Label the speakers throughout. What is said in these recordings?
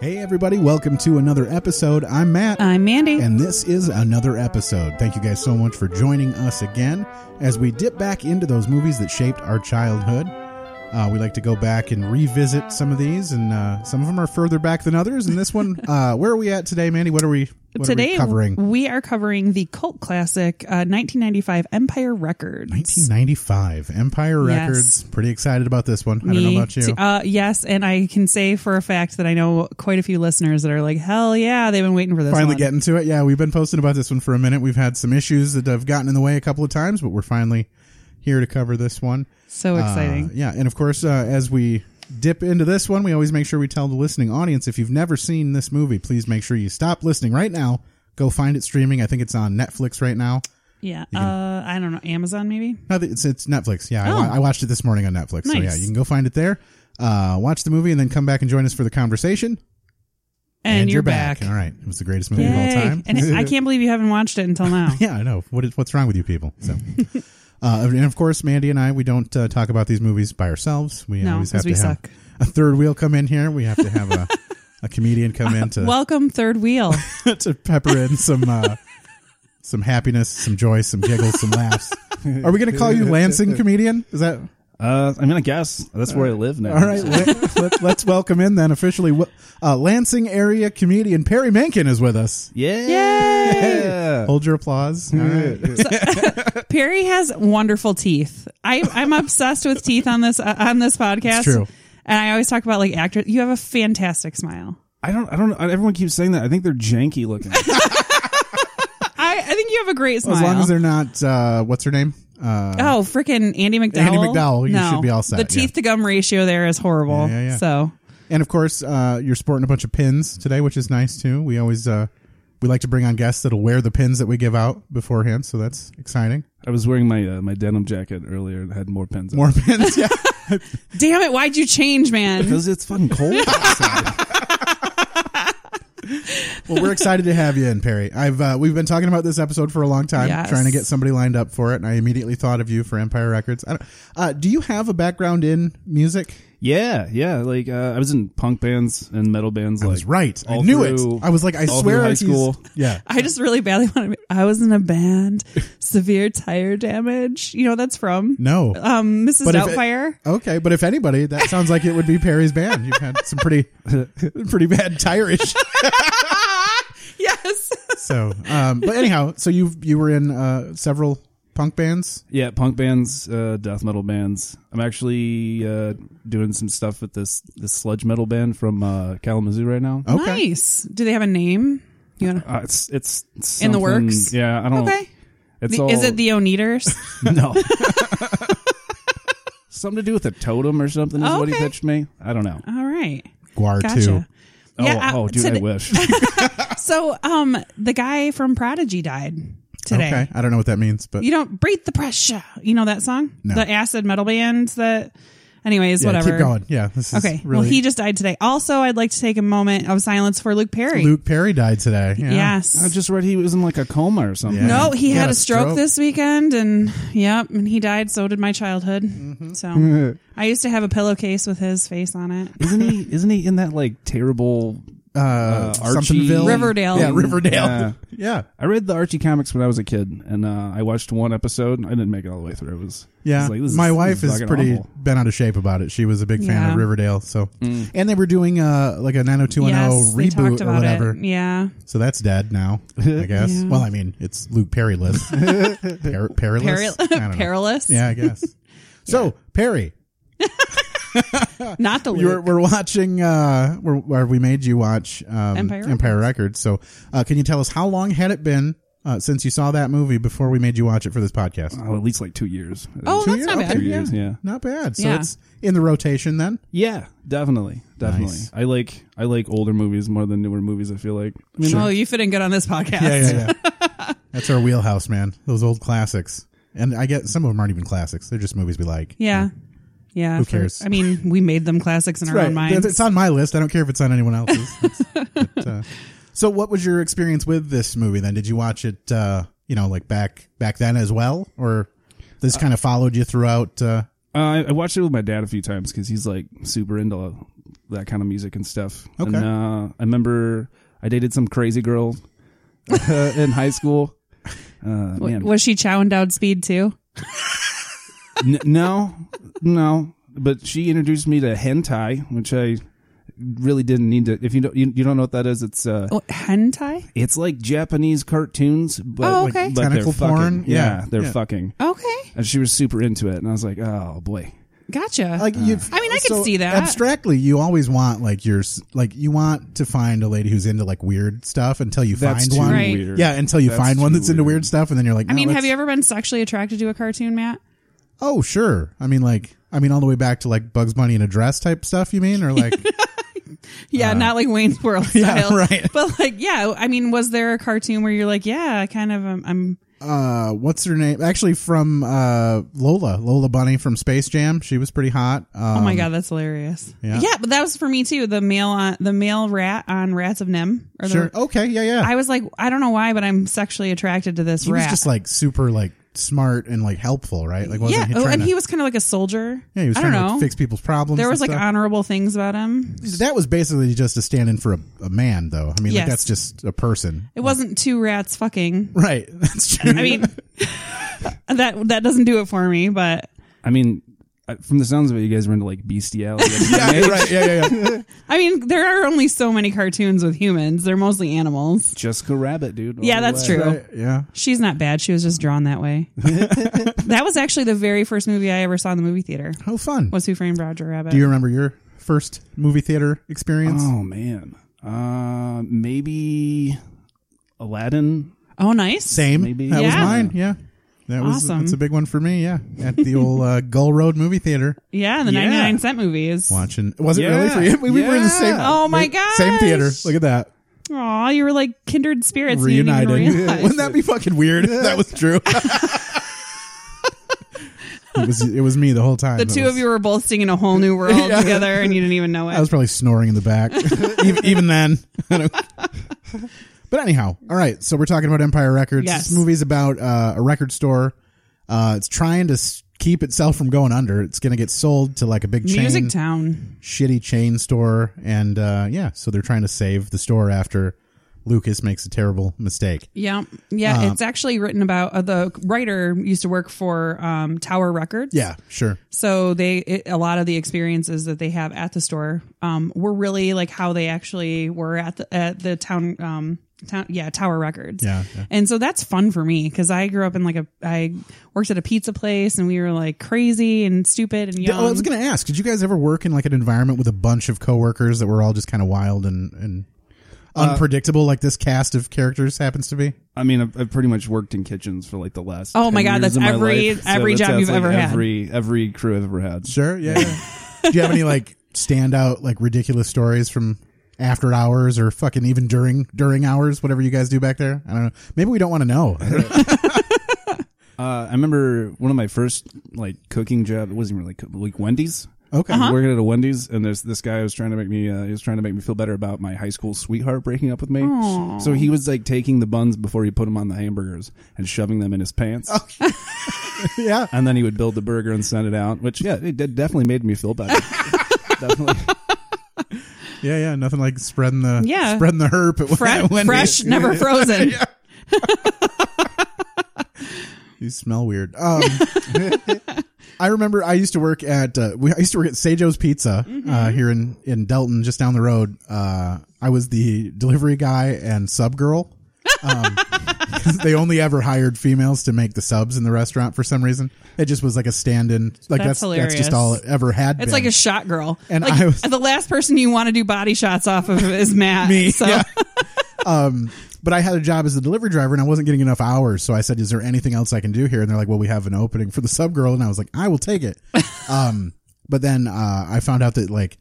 Speaker 1: Hey, everybody, welcome to another episode. I'm Matt.
Speaker 2: I'm Mandy.
Speaker 1: and this is another episode. Thank you guys so much for joining us again as we dip back into those movies that shaped our childhood. Uh, we like to go back and revisit some of these, and uh, some of them are further back than others. And this one, uh, where are we at today, Mandy? What are we, what are
Speaker 2: Today
Speaker 1: we covering?
Speaker 2: we are covering the cult classic uh, 1995 Empire Records.
Speaker 1: 1995, Empire
Speaker 2: Yes.
Speaker 1: Records. Pretty excited about this one. I don't
Speaker 2: Me
Speaker 1: know about you.
Speaker 2: too. Uh, yes, and I can say for a fact that I know quite a few listeners that are like, "Hell yeah, they've been waiting for this."
Speaker 1: finally
Speaker 2: one.
Speaker 1: getting to it. Yeah, we've been posting about this one for a minute. We've had some issues that have gotten in the way a couple of times, but we're finally here to cover this one.
Speaker 2: so exciting.
Speaker 1: Uh, yeah, and of course, uh, as we dip into this one, we always make sure we tell the listening audience if you've never seen this movie, please make sure you stop listening right now. Go find it streaming. I think it's on Netflix right now.
Speaker 2: yeah, uh, I don't know, Amazon maybe.
Speaker 1: No, it's it's Netflix. Yeah, I wa- I, watched it this morning on Netflix. So
Speaker 2: Oh.
Speaker 1: yeah,
Speaker 2: Nice.
Speaker 1: you can go find it there. Uh, watch the movie and then come back and join us for the conversation.
Speaker 2: And, you're, back.
Speaker 1: All right, it was the greatest movie of all
Speaker 2: Yay.
Speaker 1: time.
Speaker 2: and I can't believe you haven't watched it until now.
Speaker 1: Yeah, I know. What is what's wrong with you people? So, uh, and of course, Mandy and I, we don't uh, talk about these movies by ourselves. We
Speaker 2: No,
Speaker 1: always
Speaker 2: 'cause
Speaker 1: have to
Speaker 2: we
Speaker 1: have
Speaker 2: suck.
Speaker 1: a third wheel come in here. We have to have a, a comedian come in to
Speaker 2: Welcome, third wheel.
Speaker 1: to pepper in some uh, some happiness, some joy, some giggles, some laughs. Are we going to call you Lansing comedian? Is that
Speaker 3: Uh, I mean, I guess that's where I live now.
Speaker 1: all right? Let, us welcome in then officially wel- uh, Lansing area comedian Perry Mankin is with us.
Speaker 3: Yeah.
Speaker 1: Hold your applause. All
Speaker 2: Mm-hmm.
Speaker 1: right.
Speaker 2: Perry has wonderful teeth. I, I'm obsessed with teeth on this uh, on this podcast.
Speaker 1: It's true.
Speaker 2: And I always talk about like actors. You have a fantastic smile.
Speaker 3: I don't. I don't. Everyone keeps saying that. I think they're janky looking.
Speaker 2: I, I think you have a great smile.
Speaker 1: As long as they're not uh, what's her name. Uh,
Speaker 2: oh, freaking Andy McDowell.
Speaker 1: Andy McDowell, you
Speaker 2: No.
Speaker 1: should be all set,
Speaker 2: The
Speaker 1: yeah.
Speaker 2: teeth to gum ratio there is horrible.
Speaker 1: Yeah, yeah, yeah.
Speaker 2: So
Speaker 1: And of course, uh, you're sporting a bunch of pins today, which is nice too. We always uh, we like to bring on guests that'll wear the pins that we give out beforehand, so that's exciting.
Speaker 3: I was wearing my uh, my denim jacket earlier and had more pins.
Speaker 1: More pins, yeah.
Speaker 2: damn it, why'd you change, man?
Speaker 3: because it's fucking cold. outside.
Speaker 1: well, we're excited to have you in, Perry. I've uh, we've been talking about this episode for a long time,
Speaker 2: Yes.
Speaker 1: trying to get somebody lined up for it, and I immediately thought of you for Empire Records. I don't, uh, do you have a background in music?
Speaker 3: yeah, yeah. Like uh, I was in punk bands and metal bands.
Speaker 1: I
Speaker 3: like
Speaker 1: was right. I
Speaker 3: all
Speaker 1: knew
Speaker 3: through-
Speaker 1: it. I was like, I
Speaker 3: all
Speaker 1: swear,
Speaker 3: through high
Speaker 1: he's-
Speaker 3: school.
Speaker 1: Yeah.
Speaker 2: I just really badly wanted. to be- I was in a band. Severe tire damage. You know what that's from
Speaker 1: No.
Speaker 2: um, Mrs.
Speaker 1: But if it-
Speaker 2: Doubtfire.
Speaker 1: Okay, but if anybody, that sounds like it would be Perry's band. You've had some pretty, pretty bad tire issues.
Speaker 2: yes.
Speaker 1: So, um, but anyhow, so you you were in uh, several punk bands.
Speaker 3: Yeah, punk bands, uh, death metal bands. I'm actually uh, doing some stuff with this this sludge metal band from uh, Kalamazoo right now.
Speaker 1: Okay.
Speaker 2: Nice. Do they have a name? You wanna-
Speaker 3: Uh, it's it's it's
Speaker 2: In the
Speaker 3: something-
Speaker 2: works?
Speaker 3: Yeah, I don't.
Speaker 2: okay.
Speaker 3: It's
Speaker 2: The-
Speaker 3: all,
Speaker 2: is it the Oneaters?
Speaker 3: No. Something to do with a totem or something is what he
Speaker 2: Okay.
Speaker 3: pitched me. I don't know.
Speaker 2: all right.
Speaker 1: Guar too.
Speaker 2: Gotcha.
Speaker 3: Oh,
Speaker 2: Yeah, uh,
Speaker 3: oh dude, I
Speaker 2: today-
Speaker 3: wish.
Speaker 2: So, um, the guy from Prodigy died today.
Speaker 1: Okay, I don't know what that means, but
Speaker 2: You don't breathe the pressure. You know that song?
Speaker 1: No.
Speaker 2: The acid metal band that anyways,
Speaker 1: yeah,
Speaker 2: whatever.
Speaker 1: keep going. Yeah, this is
Speaker 2: Okay.
Speaker 1: Really,
Speaker 2: Well, he just died today. Also, I'd like to take a moment of silence for Luke Perry.
Speaker 1: Luke Perry died today. Yeah.
Speaker 2: Yes.
Speaker 3: I just read he was in like a coma or something.
Speaker 1: Yeah.
Speaker 2: no, he
Speaker 1: He
Speaker 2: had
Speaker 1: had
Speaker 2: a
Speaker 1: a
Speaker 2: stroke,
Speaker 1: stroke.
Speaker 2: this weekend and yep, and he died, so did my childhood.
Speaker 1: Mm-hmm.
Speaker 2: So I used to have a pillowcase with his face on it.
Speaker 3: Isn't he? Isn't he in that like terrible?
Speaker 1: Uh,
Speaker 3: Archie-
Speaker 1: Somethingville.
Speaker 2: Riverdale.
Speaker 1: Yeah, Riverdale. Yeah.
Speaker 3: Yeah.
Speaker 1: yeah.
Speaker 3: I read the Archie comics when I was a kid, and uh, I watched one episode. I didn't make it all the way through. It was it was like, this
Speaker 1: My
Speaker 3: is-
Speaker 1: wife is,
Speaker 3: this is fucking
Speaker 1: pretty
Speaker 3: awful. Mm.
Speaker 1: been out of shape about it. She was a big fan
Speaker 2: Yeah.
Speaker 1: of Riverdale, so and they were doing uh like a 90210
Speaker 2: yes, they talked
Speaker 1: reboot or
Speaker 2: about
Speaker 1: whatever.
Speaker 2: it. Yeah.
Speaker 1: So that's dead now, I guess.
Speaker 2: Yeah.
Speaker 1: Well, I mean, it's Luke Perryless. per-
Speaker 2: Peril-
Speaker 1: Perryless? I don't know.
Speaker 2: perilous.
Speaker 1: Yeah, I guess. So Perry,
Speaker 2: Not the Luke.
Speaker 1: you're, we're watching. Uh, we're, where we made you watch um,
Speaker 2: Empire
Speaker 1: Records. So, uh, can you tell us how long had it been uh, since you saw that movie before we made you watch it for this podcast?
Speaker 3: Oh, at least like two years. I think.
Speaker 2: Oh,
Speaker 1: Two
Speaker 2: that's
Speaker 1: years?
Speaker 2: not
Speaker 1: Okay,
Speaker 2: bad.
Speaker 3: Two years, yeah.
Speaker 1: not bad. So
Speaker 2: Yeah.
Speaker 1: it's in the rotation then.
Speaker 3: yeah, definitely, definitely.
Speaker 1: Nice.
Speaker 3: I like I like older movies more than newer movies. I feel like. I mean,
Speaker 2: Oh, you fit in good on this podcast.
Speaker 1: yeah, yeah. That's our wheelhouse, man. Those old classics. And I get some of them aren't even classics. They're just movies we like.
Speaker 2: Yeah. Yeah.
Speaker 1: Who
Speaker 2: for-
Speaker 1: cares?
Speaker 2: I mean, we made them classics in our own minds.
Speaker 1: It's on my list. I don't care if it's on anyone else's. It's- but, uh, so, what was your experience with this movie then? Did you watch it, uh, you know, like back back then as well, or this kind of followed you throughout? Uh,
Speaker 3: Uh, I- I watched it with my dad a few times because he's like super into that kind of music and stuff.
Speaker 1: Okay.
Speaker 3: And, uh, I remember I dated some crazy girl uh, in high school. Uh,
Speaker 2: W-
Speaker 3: man,
Speaker 2: was she chowing down speed too?
Speaker 3: N- no, no. But she introduced me to hentai, which I really didn't need to. If you don't, you, you don't know what that is. It's uh,
Speaker 2: Oh, hentai?
Speaker 3: it's like Japanese cartoons, but
Speaker 2: Oh,
Speaker 3: like-
Speaker 2: okay.
Speaker 3: but
Speaker 1: Tentacle
Speaker 3: they're fucking.
Speaker 1: porn?
Speaker 3: Yeah,
Speaker 1: Yeah,
Speaker 3: they're
Speaker 1: yeah.
Speaker 3: fucking.
Speaker 2: Okay,
Speaker 3: And she was super into it, and I was like, oh boy.
Speaker 2: gotcha.
Speaker 1: Like you've,
Speaker 2: Uh, I mean, I could see that.
Speaker 1: abstractly. You always want like your s- like you want to find a lady who's into like weird stuff until you
Speaker 3: That's
Speaker 1: find
Speaker 3: too
Speaker 1: one.
Speaker 2: Right.
Speaker 3: weird.
Speaker 1: Yeah, until you
Speaker 3: That's
Speaker 1: find one
Speaker 3: too
Speaker 1: that's into weird stuff, and then you're like,
Speaker 2: I mean,
Speaker 1: "No,
Speaker 2: have
Speaker 1: that's-
Speaker 2: you ever been sexually attracted to a cartoon, Matt?
Speaker 1: Oh, sure. I mean, like, I mean, all the way back to like Bugs Bunny in a dress type stuff. You mean, or like,
Speaker 2: Yeah, not like Wayne's World
Speaker 1: Uh, Yeah,
Speaker 2: style,
Speaker 1: right.
Speaker 2: But like, yeah, I mean, was there a cartoon where you're like, yeah, I kind of, um, I'm,
Speaker 1: uh, what's her name? Actually, from uh, Lola, Lola Bunny from Space Jam. She was pretty hot. Um,
Speaker 2: oh my god, that's hilarious.
Speaker 1: yeah.
Speaker 2: but that was for me too. The male, on, the male rat on Rats of Nim. Or the,
Speaker 1: Sure. Okay. Yeah. Yeah.
Speaker 2: I was like, I don't know why, but I'm sexually attracted to this
Speaker 1: he
Speaker 2: rat.
Speaker 1: was just like super like smart and like helpful, right? Like, wasn't
Speaker 2: yeah,
Speaker 1: he
Speaker 2: oh,
Speaker 1: trying
Speaker 2: and
Speaker 1: to?
Speaker 2: he was kind of like a soldier.
Speaker 1: yeah, he was
Speaker 2: I
Speaker 1: trying
Speaker 2: don't
Speaker 1: to
Speaker 2: know.
Speaker 1: like, fix people's problems.
Speaker 2: there
Speaker 1: and
Speaker 2: was like
Speaker 1: stuff.
Speaker 2: honorable things about him.
Speaker 1: that was basically just a stand-in for a, a man, though. I mean, like
Speaker 2: Yes.
Speaker 1: that's just a person,
Speaker 2: It wasn't two rats fucking.
Speaker 1: right? That's true.
Speaker 2: I mean, that that doesn't do it for me. But
Speaker 3: I mean, I- from the sounds of it, you guys were into like bestiality.
Speaker 1: yeah, right. Yeah, yeah, yeah.
Speaker 2: I mean, there are only so many cartoons with humans. They're mostly animals.
Speaker 3: Jessica Rabbit, dude.
Speaker 2: Yeah,
Speaker 3: All
Speaker 2: that's
Speaker 3: the way.
Speaker 2: true.
Speaker 1: Right, yeah.
Speaker 2: She's not bad. She was just drawn that way. that was actually the very first movie I ever saw in the movie theater.
Speaker 1: How fun.
Speaker 2: Was Who Framed Roger Rabbit?
Speaker 1: Do you remember your first movie theater experience?
Speaker 3: Oh man, uh, maybe Aladdin.
Speaker 2: oh, nice.
Speaker 1: Same.
Speaker 3: Maybe.
Speaker 1: That was
Speaker 2: Yeah.
Speaker 1: mine. Yeah. That was
Speaker 2: Awesome.
Speaker 1: that's a big one for me. Yeah, at the old uh, Gull Road movie theater,
Speaker 2: Yeah, the
Speaker 3: Yeah.
Speaker 2: 99 cent movies.
Speaker 1: watching. Was it
Speaker 3: Yeah.
Speaker 1: really for you? We, we were in the same.
Speaker 3: Yeah.
Speaker 2: Oh my
Speaker 1: wait,
Speaker 2: gosh.
Speaker 1: Same theater. Look at that.
Speaker 2: Aw, you were like kindred spirits. and you didn't even
Speaker 1: Reunited.
Speaker 2: realize.
Speaker 1: Wouldn't that be fucking weird? if that was true. it was. It was me the whole time.
Speaker 2: the
Speaker 1: That
Speaker 2: two
Speaker 1: was,
Speaker 2: of you were both singing a whole new world
Speaker 1: Yeah.
Speaker 2: together and you didn't even know it.
Speaker 1: I was probably snoring in the back, even, even then. I don't- but anyhow, all right. So we're talking about Empire Records.
Speaker 2: Yes.
Speaker 1: This movie's about uh, a record store. Uh, it's trying to s- keep itself from going under. It's going to get sold to like a big
Speaker 2: Music
Speaker 1: chain,
Speaker 2: Town.
Speaker 1: shitty chain store, and uh, yeah, so they're trying to save the store after Lucas makes a terrible mistake.
Speaker 2: Yeah. Yeah.
Speaker 1: Um,
Speaker 2: it's actually written about uh, the writer used to work for um, Tower Records.
Speaker 1: Yeah, sure.
Speaker 2: So they, it, a lot of the experiences that they have at the store, um, were really like how they actually were at the, at the town, um, town, yeah, Tower Records.
Speaker 1: Yeah, yeah.
Speaker 2: And so that's fun for me because I grew up in like a, I worked at a pizza place and we were like crazy and stupid and young.
Speaker 1: I was going to ask, did you guys ever work in like an environment with a bunch of coworkers that were all just kind of wild and and
Speaker 2: Uh,
Speaker 1: unpredictable, like this cast of characters happens to be?
Speaker 3: I mean, I've, I've pretty much worked in kitchens for like the last.
Speaker 2: Oh my
Speaker 3: 10
Speaker 2: God,
Speaker 3: years
Speaker 2: that's
Speaker 3: of my
Speaker 2: every-
Speaker 3: life.
Speaker 2: every
Speaker 3: that's-
Speaker 2: job
Speaker 3: that's
Speaker 2: you've
Speaker 3: like
Speaker 2: ever had.
Speaker 3: Every every crew I've ever had.
Speaker 1: Sure. Yeah. yeah. Do you have any like standout, like ridiculous stories from after hours or fucking even during during hours, whatever you guys do back there? I don't know. Maybe we don't want to know.
Speaker 3: Uh, I remember one of my first like cooking job. It wasn't really cook, like Wendy's.
Speaker 1: Okay.
Speaker 2: Uh-huh.
Speaker 3: I was working at a Wendy's, and there's this guy was trying to make me. Uh, he was trying to make me feel better about my high school sweetheart breaking up with me. So he was like taking the buns before he put them on the hamburgers and shoving them in his pants,
Speaker 1: Oh. yeah.
Speaker 3: and then he would build the burger and send it out. Which yeah, it did- definitely made me feel better. definitely.
Speaker 1: Yeah. Yeah. Nothing like spreading the
Speaker 2: Yeah.
Speaker 1: spreading the herp at
Speaker 2: fresh,
Speaker 1: Wendy's.
Speaker 2: fresh, never frozen.
Speaker 1: You smell weird. Um, I remember I used to work at uh, we I used to work at Sejo's Pizza uh,
Speaker 2: Mm-hmm.
Speaker 1: here in in Delton, just down the road. Uh, I was the delivery guy and sub girl. Um, 'cause they only ever hired females to make the subs in the restaurant for some reason. It just was like a stand-in. Like that's
Speaker 2: That's
Speaker 1: that's,
Speaker 2: hilarious.
Speaker 1: just all it ever had.
Speaker 2: It's
Speaker 1: been.
Speaker 2: like a shot girl.
Speaker 1: And
Speaker 2: like,
Speaker 1: I was-
Speaker 2: the last person you want to do body shots off of is Matt.
Speaker 1: me.
Speaker 2: So
Speaker 1: yeah. um, but I had a job as the delivery driver and I wasn't getting enough hours. So I said, is there anything else I can do here? And they're like, well, we have an opening for the sub girl. And I was like, I will take it. um, but then, uh, I found out that like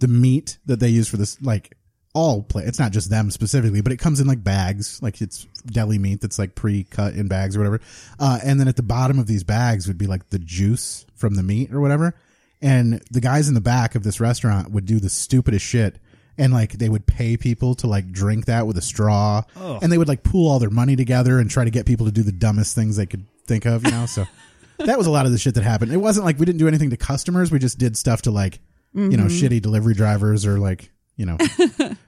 Speaker 1: the meat that they use for this, like all play, it's not just them specifically, but it comes in like bags, like it's deli meat that's like pre-cut in bags or whatever. Uh, and then at the bottom of these bags would be like the juice from the meat or whatever. And the guys in the back of this restaurant would do the stupidest shit and like they would pay people to like drink that with a straw and they would like pool all their money together and try to get people to do the dumbest things they could think of you know so that was a lot of the shit that happened it wasn't like we didn't do anything to customers we just did stuff to like you
Speaker 2: Mm-hmm.
Speaker 1: know, shitty delivery drivers or like, you know,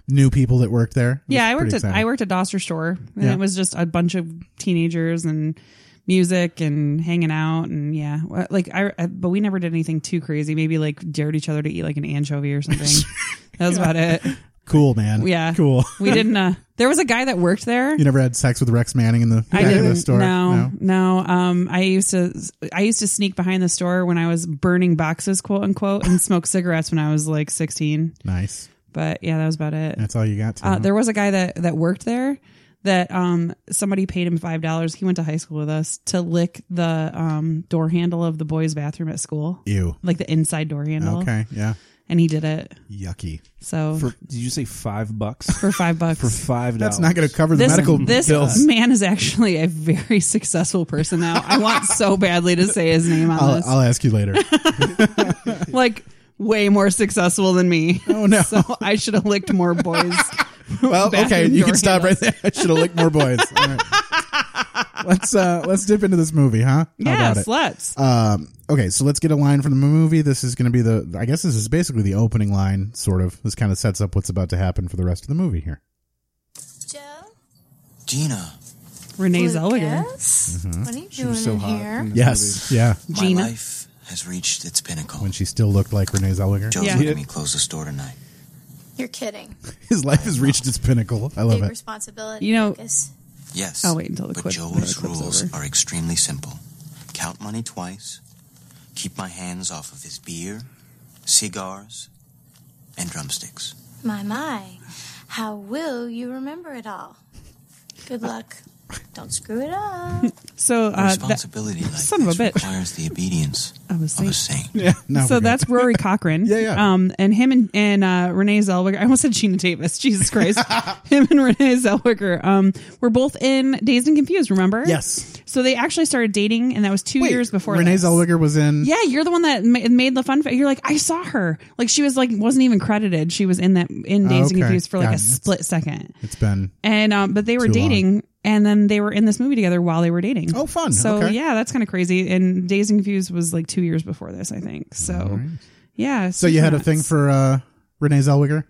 Speaker 1: new people that work there. It
Speaker 2: yeah,
Speaker 1: was
Speaker 2: I worked
Speaker 1: pretty
Speaker 2: at
Speaker 1: exciting.
Speaker 2: I worked at Doster Store, and
Speaker 1: Yeah.
Speaker 2: it was just a bunch of teenagers and music and hanging out and yeah, Well, like I, I- but we never did anything too crazy. Maybe like dared each other to eat like an anchovy or something. that was about it.
Speaker 1: Cool, man.
Speaker 2: Yeah.
Speaker 1: Cool.
Speaker 2: We didn't. Uh, there was a guy that worked there.
Speaker 1: You never had sex with Rex Manning in the
Speaker 2: I
Speaker 1: back of the
Speaker 2: didn't.
Speaker 1: store?
Speaker 2: No, no, Um, I used to, I used to sneak behind the store when I was burning boxes, quote unquote, and smoke cigarettes when I was like sixteen.
Speaker 1: Nice.
Speaker 2: But yeah, that was about it.
Speaker 1: That's all you got. To,
Speaker 2: Uh, there was a guy that that worked there that um somebody paid him five dollars. He went to high school with us to lick the um door handle of the boys' bathroom at school,
Speaker 1: Ew.
Speaker 2: like the inside door handle.
Speaker 1: Okay. Yeah.
Speaker 2: and he did it.
Speaker 1: Yucky.
Speaker 2: So for,
Speaker 3: For, did you say five bucks?
Speaker 2: five bucks.
Speaker 3: For five dollars.
Speaker 1: That's not going to cover the
Speaker 2: this
Speaker 1: medical
Speaker 2: this
Speaker 1: bills.
Speaker 2: man is actually a very successful person now. I want so badly to say his name on
Speaker 1: I'll,
Speaker 2: this.
Speaker 1: I'll ask you later.
Speaker 2: like way more successful than me.
Speaker 1: Oh, no.
Speaker 2: So I should have licked more boys.
Speaker 1: Well,
Speaker 2: Bathroom
Speaker 1: okay, you
Speaker 2: door
Speaker 1: can stop right there. I should have licked more boys. All right. Let's uh let's dip into this movie, huh? How
Speaker 2: yeah,
Speaker 1: about it?
Speaker 2: sluts.
Speaker 1: Um, okay, so let's get a line from the movie. This is going to be the, I guess this is basically the opening line, sort of. This kind of sets up what's about to happen for the rest of the movie here.
Speaker 4: Joe?
Speaker 5: Gina,
Speaker 2: Renee Zellweger.
Speaker 4: Lucas? What are you
Speaker 3: Mm-hmm. She
Speaker 4: doing
Speaker 3: was so
Speaker 4: in
Speaker 3: hot. Mm.
Speaker 4: here?
Speaker 3: in this movie.
Speaker 1: Yes, yeah.
Speaker 5: my
Speaker 2: Gina.
Speaker 5: life has reached its pinnacle.
Speaker 1: When she still looked like Renee Zellweger,
Speaker 5: Joe's
Speaker 2: Yeah.
Speaker 5: making me close the store tonight.
Speaker 4: You're kidding.
Speaker 1: his life has reached its pinnacle. I love
Speaker 4: Big
Speaker 1: it.
Speaker 4: responsibility,
Speaker 2: You know-
Speaker 4: Lucas.
Speaker 5: Yes.
Speaker 2: I'll wait until the
Speaker 5: But
Speaker 2: clip-
Speaker 5: Joe's
Speaker 2: the clip's
Speaker 5: rules
Speaker 2: over.
Speaker 5: are extremely simple. Count money twice, keep my hands off of his beer, cigars, and drumsticks.
Speaker 4: My, my. How will you remember it all? Good luck. Don't screw it up.
Speaker 2: So uh, that,
Speaker 5: Responsibility like
Speaker 2: son of a
Speaker 5: this
Speaker 2: bitch.
Speaker 5: requires the obedience
Speaker 2: I was
Speaker 5: of
Speaker 1: Oh,
Speaker 2: thinking-
Speaker 5: a saint.
Speaker 1: Yeah. Now we're
Speaker 2: so
Speaker 1: good.
Speaker 2: that's Rory Cochrane.
Speaker 1: Yeah, yeah.
Speaker 2: Um, and him and, and uh, Renee Zellweger. I almost said Sheena Davis. Jesus Christ. him and Renee Zellweger. Um, were both in Dazed and Confused. Remember?
Speaker 1: Yes.
Speaker 2: So they actually started dating, and that was two
Speaker 1: Wait,
Speaker 2: years before
Speaker 1: Renee
Speaker 2: this.
Speaker 1: Zellweger was in.
Speaker 2: Yeah, you're the one that ma- made the fun. Fa- you're like, I saw her. Like she was like wasn't even credited. She was in that in Dazed
Speaker 1: okay.
Speaker 2: and Confused for like
Speaker 1: Got it.
Speaker 2: a split second.
Speaker 1: It's been
Speaker 2: and um, but they were
Speaker 1: Too long.
Speaker 2: dating, and then they were in this movie together while they were dating.
Speaker 1: Oh, fun.
Speaker 2: So
Speaker 1: Okay.
Speaker 2: yeah, that's kind of crazy. And Days and Confused was like two years before this, I think. So yeah.
Speaker 1: So you had a thing for uh Renee Zellweger?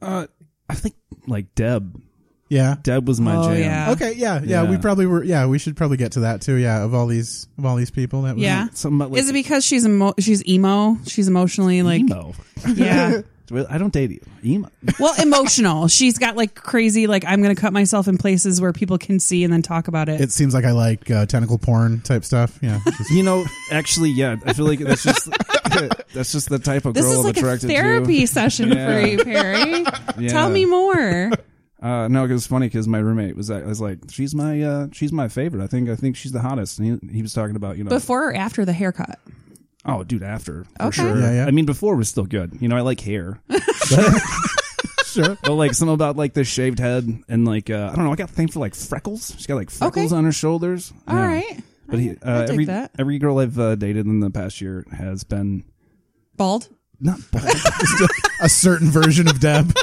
Speaker 3: Uh, I think like Deb.
Speaker 1: Yeah.
Speaker 3: Deb was my
Speaker 2: Oh,
Speaker 3: jam.
Speaker 2: yeah.
Speaker 1: Okay, yeah, yeah,
Speaker 3: Yeah.
Speaker 1: We probably were yeah, we should probably get to that too, yeah, of all these of all these people. That was
Speaker 2: Yeah.
Speaker 3: Something about, like,
Speaker 2: Is it because she's emo- she's emo? She's emotionally like
Speaker 3: emo?
Speaker 2: yeah.
Speaker 3: Well, I don't date emo.
Speaker 2: Well, emotional. She's got like crazy like I'm going to cut myself in places where people can see and then talk about it.
Speaker 1: it seems like I like uh, tentacle porn type stuff. Yeah.
Speaker 3: You know, actually, yeah. I feel like that's just that's just the type of
Speaker 2: this
Speaker 3: girl
Speaker 2: is
Speaker 3: I'm
Speaker 2: like a
Speaker 3: attracted to.
Speaker 2: therapy session for
Speaker 3: Yeah.
Speaker 2: you, Perry.
Speaker 3: Yeah.
Speaker 2: Tell me more.
Speaker 3: Uh, no, 'cause it's funny because my roommate was I was like, she's my uh, she's my favorite. I think I think she's the hottest. And he, he was talking about you know,
Speaker 2: Before or after the haircut?
Speaker 3: oh dude, after for
Speaker 2: Okay.
Speaker 3: sure.
Speaker 1: Yeah, yeah.
Speaker 3: I mean, before was still good. You know, I like hair,
Speaker 1: sure.
Speaker 3: but like some about like the shaved head and like uh, I don't know. I got a thing for like freckles. She's got like freckles
Speaker 2: Okay.
Speaker 3: on her shoulders.
Speaker 2: All
Speaker 3: All right.
Speaker 2: right.
Speaker 3: But he,
Speaker 2: I
Speaker 3: uh,
Speaker 2: dig
Speaker 3: every
Speaker 2: that.
Speaker 3: every girl I've uh, dated in the past year has been
Speaker 2: Bald?
Speaker 3: not bald.
Speaker 1: A certain version of Deb.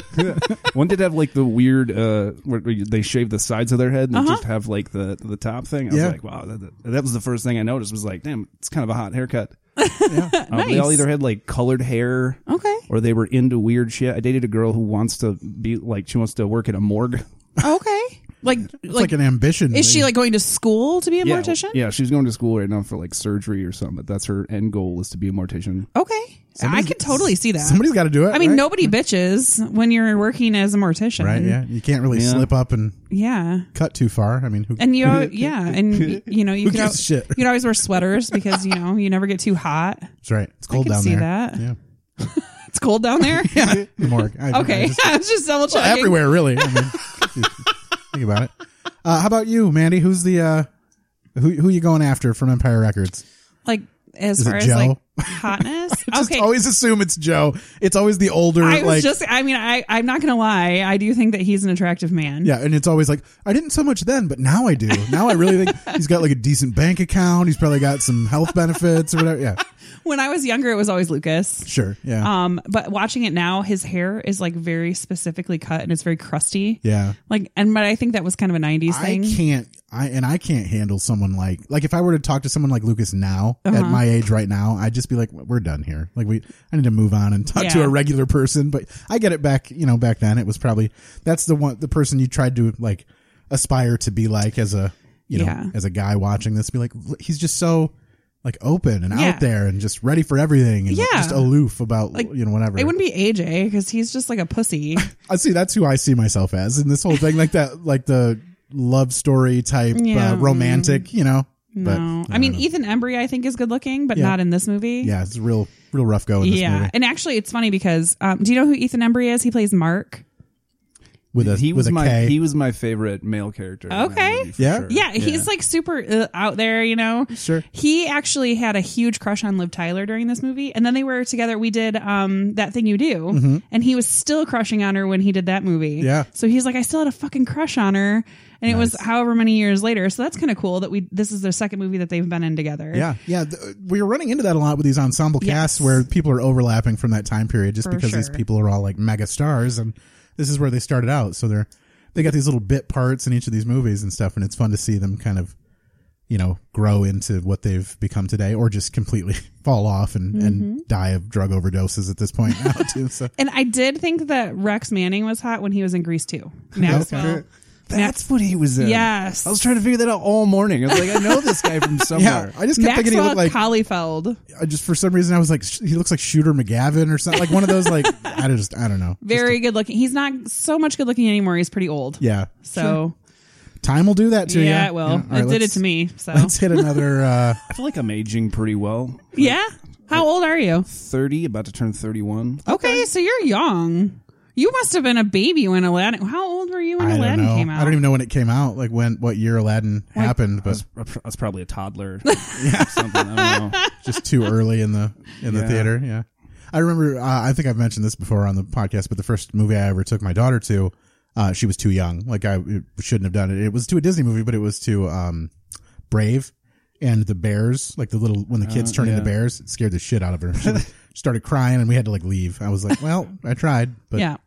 Speaker 3: One did have like the weird uh, where where you- they shave the sides of their head and just
Speaker 2: Uh-huh.
Speaker 3: have like the the top thing. I
Speaker 1: Yeah.
Speaker 3: was like, wow, that, that- that was the first thing I noticed. Was like, damn, it's kind of a hot haircut. Uh, They all
Speaker 2: Nice.
Speaker 3: either had like colored hair,
Speaker 2: Okay.
Speaker 3: or they were into weird shit. I dated a girl who wants to be like she wants to work at a morgue.
Speaker 2: Okay. Like,
Speaker 1: like,
Speaker 2: like,
Speaker 1: an ambition.
Speaker 2: is she like going to school to be a
Speaker 3: Yeah,
Speaker 2: mortician?
Speaker 3: Yeah, she's going to school right now for like surgery or something. But that's her end goal is to be a mortician.
Speaker 2: Okay. I could totally see that.
Speaker 1: somebody's got to do it.
Speaker 2: I mean,
Speaker 1: right?
Speaker 2: nobody bitches when you're working as a mortician.
Speaker 1: Right? Yeah. You can't really
Speaker 3: Yeah.
Speaker 1: slip up and
Speaker 2: Yeah.
Speaker 1: cut too far. I mean, who,
Speaker 2: And you, yeah, and y- you know, you
Speaker 1: Who
Speaker 2: could
Speaker 1: gives
Speaker 2: al-
Speaker 1: a shit?
Speaker 2: you could always wear sweaters because you know you never get too hot.
Speaker 1: that's right. It's cold
Speaker 2: can
Speaker 1: down
Speaker 2: see
Speaker 1: there.
Speaker 2: that.
Speaker 1: Yeah.
Speaker 2: It's cold down there.
Speaker 1: The morgue. I- I
Speaker 2: Okay, I,
Speaker 1: just-
Speaker 2: was just double checking.
Speaker 1: everywhere, really. I mean, think about it. Uh, how about you, Mandy? Who's the uh, who who you going after from Empire Records?
Speaker 2: like as
Speaker 1: Is it
Speaker 2: far as
Speaker 1: Joe?
Speaker 2: like hotness.
Speaker 1: Just
Speaker 2: okay,
Speaker 1: always assume it's Joe. It's always the older,
Speaker 2: I was
Speaker 1: like
Speaker 2: just. I mean, I I'm not gonna lie. I do think that he's an attractive man.
Speaker 1: Yeah, and it's always like I didn't so much then, but now I do. Now I really think he's got like a decent bank account. He's probably got some health benefits or whatever. Yeah,
Speaker 2: when I was younger, it was always Lucas.
Speaker 1: Sure. Yeah.
Speaker 2: Um, but watching it now, his hair is like very specifically cut and it's very crusty.
Speaker 1: yeah.
Speaker 2: Like, and but I think that was kind of a '90s
Speaker 1: I
Speaker 2: thing.
Speaker 1: can't. I and I can't handle someone like like if I were to talk to someone like Lucas now
Speaker 2: Uh-huh.
Speaker 1: at my age right now, I'd just be like, "We're done here. Like we, I need to move on and talk to
Speaker 2: Yeah.
Speaker 1: a regular person." But I get it back. You know, back then it was probably that's the one the person you tried to like aspire to be like as a you know
Speaker 2: Yeah.
Speaker 1: as a guy watching this. Be like, he's just so like open and
Speaker 2: Yeah.
Speaker 1: out there and just ready for everything and
Speaker 2: Yeah.
Speaker 1: just aloof about you know whatever.
Speaker 2: It wouldn't be AJ because he's just like a pussy.
Speaker 1: I see. That's who I see myself as in this whole thing, like that, like the love story type,
Speaker 2: Yeah.
Speaker 1: uh, romantic, you know. But
Speaker 2: no,
Speaker 1: yeah,
Speaker 2: I mean e-
Speaker 1: don't-
Speaker 2: Ethan Embry I think is good looking, but
Speaker 1: Yeah.
Speaker 2: not in this movie.
Speaker 1: yeah, it's a real, real rough go in this
Speaker 2: yeah.
Speaker 1: movie
Speaker 2: And actually, it's funny because um, do you know who Ethan Embry is? He plays Mark.
Speaker 1: with a
Speaker 3: he
Speaker 1: with
Speaker 3: was
Speaker 1: a
Speaker 3: my
Speaker 1: K.
Speaker 3: he was my favorite male character. in that
Speaker 2: Okay.
Speaker 3: movie, for
Speaker 1: Yeah?
Speaker 3: sure.
Speaker 2: Yeah, he's like super uh, out there, you know.
Speaker 1: Sure.
Speaker 2: He actually had a huge crush on Liv Tyler during this movie, and then they were together. We did um that thing you do, and he was still crushing on her when he did that movie.
Speaker 1: Mm-hmm. Yeah.
Speaker 2: So he's like, I still had a fucking crush on her, and it was however many years later. So that's kind of cool that we this is their second movie that they've been in together.
Speaker 1: yeah, yeah. Th- we were running into that a lot with these ensemble casts
Speaker 2: Yes.
Speaker 1: where people are overlapping from that time period, just
Speaker 2: For
Speaker 1: because these
Speaker 2: sure.
Speaker 1: people are all like mega stars, and this is where they started out. So they're they got these little bit parts in each of these movies and stuff, and it's fun to see them kind of you know grow into what they've become today, or just completely fall off and
Speaker 2: Mm-hmm.
Speaker 1: and die of drug overdoses at this point now too. So.
Speaker 2: And I did think that Rex Manning was hot when he was in Grease too. Maxwell.
Speaker 3: That's what he was in.
Speaker 2: Yes.
Speaker 3: I was trying to figure that out all morning. I was like, I know this guy from
Speaker 1: Yeah,
Speaker 3: somewhere.
Speaker 1: I just kept thinking he
Speaker 2: Maxwell
Speaker 1: looked like
Speaker 2: Colleyfeld.
Speaker 1: I just for some reason I was like sh- he looks like Shooter McGavin or something like one of those like I just I don't know
Speaker 2: Very good looking. He's not so much good looking anymore. He's pretty old.
Speaker 1: yeah
Speaker 2: So
Speaker 1: time will do that to
Speaker 2: yeah,
Speaker 1: you
Speaker 2: it will.
Speaker 1: All right,
Speaker 2: it did it
Speaker 1: let's-
Speaker 2: to me. So
Speaker 1: Let's hit another. Uh,
Speaker 3: I feel like I'm aging pretty well.
Speaker 2: yeah. How old are you?
Speaker 3: 30, about to turn 31.
Speaker 2: Okay, so you're young. You must have been a baby when Aladdin. How old were you when
Speaker 1: I don't
Speaker 2: Aladdin
Speaker 1: know.
Speaker 2: came out?
Speaker 1: I don't even know when it came out. Like when what year Aladdin happened,
Speaker 3: I
Speaker 1: but
Speaker 3: was, I was probably a toddler. yeah. Something. I don't know.
Speaker 1: just too early in the in the
Speaker 3: Yeah.
Speaker 1: theater. Yeah, I remember. Uh, I think I've mentioned this before on the podcast, but the first movie I ever took my daughter to, uh, she was too young. Like I it shouldn't have done it. It was to a Disney movie, but it was to um, Brave and the Bears. Like the little when the kids turn into
Speaker 3: Oh, yeah.
Speaker 1: bears, it scared the shit out of her. She started crying, and we had to like leave. I was like, well, I tried, but
Speaker 2: yeah.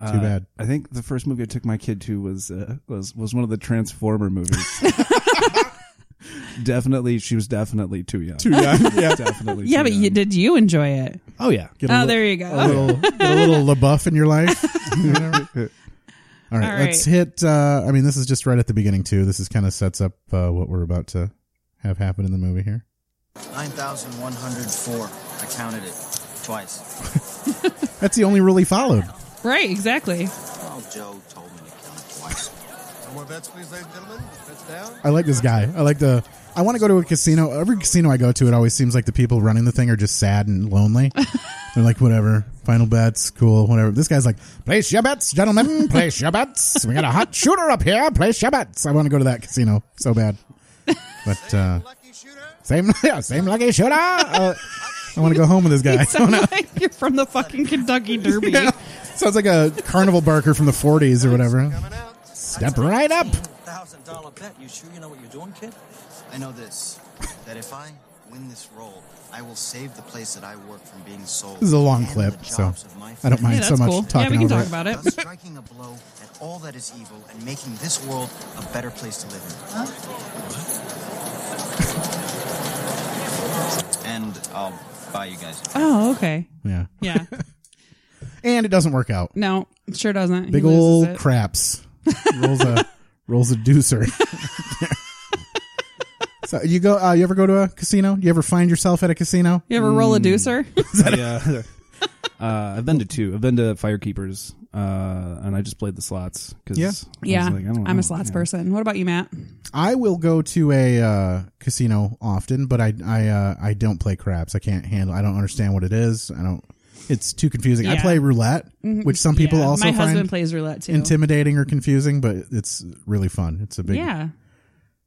Speaker 1: too bad.
Speaker 3: Uh, I think the first movie I took my kid to was uh, was was one of the Transformer movies. definitely, she was definitely too young. Too young, yeah, definitely.
Speaker 2: Yeah,
Speaker 3: too
Speaker 2: but
Speaker 3: young.
Speaker 2: you, did you enjoy it?
Speaker 3: oh yeah,
Speaker 1: Get a
Speaker 2: Oh,
Speaker 1: li-
Speaker 2: there you
Speaker 1: a
Speaker 2: go.
Speaker 1: little, get a little LaBeouf in your life. All right,
Speaker 2: All
Speaker 1: let's
Speaker 2: right.
Speaker 1: hit. Uh, I mean, this is just right at the beginning too. This is kind of sets up uh, what we're about to have happen in the movie here.
Speaker 5: 9,104. I counted it twice.
Speaker 1: That's the only rule he followed.
Speaker 2: Right, exactly.
Speaker 5: Well, Joe told me to count it twice.
Speaker 6: No more bets, please, ladies and gentlemen. Bets down.
Speaker 1: I like this guy. I like the. I want to go to a casino. Every casino I go to, it always seems like the people running the thing are just sad and lonely. They're like, whatever, final bets, cool, whatever. This guy's like, place your bets, gentlemen, place your bets. We got a hot shooter up here, place your bets. I want to go to that casino so bad. But, uh,
Speaker 6: Lucky shooter.
Speaker 1: same, yeah, same lucky shooter. Uh, I want to go home with this guy.
Speaker 2: You sound like you're from the fucking Kentucky Derby.
Speaker 1: Yeah. Sounds like a carnival barker from the 40s or whatever.
Speaker 6: Coming out.
Speaker 1: Step right up.
Speaker 5: Thousand dollar bet. You sure you know what you're doing, kid? I know this: that if I win this role, I will save the place that I work from being sold.
Speaker 1: This is a long
Speaker 5: and the
Speaker 1: clip, so
Speaker 5: jobs of my
Speaker 1: I don't
Speaker 5: family.
Speaker 1: mind
Speaker 2: Yeah,
Speaker 1: so
Speaker 2: that's
Speaker 1: much
Speaker 2: cool. Yeah,
Speaker 1: talking
Speaker 2: we can
Speaker 1: over
Speaker 2: talk
Speaker 1: it.
Speaker 2: about it.
Speaker 5: Thus striking a blow at all that is evil and making this world a better place to live in. And I'll buy you guys.
Speaker 2: Oh, okay.
Speaker 1: Yeah.
Speaker 2: Yeah.
Speaker 1: And it doesn't work out.
Speaker 2: No, sure doesn't. He
Speaker 1: Big
Speaker 2: loses
Speaker 1: old
Speaker 2: it.
Speaker 1: craps. Rolls a rolls a deucer. so you go uh, you ever go to a casino? You ever find yourself at a casino?
Speaker 2: You ever
Speaker 1: Hmm.
Speaker 2: roll a deucer?
Speaker 3: yeah. Uh, I've been to two. I've been to Firekeepers, uh, and I just played the slots because
Speaker 1: Yeah.
Speaker 2: yeah. I'm a slots person. What about you, Matt?
Speaker 1: I will go to a uh, casino often, but I I uh, I don't play craps. I can't handle. I don't understand what it is. I don't. It's too confusing. I
Speaker 2: Yeah. Mm-hmm.
Speaker 1: play roulette, which some people
Speaker 2: Yeah,
Speaker 1: also
Speaker 2: My
Speaker 1: find
Speaker 2: husband plays roulette too.
Speaker 1: intimidating or confusing, but it's really fun. It's a big
Speaker 2: yeah.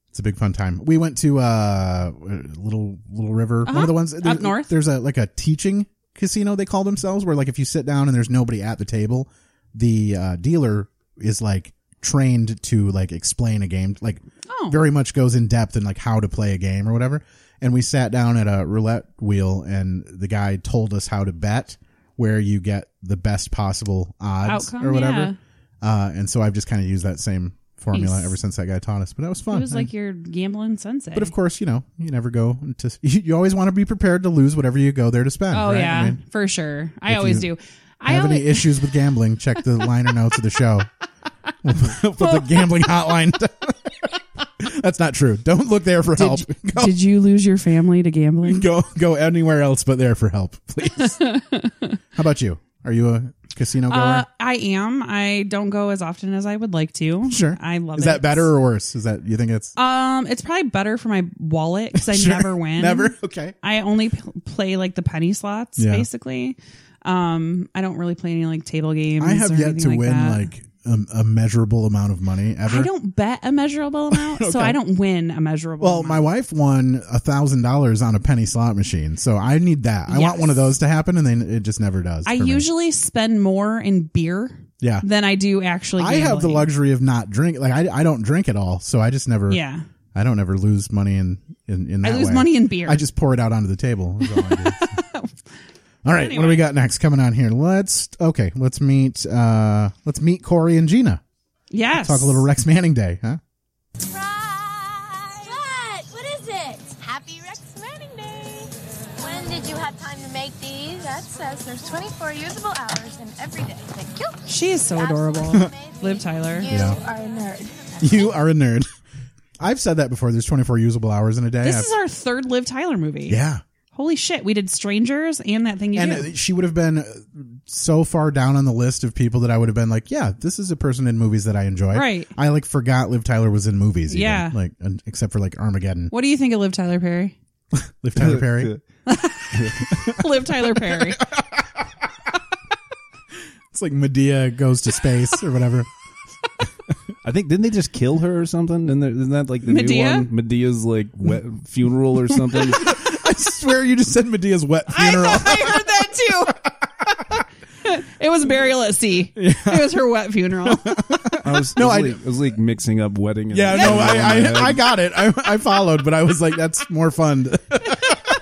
Speaker 1: it's a big fun time. We went to uh little little river, one of the ones there's-
Speaker 2: Uh-huh. north?
Speaker 1: There's a like a teaching casino they call themselves, where like if you sit down and there's nobody at the table, the uh, dealer is like trained to like explain a game, like
Speaker 2: Oh.
Speaker 1: very much goes in depth in like how to play a game or whatever. and we sat down at a roulette wheel, and the guy told us how to bet where you get the best possible odds
Speaker 2: Outcome,
Speaker 1: or whatever.
Speaker 2: yeah.
Speaker 1: Uh, and so I've just kind of used that same formula
Speaker 2: Nice.
Speaker 1: ever since that guy taught us. But that was fun.
Speaker 2: It was
Speaker 1: I-
Speaker 2: like your gambling sunset.
Speaker 1: but of course, you know, you never go to. You, you always want to be prepared to lose whatever you go there to spend.
Speaker 2: oh
Speaker 1: right?
Speaker 2: yeah,
Speaker 1: I mean,
Speaker 2: for sure. I
Speaker 1: if
Speaker 2: always
Speaker 1: you
Speaker 2: do. I
Speaker 1: have
Speaker 2: always,
Speaker 1: any issues with gambling? Check the liner notes of the show. We'll put the gambling hotline. That's not true. Don't look there for help. Go,
Speaker 2: Did you lose your family to gambling?
Speaker 1: go go anywhere else but there for help, please. How about you? Are you a casino goer?
Speaker 2: Uh, I am. I don't go as often as I would like to.
Speaker 1: sure.
Speaker 2: I love
Speaker 1: Is
Speaker 2: it.
Speaker 1: that better or worse? Is that you think it's
Speaker 2: Um, it's probably better for my wallet because I
Speaker 1: Sure.
Speaker 2: never win.
Speaker 1: Never. Okay.
Speaker 2: I only p- play like the penny slots,
Speaker 1: Yeah.
Speaker 2: basically. Um, I don't really play any like table games.
Speaker 1: I have
Speaker 2: or
Speaker 1: yet
Speaker 2: anything
Speaker 1: to
Speaker 2: like
Speaker 1: win
Speaker 2: that.
Speaker 1: like a, a measurable amount of money ever.
Speaker 2: I don't bet a measurable amount, so I don't win a measurable.
Speaker 1: Well,
Speaker 2: amount.
Speaker 1: my wife won a thousand dollars on a penny slot machine, so I need that. I want
Speaker 2: Yes.
Speaker 1: one of those to happen, and then it just never does.
Speaker 2: I
Speaker 1: for me.
Speaker 2: usually spend more in beer
Speaker 1: yeah.
Speaker 2: than I do actually.
Speaker 1: I have the
Speaker 2: gambling.
Speaker 1: luxury of not drink. Like I, I don't drink at all, so I just never.
Speaker 2: Yeah,
Speaker 1: I don't ever lose money in in, in
Speaker 2: I
Speaker 1: that
Speaker 2: lose
Speaker 1: way.
Speaker 2: money in beer.
Speaker 1: I just pour it out onto the table. is all, I do. all right, what do we got next coming on here? Let's okay. Let's meet. uh Let's meet Corey and Gina.
Speaker 2: yes.
Speaker 1: Talk a little Rex Manning Day, huh?
Speaker 4: Right. What? What is it? Happy Rex Manning Day. When did you have time to make these?
Speaker 7: That says there's 24 usable hours in every day. Thank you.
Speaker 2: She is so adorable.
Speaker 7: Absolutely amazing.
Speaker 2: Liv Tyler.
Speaker 7: You
Speaker 1: Yeah.
Speaker 7: are a nerd.
Speaker 1: You are a nerd. I've said that before. There's 24 usable hours in a day.
Speaker 2: This
Speaker 1: I've-
Speaker 2: is our third Liv Tyler movie.
Speaker 1: yeah.
Speaker 2: Holy shit, we did Strangers and that thing you
Speaker 1: and
Speaker 2: do.
Speaker 1: uh, she would have been uh, so far down on the list of people that I would have been like, yeah, this is a person in movies that I enjoy.
Speaker 2: Right.
Speaker 1: I like forgot Liv Tyler was in movies. even,
Speaker 2: Yeah.
Speaker 1: like and- except for like Armageddon.
Speaker 2: What do you think of Liv Tyler Perry?
Speaker 1: Liv Tyler Perry.
Speaker 2: Liv Tyler Perry.
Speaker 1: it's like Medea goes to space or whatever.
Speaker 3: I think didn't they just kill her or something? And isn't that like the
Speaker 2: Medea?
Speaker 3: new one? Medea's like wet funeral or something.
Speaker 1: I swear you just said Medea's wet
Speaker 2: I
Speaker 1: funeral.
Speaker 2: thought I heard that too. it was burial at sea. It was her wet funeral.
Speaker 3: I was
Speaker 1: No,
Speaker 3: it
Speaker 1: I-
Speaker 3: was like, it was like mixing up wedding. And
Speaker 1: yeah, no,
Speaker 3: funeral in my
Speaker 1: I,
Speaker 3: head.
Speaker 1: I, I got it. I, I followed, but I was like, that's more fun.
Speaker 2: I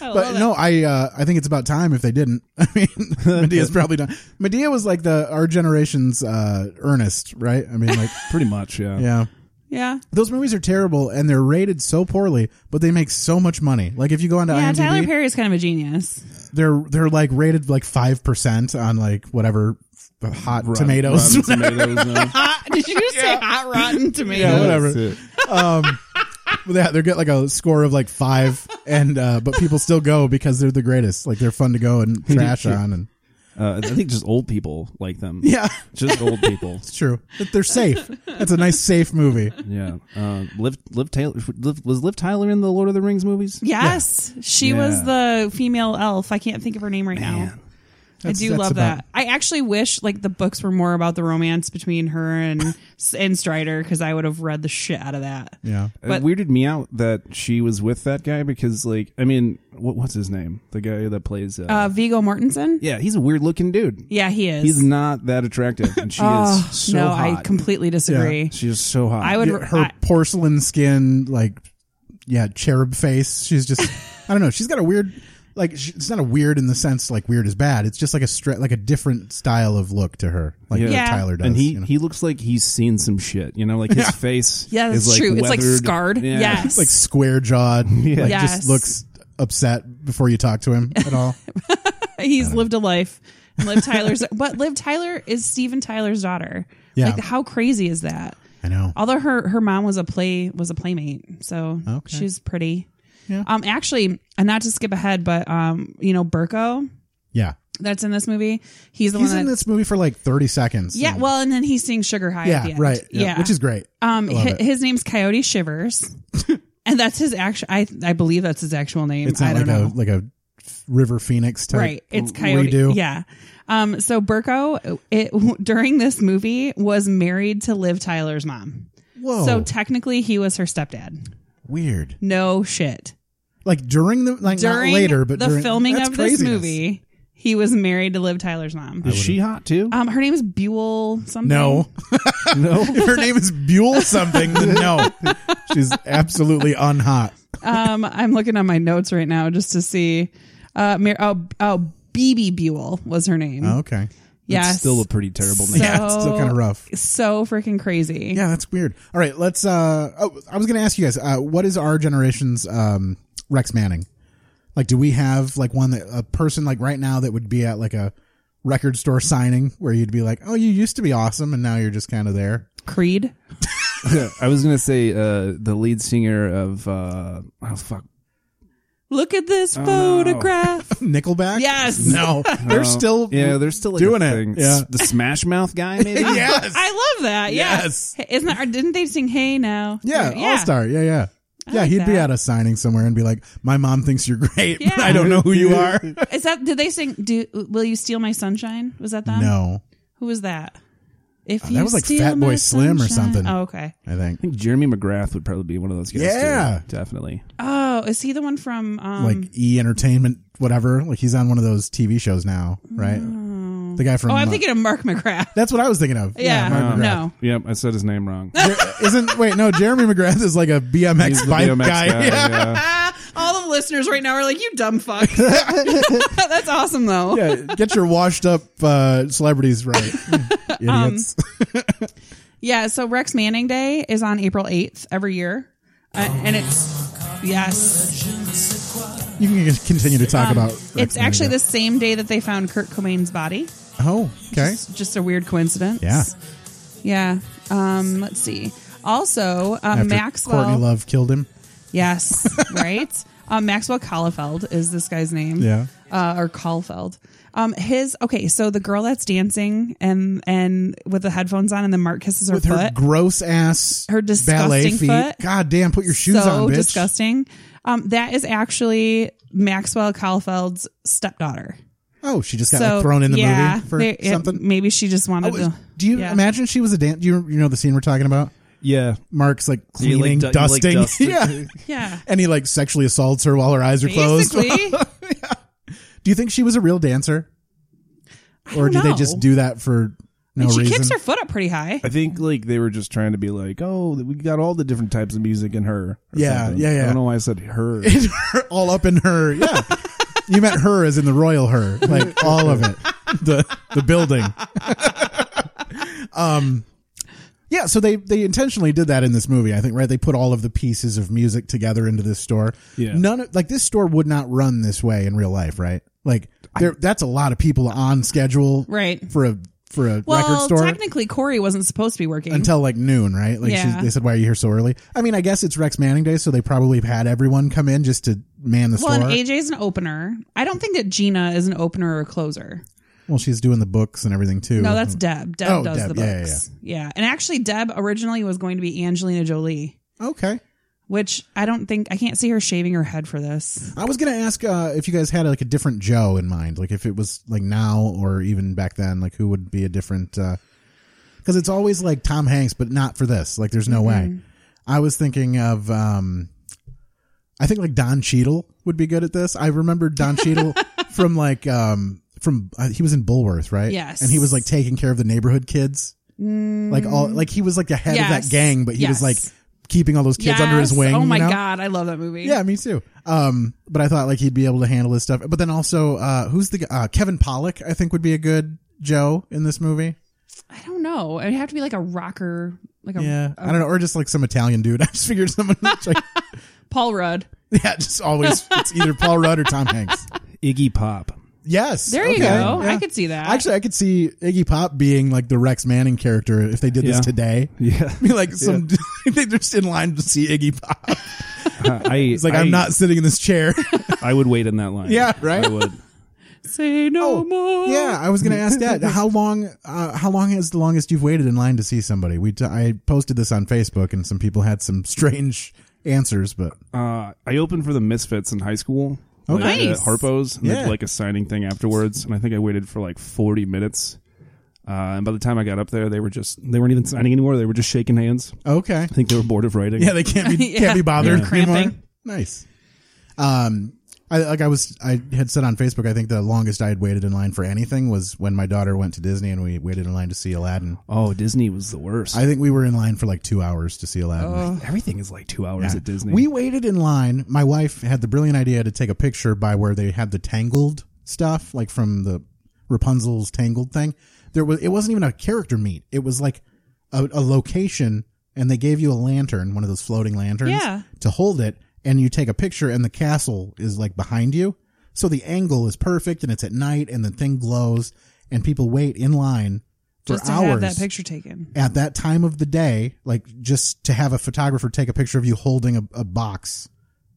Speaker 1: But
Speaker 2: love it.
Speaker 1: no, I uh, I think it's about time if they didn't. I mean, Medea's probably done. Medea was like the our generation's uh, Ernest, right? I mean, like,
Speaker 3: pretty much. Yeah,
Speaker 1: yeah.
Speaker 2: yeah.
Speaker 1: Those movies are terrible and they're rated so poorly, but they make so much money. Like if you go onto
Speaker 2: Yeah,
Speaker 1: IMDb,
Speaker 2: Tyler Perry is kind of a genius.
Speaker 1: they're they're like rated like five percent on like whatever f- hot
Speaker 3: Rotten-
Speaker 1: tomatoes.
Speaker 3: Rotten tomatoes. no.
Speaker 2: Hot, did you just say hot rotten tomatoes?
Speaker 1: Yeah, whatever.
Speaker 3: That's it.
Speaker 1: yeah, they're get like a score of like five, and uh, but people still go because they're the greatest. Like they're fun to go and trash on, and
Speaker 3: Uh, I think just old people like them.
Speaker 1: yeah,
Speaker 3: just old people.
Speaker 1: it's true. But they're safe. That's a nice safe movie.
Speaker 3: Yeah. Uh, Liv, Liv Taylor Liv, was Liv Tyler in the Lord of the Rings movies?
Speaker 2: Yes, she
Speaker 3: Yeah.
Speaker 2: was the female elf. I can't think of her name right now. I
Speaker 1: That's-
Speaker 2: do
Speaker 1: that's
Speaker 2: love
Speaker 1: about-
Speaker 2: that. I actually wish like the books were more about the romance between her and and Strider because I would have read the shit out of that.
Speaker 1: Yeah,
Speaker 2: But-
Speaker 3: it weirded me out that she was with that guy because, like, I mean, what, what's his name? The guy that plays. Uh,
Speaker 2: Uh, Vigo Mortensen.
Speaker 3: yeah, he's a weird looking dude.
Speaker 2: Yeah, he is.
Speaker 3: He's not that attractive, and she
Speaker 2: Oh,
Speaker 3: is so
Speaker 2: no,
Speaker 3: hot.
Speaker 2: I completely disagree.
Speaker 3: she is so hot.
Speaker 2: I would.
Speaker 1: Yeah, her
Speaker 2: I-
Speaker 1: porcelain skin, like yeah, cherub face. She's just I don't know. She's got a weird like she, it's not a weird in the sense like weird is bad. It's just like a stra- like a different style of look to her, like
Speaker 3: Yeah.
Speaker 1: what
Speaker 2: Yeah.
Speaker 1: Tyler does.
Speaker 3: and he
Speaker 1: you know?
Speaker 3: he looks like he's seen some shit. You know, like his face.
Speaker 2: Yeah, that's
Speaker 3: is, like,
Speaker 2: true. It's, like,
Speaker 3: weathered.
Speaker 2: scarred.
Speaker 3: Yeah.
Speaker 2: Yes.
Speaker 1: like square jawed, like
Speaker 2: Yes.
Speaker 1: just looks upset before you talk to him at all.
Speaker 2: he's lived a life. And Liv Tyler's, but Liv Tyler is Steven Tyler's daughter.
Speaker 1: Yeah.
Speaker 2: Like, how crazy is that?
Speaker 1: I know.
Speaker 2: Although her her mom was a play was a playmate, so
Speaker 1: Okay.
Speaker 2: she's pretty.
Speaker 1: Yeah.
Speaker 2: Um, actually, and not to skip ahead, but um, you know Burko
Speaker 1: Yeah,
Speaker 2: that's in this movie. He's the
Speaker 1: he's
Speaker 2: one
Speaker 1: in
Speaker 2: that.
Speaker 1: this movie for like thirty seconds.
Speaker 2: yeah,
Speaker 1: and-
Speaker 2: well, and then he sings Sugar High. at the
Speaker 1: yeah,
Speaker 2: end.
Speaker 1: right.
Speaker 2: Yeah,
Speaker 1: which is great.
Speaker 2: um,
Speaker 1: I love
Speaker 2: hi-
Speaker 1: it.
Speaker 2: his name's Coyote Shivers, and that's his actual. I I believe that's his actual name.
Speaker 1: It's not
Speaker 2: I don't
Speaker 1: like
Speaker 2: know.
Speaker 1: a like a River Phoenix type.
Speaker 2: right it's
Speaker 1: r-
Speaker 2: coyote
Speaker 1: redo.
Speaker 2: yeah um so burko it during this movie was married to liv tyler's mom
Speaker 1: Whoa,
Speaker 2: so technically he was her stepdad
Speaker 1: weird.
Speaker 2: no shit
Speaker 1: Like during the like
Speaker 2: during
Speaker 1: not later, but
Speaker 2: the
Speaker 1: during,
Speaker 2: filming
Speaker 1: that's
Speaker 2: of this
Speaker 1: craziness.
Speaker 2: movie he was married to liv tyler's mom
Speaker 3: Is she hot too?
Speaker 2: um her name is buell something
Speaker 1: No.
Speaker 3: no.
Speaker 1: if her name is Buell something, then no. She's absolutely unhot.
Speaker 2: Um, I'm looking on my notes right now just to see. Uh, Mar- oh, oh, BB Buell was her name.
Speaker 1: Oh, okay.
Speaker 2: yes,
Speaker 3: It's still a pretty terrible
Speaker 2: So-
Speaker 3: name.
Speaker 1: Yeah, it's still kind of rough.
Speaker 2: so freaking crazy.
Speaker 1: Yeah, that's weird. All right, let's. Uh, oh, I was going to ask you guys, uh, what is our generation's um, Rex Manning? Like, do we have like one that a person like right now that would be at like a record store signing where you'd be like, oh, you used to be awesome and now you're just kind of there?
Speaker 2: Creed.
Speaker 3: I was gonna say uh, the lead singer of uh, oh fuck,
Speaker 2: Look at this
Speaker 1: Oh,
Speaker 2: photograph.
Speaker 1: Nickelback?
Speaker 2: Yes.
Speaker 1: No, they're still.
Speaker 3: Um, yeah, they're still like
Speaker 1: doing
Speaker 3: a
Speaker 1: it.
Speaker 3: thing.
Speaker 1: Yeah.
Speaker 3: the Smash Mouth guy maybe.
Speaker 1: yes.
Speaker 2: I love that. Yeah.
Speaker 1: Yes.
Speaker 2: Hey, Isn't that? Didn't they sing "Hey Now"?
Speaker 1: Yeah, All Star. Yeah, yeah. Yeah,
Speaker 2: like
Speaker 1: he'd be
Speaker 2: that.
Speaker 1: at a signing somewhere and be like, "My mom thinks you're great, but
Speaker 2: Yeah.
Speaker 1: I don't know who you are."
Speaker 2: Is that? Did they sing? Do will you steal my sunshine? Was that them?
Speaker 1: no,
Speaker 2: Who was that? If
Speaker 1: Uh, that was like Fat Boy
Speaker 2: my
Speaker 1: Slim or
Speaker 2: sunshine-
Speaker 1: something.
Speaker 2: Oh, okay.
Speaker 1: I think
Speaker 3: I think Jeremy McGrath would probably be one of those guys.
Speaker 1: Yeah.
Speaker 3: too. definitely.
Speaker 2: Oh, is he the one from? Um,
Speaker 1: like E Entertainment, whatever. Like he's on one of those TV shows now, right? The guy from
Speaker 2: oh, I'm
Speaker 1: uh,
Speaker 2: thinking of Mark McGrath.
Speaker 1: that's what I was thinking of.
Speaker 2: Yeah,
Speaker 1: Mark McGrath.
Speaker 2: no.
Speaker 3: Yep, I said his name wrong.
Speaker 1: Jer- isn't wait no Jeremy McGrath is like a BMX
Speaker 3: He's the
Speaker 1: bike
Speaker 3: BMX
Speaker 1: guy. Yeah.
Speaker 3: yeah.
Speaker 2: Ah, all the listeners right now are like, "You dumb fuck." That's awesome though.
Speaker 1: Yeah, get your washed up uh, celebrities right, idiots.
Speaker 2: Um, Yeah, so Rex Manning Day is on April 8th every year. Uh, and it's, yes,
Speaker 1: you can continue to talk about.
Speaker 2: um, it's
Speaker 1: Rex
Speaker 2: actually
Speaker 1: Manning.
Speaker 2: the same day that they found Kurt Cobain's body.
Speaker 1: Oh, okay.
Speaker 2: It's just a weird coincidence.
Speaker 1: Yeah.
Speaker 2: Yeah. Um, let's see. Also, uh,
Speaker 1: After Courtney
Speaker 2: Maxwell.
Speaker 1: Love killed him.
Speaker 2: Yes, right? Um, Maxwell Collefeld is this guy's name.
Speaker 1: Yeah.
Speaker 2: Uh, or Caulfeld. Um, his okay, so the girl that's dancing and and with the headphones on and the Mark kisses her
Speaker 1: with
Speaker 2: foot.
Speaker 1: her gross ass
Speaker 2: Her disgusting
Speaker 1: ballet feet.
Speaker 2: foot.
Speaker 1: God damn, put your shoes
Speaker 2: so
Speaker 1: on, bitch.
Speaker 2: disgusting. Um, that is actually Maxwell Caulfield's stepdaughter.
Speaker 1: Oh, she just got
Speaker 2: so
Speaker 1: like, thrown in the
Speaker 2: yeah,
Speaker 1: movie for
Speaker 2: they- it-
Speaker 1: something.
Speaker 2: maybe she just
Speaker 1: Oh,
Speaker 2: wanted
Speaker 1: was-
Speaker 2: to.
Speaker 1: do you
Speaker 2: yeah.
Speaker 1: imagine she was a dance? Do you, you know the scene we're talking about?
Speaker 3: yeah.
Speaker 1: Mark's like
Speaker 3: You like
Speaker 1: cleaning,
Speaker 3: du- you like
Speaker 1: dusting,
Speaker 3: dusting.
Speaker 1: yeah,
Speaker 2: Yeah,
Speaker 1: and he like sexually assaults her while her eyes are closed.
Speaker 2: basically.
Speaker 1: Do you think she was a real dancer, or
Speaker 2: don't
Speaker 1: did they
Speaker 2: know.
Speaker 1: just do that for no
Speaker 2: and she
Speaker 1: reason?
Speaker 2: kicks her foot up pretty high.
Speaker 3: I think like they were just trying to be like, oh, we got all the different types of music in her. or
Speaker 1: Yeah,
Speaker 3: something.
Speaker 1: yeah, yeah.
Speaker 3: I don't know why I said her.
Speaker 1: all up in her. Yeah, you meant her as in the royal her, like all of it, the the building. um, yeah. So they they intentionally did that in this movie. I think right. They put all of the pieces of music together into this store.
Speaker 3: Yeah.
Speaker 1: None of, like this store would not run this way in real life, right? Like there, that's a lot of people on schedule,
Speaker 2: Right.
Speaker 1: For a for a record
Speaker 2: Well,
Speaker 1: store.
Speaker 2: technically, Corey wasn't supposed to be working.
Speaker 1: until like noon, right? Like
Speaker 2: Yeah.
Speaker 1: she, they said, "Why are you here so early?" I mean, I guess it's Rex Manning Day, so they probably had everyone come in just to man the
Speaker 2: well,
Speaker 1: store.
Speaker 2: and AJ's an opener. I don't think that Gina is an opener or closer.
Speaker 1: Well, she's doing the books and everything too.
Speaker 2: No, that's Deb. Deb
Speaker 1: Oh,
Speaker 2: does
Speaker 1: Deb.
Speaker 2: the
Speaker 1: Yeah, yeah,
Speaker 2: books. Yeah, and actually, Deb originally was going to be Angelina Jolie,
Speaker 1: okay.
Speaker 2: which I don't think I can't see her shaving her head for this.
Speaker 1: I was gonna ask uh, if you guys had like a different Joe in mind, like if it was like now or even back then, like who would be a different? Because it's always like Tom Hanks, but not for this. Like, there's no
Speaker 2: Mm-hmm.
Speaker 1: way. I was thinking of, um I think like Don Cheadle would be good at this. I remember Don Cheadle from like um from uh, he was in Bullworth, right?
Speaker 2: Yes.
Speaker 1: and he was like taking care of the neighborhood kids, like all like he was like the head of
Speaker 2: Mm. Yes.
Speaker 1: that gang, but he was
Speaker 2: Yes.
Speaker 1: like keeping all those kids under his
Speaker 2: Yes.
Speaker 1: wing.
Speaker 2: Oh my
Speaker 1: you know?
Speaker 2: god, I love that movie.
Speaker 1: Yeah, me too. Um, but I thought like he'd be able to handle his stuff. But then also, uh, who's the g- uh, Kevin Pollock? I think would be a good Joe in this movie.
Speaker 2: I don't know. It'd have to be like a rocker, like a
Speaker 1: Yeah, I don't know, or just like some Italian dude. I just figured someone. like,
Speaker 2: Paul Rudd.
Speaker 1: yeah, just always it's either Paul Rudd or Tom Hanks.
Speaker 3: Iggy Pop.
Speaker 1: Yes,
Speaker 2: There you
Speaker 1: okay,
Speaker 2: go.
Speaker 1: yeah.
Speaker 2: I could see that.
Speaker 1: Actually, I could see Iggy Pop being like the Rex Manning character if they did
Speaker 3: Yeah.
Speaker 1: this today.
Speaker 3: Yeah.
Speaker 1: Be like some, they're just in line to see Iggy Pop.
Speaker 3: I,
Speaker 1: It's like I, am not sitting in this chair.
Speaker 3: I would wait in that line.
Speaker 1: Yeah, right?
Speaker 3: I would.
Speaker 2: say Oh, no more.
Speaker 1: oh, Yeah, I was going to ask that. How long? Uh, how long is the longest you've waited in line to see somebody? We t- I posted this on Facebook, and some people had some strange answers, but
Speaker 3: Uh, I opened for the Misfits in high school.
Speaker 1: Oh,
Speaker 3: like,
Speaker 2: nice.
Speaker 3: At Harpo's. And they
Speaker 1: Yeah.
Speaker 3: did like a signing thing afterwards. And I think I waited for like 40 minutes. Uh, and by the time I got up there, they were just, they weren't even signing anymore. They were just shaking hands.
Speaker 1: okay.
Speaker 3: I think they were bored of writing.
Speaker 1: Yeah, they can't be
Speaker 2: Yeah.
Speaker 1: can't be bothered
Speaker 2: Yeah. Cramping.
Speaker 1: anymore. Nice. Um, I like I was I had said on Facebook I think the longest I had waited in line for anything was when my daughter went to Disney and we waited in line to see Aladdin.
Speaker 3: Oh, Disney was the worst.
Speaker 1: I think we were in line for like 2 hours to see
Speaker 3: Oh,
Speaker 1: Aladdin.
Speaker 3: Everything is like two hours
Speaker 1: Yeah.
Speaker 3: at Disney.
Speaker 1: We waited in line. My wife had the brilliant idea to take a picture by where they had the tangled stuff, like from the Rapunzel's tangled thing. There was it wasn't even a character meet. It was like a, a location, and they gave you a lantern, one of those floating lanterns,
Speaker 2: Yeah.
Speaker 1: to hold it, and you take a picture, and the castle is like behind you, so the angle is perfect, and it's at night, and the thing glows, and people wait in line for
Speaker 2: just to
Speaker 1: hours
Speaker 2: have that picture taken.
Speaker 1: at that time of the day, like just to have a photographer take a picture of you holding a, a box.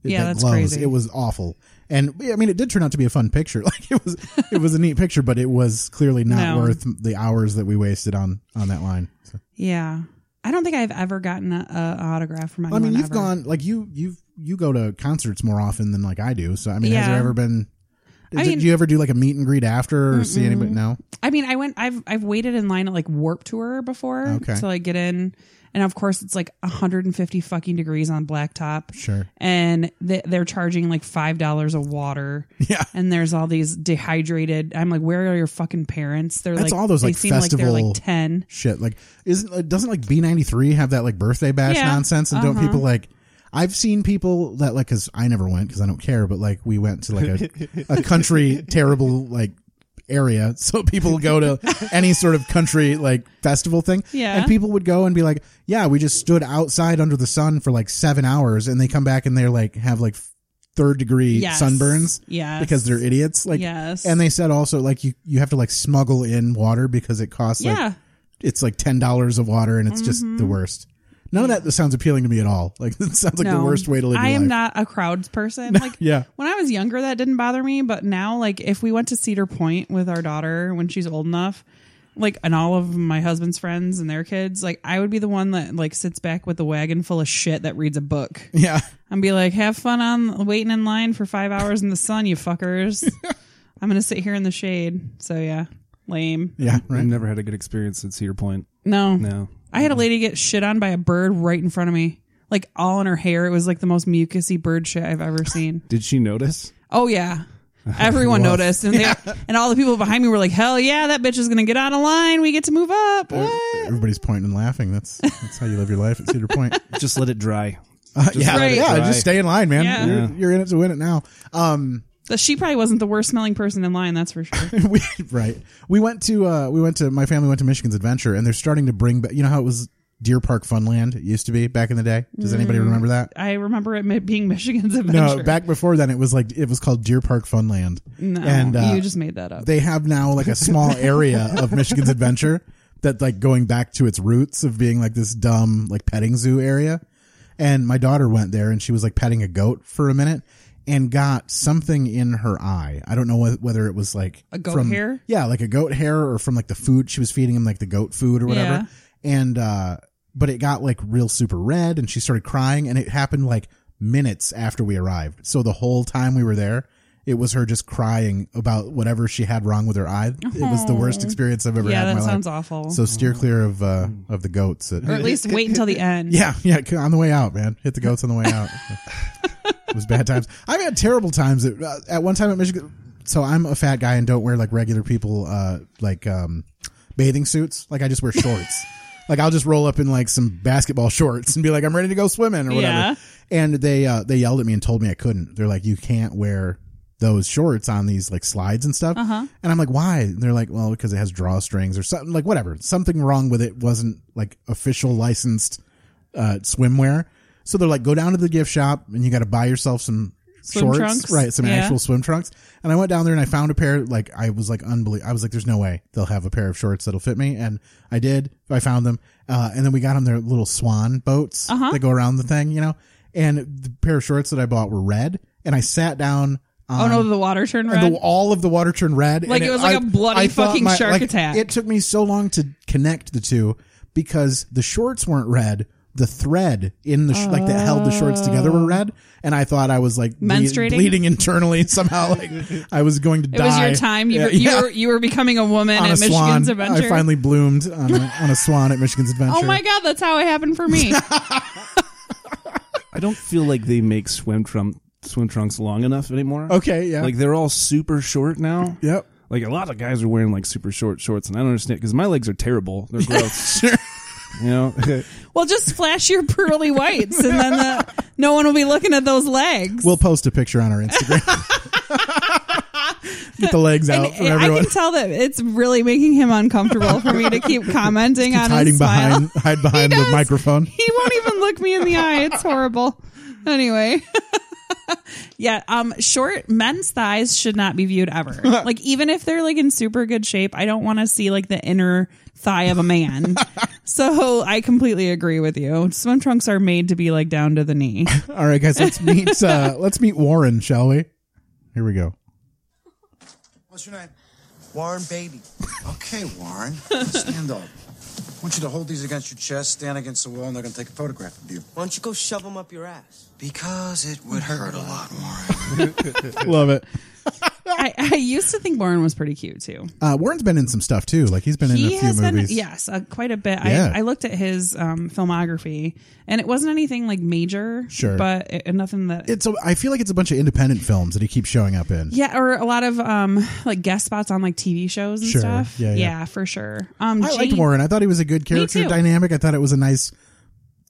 Speaker 2: Yeah, that's crazy.
Speaker 1: It was awful, and I mean, it did turn out to be a fun picture. Like it was, it was a neat picture, but it was clearly not
Speaker 2: No.
Speaker 1: worth the hours that we wasted on on that line. So-
Speaker 2: Yeah. I don't think I've ever gotten a, a autograph from
Speaker 1: I
Speaker 2: anyone.
Speaker 1: mean, you've
Speaker 2: ever.
Speaker 1: gone like you you you go to concerts more often than like I do. So I mean, has
Speaker 2: Yeah.
Speaker 1: there ever been?
Speaker 2: I
Speaker 1: do,
Speaker 2: mean-
Speaker 1: do you ever do like a meet and greet after or see anybody? No,
Speaker 2: I mean, I went. I've I've waited in line at like Warp Tour before
Speaker 1: Okay.
Speaker 2: to like get in, and of course it's like 150 fucking degrees on blacktop.
Speaker 1: Sure.
Speaker 2: And they, they're charging like five dollars a water.
Speaker 1: Yeah.
Speaker 2: And there's all these dehydrated. I'm like, where are your fucking parents? They're
Speaker 1: That's
Speaker 2: like
Speaker 1: all those,
Speaker 2: they
Speaker 1: like,
Speaker 2: seem like they're
Speaker 1: festival-
Speaker 2: like ten.
Speaker 1: shit. Like, isn't doesn't like B ninety three have that like birthday bash
Speaker 2: Yeah.
Speaker 1: nonsense? And don't
Speaker 2: Uh-huh.
Speaker 1: people like? I've seen people that like because I never went because I don't care. But like we went to like a, a country terrible like area, so people go to any sort of country like festival thing.
Speaker 2: Yeah.
Speaker 1: and people would go and be like, "Yeah, we just stood outside under the sun for like seven hours," and they come back and they're like have like third degree
Speaker 2: Yes.
Speaker 1: sunburns
Speaker 2: Yes.
Speaker 1: because they're idiots like
Speaker 2: Yes.
Speaker 1: and they said also like you you have to like smuggle in water because it costs like
Speaker 2: yeah.
Speaker 1: it's like ten dollars of water, and it's just
Speaker 2: Mm-hmm.
Speaker 1: the worst. None of that sounds appealing to me at all. Like it sounds like the
Speaker 2: No.
Speaker 1: worst way to live.
Speaker 2: I
Speaker 1: your
Speaker 2: am
Speaker 1: life.
Speaker 2: not a crowds person. Like
Speaker 1: Yeah.
Speaker 2: When I was younger that didn't bother me, but now like if we went to Cedar Point with our daughter when she's old enough, like and all of my husband's friends and their kids, like I would be the one that like sits back with the wagon full of shit that reads a book
Speaker 1: Yeah,
Speaker 2: and be like, "Have fun on waiting in line for 5 hours in the sun, you fuckers. I'm going to sit here in the shade." So yeah. Lame.
Speaker 1: yeah,
Speaker 3: I've
Speaker 1: right.
Speaker 3: never had a good experience at Cedar Point.
Speaker 2: No.
Speaker 3: No.
Speaker 2: I had a lady get shit on by a bird right in front of me. Like all in her hair. It was like the most mucusy bird shit I've ever seen.
Speaker 3: Did she notice?
Speaker 2: Oh yeah. Everyone noticed and they, and all the people behind me were like, "Hell yeah, that bitch is going to get out of line. We get to move up." What?
Speaker 1: Everybody's pointing and laughing. That's that's how you live your life at Cedar Point.
Speaker 3: Just let it dry.
Speaker 1: Uh, yeah,
Speaker 2: let it
Speaker 1: yeah.
Speaker 3: dry.
Speaker 1: Just stay in line, man.
Speaker 2: Yeah.
Speaker 1: You're, you're in it to win it now. Um,
Speaker 2: The- She probably wasn't the worst smelling person in line, that's for sure.
Speaker 1: we right. We went to uh, we went to my family went to Michigan's Adventure, and they're starting to bring back. You know how it was Deer Park Funland it used to be back in the day. Does anybody
Speaker 2: Mm.
Speaker 1: remember that?
Speaker 2: I remember it mi- being Michigan's adventure.
Speaker 1: No, back before then, it was like it was called Deer Park Funland.
Speaker 2: No,
Speaker 1: and uh,
Speaker 2: you just made that up.
Speaker 1: they have now like a small area of Michigan's Adventure that like going back to its roots of being like this dumb like petting zoo area. And my daughter went there and she was like petting a goat for a minute and got something in her eye. I don't know wh- whether it was like
Speaker 2: A goat
Speaker 1: from-
Speaker 2: hair?
Speaker 1: Yeah, like a goat hair or from like the food she was feeding him, like the goat food or whatever.
Speaker 2: Yeah.
Speaker 1: And uh but it got like real super red and she started crying and it happened like minutes after we arrived. So the whole time we were there, it was her just crying about whatever she had wrong with her eye. It was the worst experience I've ever
Speaker 2: Oh. yeah,
Speaker 1: had in
Speaker 2: that
Speaker 1: my
Speaker 2: sounds
Speaker 1: life.
Speaker 2: awful.
Speaker 1: So steer clear of uh of the goats. That,
Speaker 2: or at least wait until the end.
Speaker 1: yeah, yeah, c- on the way out, man. Hit the goats on the way out. it was bad times. I've had terrible times at, uh, at one time at Michigan. So I'm a fat guy and don't wear like regular people uh like um bathing suits. Like I just wear shorts. like I'll just roll up in like some basketball shorts and be like I'm ready to go swimming or whatever.
Speaker 2: Yeah.
Speaker 1: And they uh they yelled at me and told me I couldn't. They're like you can't wear those shorts on these like slides and stuff. Uh-huh. And I'm like why? And they're like well because it has drawstrings or something like whatever. Something wrong with it wasn't like official licensed uh, swimwear. So they're like, go down to the gift shop and you got to buy yourself some
Speaker 2: Swim
Speaker 1: shorts,
Speaker 2: trunks?
Speaker 1: right? Some
Speaker 2: Yeah.
Speaker 1: actual swim trunks. And I went down there and I found a pair. Like I was like unbelievable. I was like, there's no way they'll have a pair of shorts that'll fit me. And I did. I found them. Uh, and then we got on their little swan boats
Speaker 2: Uh-huh.
Speaker 1: that go around the thing, you know. And the pair of shorts that I bought were red. And I sat down. On,
Speaker 2: Oh no, the water turned red.
Speaker 1: and the, all of the water turned red.
Speaker 2: Like
Speaker 1: and
Speaker 2: it was like
Speaker 1: a
Speaker 2: a bloody fucking shark attack.
Speaker 1: It took me so long to connect the two because the shorts weren't red. The thread in the sh- like that held the shorts together were red, and I thought I was like ble-
Speaker 2: Menstruating?
Speaker 1: bleeding internally somehow. Like I was going to
Speaker 2: it
Speaker 1: die.
Speaker 2: was your time. You,
Speaker 1: Yeah,
Speaker 2: were, you,
Speaker 1: yeah.
Speaker 2: were, you were becoming a woman
Speaker 1: on
Speaker 2: at
Speaker 1: a
Speaker 2: Michigan's
Speaker 1: swan.
Speaker 2: adventure.
Speaker 1: I finally bloomed on a, on a swan at Michigan's adventure.
Speaker 2: oh my god, that's how it happened for me.
Speaker 3: I don't feel like they make swim trunk swim trunks long enough anymore.
Speaker 1: Okay, yeah.
Speaker 3: Like they're all super short now.
Speaker 1: Yep.
Speaker 3: Like a lot of guys are wearing like super short shorts, and I don't understand because my legs are terrible. They're gross. You know,
Speaker 2: Well, just flash your pearly whites, and then the, no one will be looking at those legs.
Speaker 1: We'll post a picture on our Instagram. Get the legs
Speaker 2: and
Speaker 1: out for
Speaker 2: I
Speaker 1: everyone.
Speaker 2: can tell that it's really making him uncomfortable for me to keep commenting on
Speaker 1: Hiding
Speaker 2: his smile.
Speaker 1: behind, hide behind the
Speaker 2: does.
Speaker 1: microphone.
Speaker 2: he won't even look me in the eye. It's horrible. Anyway. yeah, um short men's thighs should not be viewed ever. Like even if they're like in super good shape, I don't want to see like the inner thigh of a man. so I completely agree with you. Swim trunks are made to be like down to the knee.
Speaker 1: All right, guys, let's meet. Uh, let's meet Warren, shall we? Here we go.
Speaker 6: What's your name?
Speaker 8: Warren Beatty. Okay, Warren, stand up. I want you to hold these against your chest, stand against the wall, and they're going to take a photograph of you.
Speaker 9: Why don't you go shove them up your ass?
Speaker 5: Because it would hurt a lot, Warren.
Speaker 1: Love it.
Speaker 2: I, I used to think Lauren was pretty cute too.
Speaker 1: Uh, Warren's been in some stuff too. Like he's been in
Speaker 2: he
Speaker 1: a few
Speaker 2: has been
Speaker 1: movies.
Speaker 2: yes uh, quite a bit
Speaker 1: Yeah.
Speaker 2: I, I looked at his um filmography and it wasn't anything like major
Speaker 1: Sure.
Speaker 2: but it, nothing that
Speaker 1: It's a, I feel like it's a bunch of independent films that he keeps showing up in.
Speaker 2: Yeah, or a lot of um like guest spots on like TV shows and
Speaker 1: Sure.
Speaker 2: stuff.
Speaker 1: Yeah, yeah.
Speaker 2: for sure. Um,
Speaker 1: I liked
Speaker 2: Jane-
Speaker 1: Warren. I thought he was a good character
Speaker 2: too.
Speaker 1: dynamic. I thought it was a nice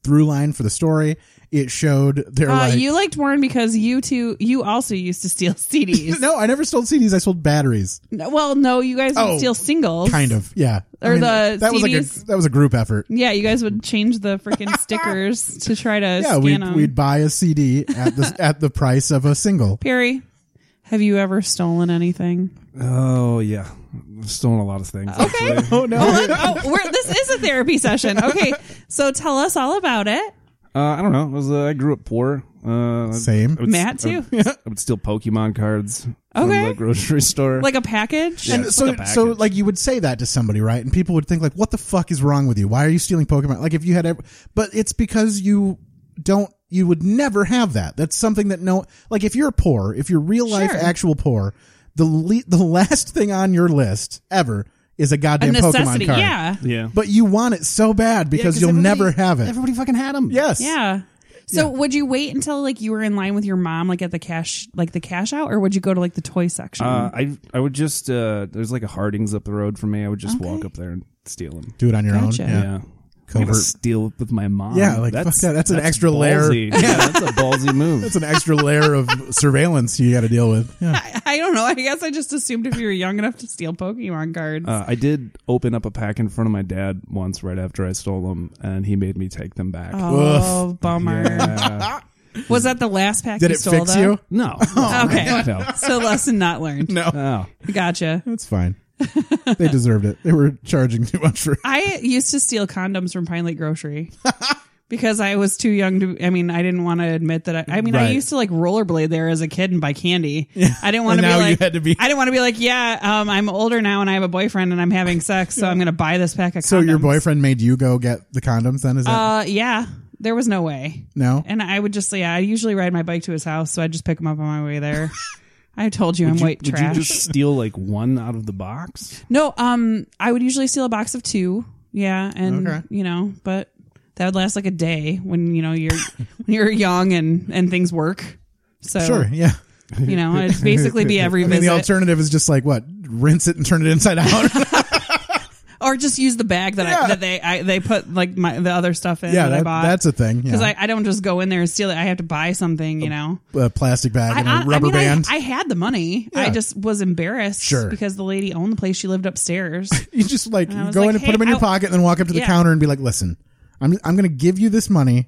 Speaker 1: through line for the story. It showed their
Speaker 2: Uh,
Speaker 1: like
Speaker 2: you liked Warren because you two, you also used to steal CDs.
Speaker 1: No, I never sold CDs. I sold batteries.
Speaker 2: No, Well, no, you guys would
Speaker 1: Oh,
Speaker 2: steal singles,
Speaker 1: Kind of, yeah.
Speaker 2: Or the
Speaker 1: that was like
Speaker 2: CDs?
Speaker 1: a that was a group effort.
Speaker 2: Yeah, you guys would change the freaking stickers to try to
Speaker 1: Yeah,
Speaker 2: scan
Speaker 1: we'd,
Speaker 2: them.
Speaker 1: we'd buy a CD at the at the price of a single.
Speaker 2: Perry, have you ever stolen anything?
Speaker 3: oh yeah, I've stolen a lot of things.
Speaker 2: Okay.
Speaker 1: Oh no!
Speaker 2: Hold on. Oh, we're, this is a therapy session. Okay, so tell us all about it.
Speaker 3: Uh, I don't know. It was, uh, I grew up poor. Uh,
Speaker 1: Same.
Speaker 3: I would-
Speaker 2: Matt,
Speaker 3: I would- I would steal Pokemon cards
Speaker 2: Okay.
Speaker 3: from the grocery store.
Speaker 2: Like a package.
Speaker 1: And so,
Speaker 3: like a
Speaker 1: so
Speaker 3: package.
Speaker 1: like you would say that to somebody, right? And people would think like, "What the fuck is wrong with you? Why are you stealing Pokemon?" Like if you had, ever, but it's because you don't. You would never have that. That's something that no. Like if you're poor, if you're real life
Speaker 2: Sure.
Speaker 1: actual poor, the le- the last thing on your list ever is a
Speaker 2: A
Speaker 1: goddamn
Speaker 2: necessity.
Speaker 1: Pokemon card.
Speaker 2: Yeah.
Speaker 3: yeah.
Speaker 1: But you want it so bad because you'll never have it.
Speaker 3: Everybody fucking had them.
Speaker 1: yes.
Speaker 2: Yeah. So would you wait until like you were in line with your mom like at the cash like the cash out or would you go to like the toy section?
Speaker 3: Uh, I I would just uh, there's like a Hardings up the road from me. I would just walk up there and steal them.
Speaker 1: Do it on your
Speaker 2: Gotcha.
Speaker 1: own. Yeah.
Speaker 3: Yeah. I'm
Speaker 1: Covert.
Speaker 3: gonna steal with my mom.
Speaker 1: Yeah, like, fuck that. That's an extra layer.
Speaker 3: ballsy. Yeah, that's a ballsy move.
Speaker 1: That's an extra layer of surveillance you got to deal with. Yeah.
Speaker 2: I, I don't know. I guess I just assumed if you were young enough to steal Pokemon cards.
Speaker 3: Uh, I did open up a pack in front of my dad once right after I stole them, and he made me take them back.
Speaker 2: oh, bummer.
Speaker 3: Yeah.
Speaker 2: Was that the last pack
Speaker 1: Did
Speaker 2: you
Speaker 1: it
Speaker 2: stole
Speaker 1: fix
Speaker 2: though?
Speaker 1: you?
Speaker 3: No.
Speaker 2: Oh, Okay.
Speaker 3: No.
Speaker 2: so lesson not learned.
Speaker 1: No.
Speaker 3: Oh.
Speaker 2: Gotcha.
Speaker 1: That's fine. they deserved it. They were charging too much for it.
Speaker 2: I used to steal condoms from Pine Lake Grocery. Because I was too young to, I mean, I didn't want to admit that. I, I mean, I
Speaker 1: Right.
Speaker 2: used to like rollerblade there as a kid and buy candy. I didn't want
Speaker 1: And
Speaker 2: to be
Speaker 1: now you
Speaker 2: like,
Speaker 1: had to be-
Speaker 2: I didn't want to be like, yeah, um, I'm older now and I have a boyfriend and I'm having sex, so I'm going to buy this pack of condoms.
Speaker 1: So your boyfriend made you go get the condoms then? Is that
Speaker 2: Uh, yeah, there was no way.
Speaker 1: no?
Speaker 2: And I would just, yeah, I usually ride my bike to his house, so I just pick him up on my way there. I told you I'm
Speaker 3: Would you-
Speaker 2: white
Speaker 3: would
Speaker 2: trash.
Speaker 3: you just steal like one out of the box?
Speaker 2: No, um, I would usually steal a box of two. Yeah, and
Speaker 1: Okay.
Speaker 2: you know, but that would last like a day when you know you're when you're young and and things work. So
Speaker 1: Sure, yeah.
Speaker 2: you know, it'd basically be every
Speaker 1: I mean,
Speaker 2: visit,
Speaker 1: the alternative is just like what? Rinse it and turn it inside out.
Speaker 2: or just use the bag that I
Speaker 1: Yeah.
Speaker 2: that they I, they put like my the other stuff in
Speaker 1: yeah,
Speaker 2: that, I
Speaker 1: that,
Speaker 2: bought.
Speaker 1: that's a thing.
Speaker 2: because
Speaker 1: Yeah.
Speaker 2: I, I don't just go in there and steal it. I have to buy something, you know.
Speaker 1: a plastic bag and a
Speaker 2: I, I- I
Speaker 1: rubber
Speaker 2: mean, I-
Speaker 1: band.
Speaker 2: I, had the money. I
Speaker 1: Yeah.
Speaker 2: just was embarrassed
Speaker 1: Sure.
Speaker 2: because the lady owned the place. She lived upstairs.
Speaker 1: you just like
Speaker 2: And I
Speaker 1: you
Speaker 2: was
Speaker 1: go
Speaker 2: like,
Speaker 1: in and put
Speaker 2: "Hey,
Speaker 1: them in your
Speaker 2: I-
Speaker 1: pocket and then walk up to the
Speaker 2: Yeah.
Speaker 1: counter and be like, "Listen, I'm I'm going to give you this money."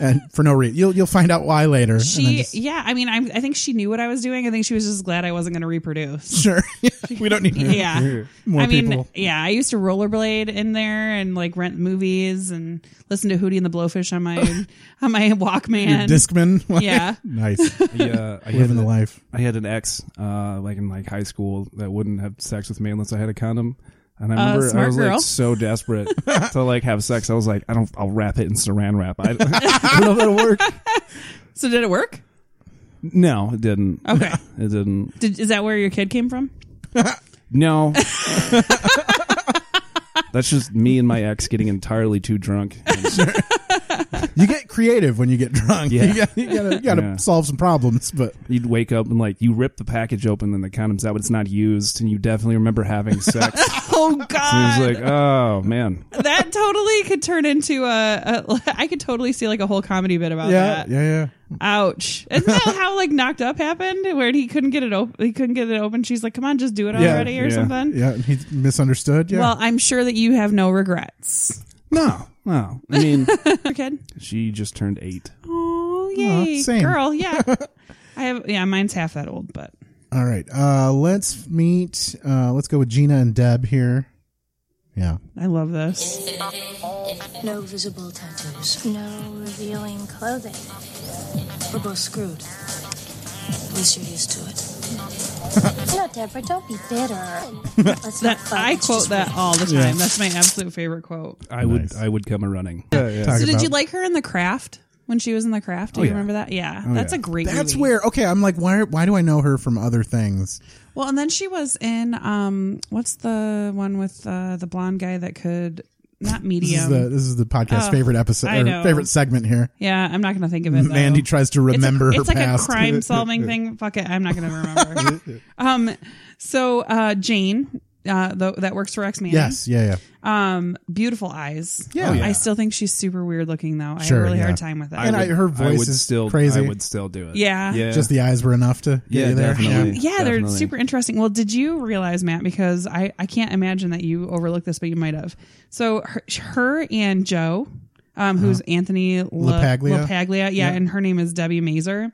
Speaker 1: And for no reason, you'll you'll find out why later. and then
Speaker 2: She,
Speaker 1: just-
Speaker 2: yeah, I mean, I, I think she knew what I was doing. I think she was just glad I wasn't going to reproduce.
Speaker 1: sure, we don't need
Speaker 2: Yeah.
Speaker 1: More
Speaker 2: I mean,
Speaker 1: people.
Speaker 2: yeah, I used to rollerblade in there and like rent movies and listen to Hootie and the Blowfish on my on my
Speaker 1: your
Speaker 2: Walkman.
Speaker 1: Discman.
Speaker 2: Yeah.
Speaker 1: nice
Speaker 3: Yeah, I had
Speaker 1: living the
Speaker 3: a-
Speaker 1: life.
Speaker 3: I had an ex, uh, like in like high school, that wouldn't have sex with me unless I had a condom. And I remember
Speaker 2: Uh, smart
Speaker 3: I was
Speaker 2: girl.
Speaker 3: like so desperate to like have sex. I was like, I don't, I'll wrap it in Saran wrap. I, I don't know if that'll work.
Speaker 2: so did it work?
Speaker 3: No, it didn't.
Speaker 2: Okay.
Speaker 3: It didn't.
Speaker 2: Did, is that where your kid came from?
Speaker 3: No. That's just me and my ex getting entirely too drunk. And
Speaker 1: you get creative when you get drunk.
Speaker 3: Yeah.
Speaker 1: You gotta, you gotta, you gotta
Speaker 3: Yeah.
Speaker 1: solve some problems, but
Speaker 3: You'd wake up and like you rip the package open, and the condom's out, but it's not used, and you definitely remember having sex.
Speaker 2: Oh God,
Speaker 3: and it was like, oh man,
Speaker 2: that totally could turn into a, a. I could totally see like a whole comedy bit about
Speaker 1: yeah,
Speaker 2: that.
Speaker 1: yeah, yeah.
Speaker 2: Ouch! Isn't that how like knocked up happened, where he couldn't get it open? He couldn't get it open. She's like, "Come on, just do it
Speaker 1: Yeah,
Speaker 2: already," or
Speaker 3: yeah,
Speaker 2: something.
Speaker 1: Yeah, he misunderstood. Yeah.
Speaker 2: Well, I'm sure that you have no regrets,
Speaker 3: no, no. I mean,
Speaker 2: Your kid.
Speaker 3: she just turned eight.
Speaker 2: Oh, yay,
Speaker 1: same.
Speaker 2: girl. Yeah, I have. Yeah, mine's half that old, but
Speaker 1: All right. Uh, let's meet. Uh, let's go with Gina and Deb here. Yeah.
Speaker 2: I love this.
Speaker 4: No visible tattoos.
Speaker 7: No revealing clothing.
Speaker 4: We're both screwed. At least you're used to it.
Speaker 7: No, Deborah, don't be bitter.
Speaker 4: Let's
Speaker 2: That
Speaker 4: not fight.
Speaker 2: I
Speaker 4: Let's
Speaker 2: quote
Speaker 4: just
Speaker 2: that
Speaker 4: work.
Speaker 2: all the time. That's my absolute favorite quote.
Speaker 3: I
Speaker 1: Nice.
Speaker 3: would, I would come a running.
Speaker 1: Talk
Speaker 2: So did
Speaker 1: about- Oh,
Speaker 2: you like her in The Craft when she was in The Craft? Do you
Speaker 3: yeah.
Speaker 2: remember that? Yeah, that's
Speaker 3: yeah.
Speaker 2: a great.
Speaker 1: That's
Speaker 2: movie.
Speaker 1: where. Okay, I'm like, why? Why do I know her from other things?
Speaker 2: Well, and then she was in um, what's the one with uh, the blonde guy that could not
Speaker 1: This
Speaker 2: medium?
Speaker 1: is the this is the podcast
Speaker 2: Oh,
Speaker 1: favorite episode
Speaker 2: I
Speaker 1: or
Speaker 2: know.
Speaker 1: favorite segment here.
Speaker 2: yeah, I'm not gonna think of it. though.
Speaker 1: Mandy tries to
Speaker 2: It's a-
Speaker 1: remember
Speaker 2: It's,
Speaker 1: her
Speaker 2: like
Speaker 1: past.
Speaker 2: a crime solving thing. Fuck it, I'm not gonna remember. um, so uh, Jane. Uh, the, that works for X Man.
Speaker 1: Yes, yeah, yeah.
Speaker 2: Um, beautiful eyes.
Speaker 1: Oh, Yeah.
Speaker 2: I still think she's super weird looking though. I have
Speaker 1: Sure,
Speaker 2: a really
Speaker 1: yeah.
Speaker 2: hard time with it.
Speaker 1: And I- her voice is
Speaker 3: still
Speaker 1: crazy.
Speaker 3: I would still do it.
Speaker 2: Yeah.
Speaker 3: yeah.
Speaker 1: Just the eyes were enough to get
Speaker 3: Yeah,
Speaker 1: you there.
Speaker 3: definitely.
Speaker 2: yeah, they're
Speaker 3: Definitely.
Speaker 2: super interesting. Well, did you realize, Matt? Because I, I can't imagine that you overlooked this, but you might have. So her, her and Joe, um, who's Anthony La-
Speaker 1: Uh-huh. LaPaglia. Uh-huh.
Speaker 2: LaPaglia, yeah, and her name is Debbie Mazer.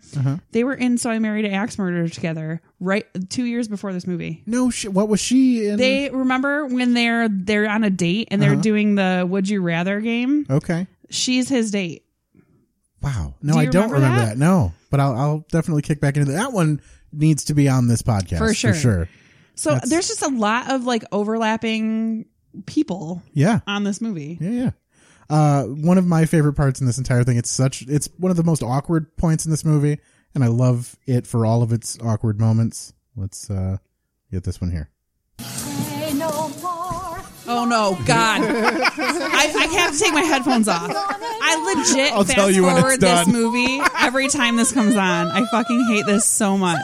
Speaker 2: They were in So I Married an Axe Murderer together, right two years before this movie.
Speaker 1: No, sh- what was she in?
Speaker 2: They remember when they're they're on a date and
Speaker 1: Uh-huh.
Speaker 2: they're doing the Would You Rather game.
Speaker 1: okay.
Speaker 2: She's his date.
Speaker 1: Wow. No,
Speaker 2: Do
Speaker 1: I
Speaker 2: you
Speaker 1: don't remember
Speaker 2: remember
Speaker 1: that?
Speaker 2: that?
Speaker 1: No, but I'll, I'll definitely kick back into that. That one needs to be on this podcast
Speaker 2: For sure.
Speaker 1: For sure.
Speaker 2: So there's just a lot of like overlapping people
Speaker 1: Yeah.
Speaker 2: on this movie.
Speaker 1: Yeah, yeah. Uh, one of my favorite parts in this entire thing. It's such. It's one of the most awkward points in this movie, and I love it for all of its awkward moments. Let's uh, get this one here.
Speaker 7: Say no more.
Speaker 2: Oh no, God! I, I have to take my headphones off. I legit
Speaker 1: I'll
Speaker 2: fast
Speaker 1: tell you when it's
Speaker 2: forward this
Speaker 1: done.
Speaker 2: movie every time this comes on. I fucking hate this so much.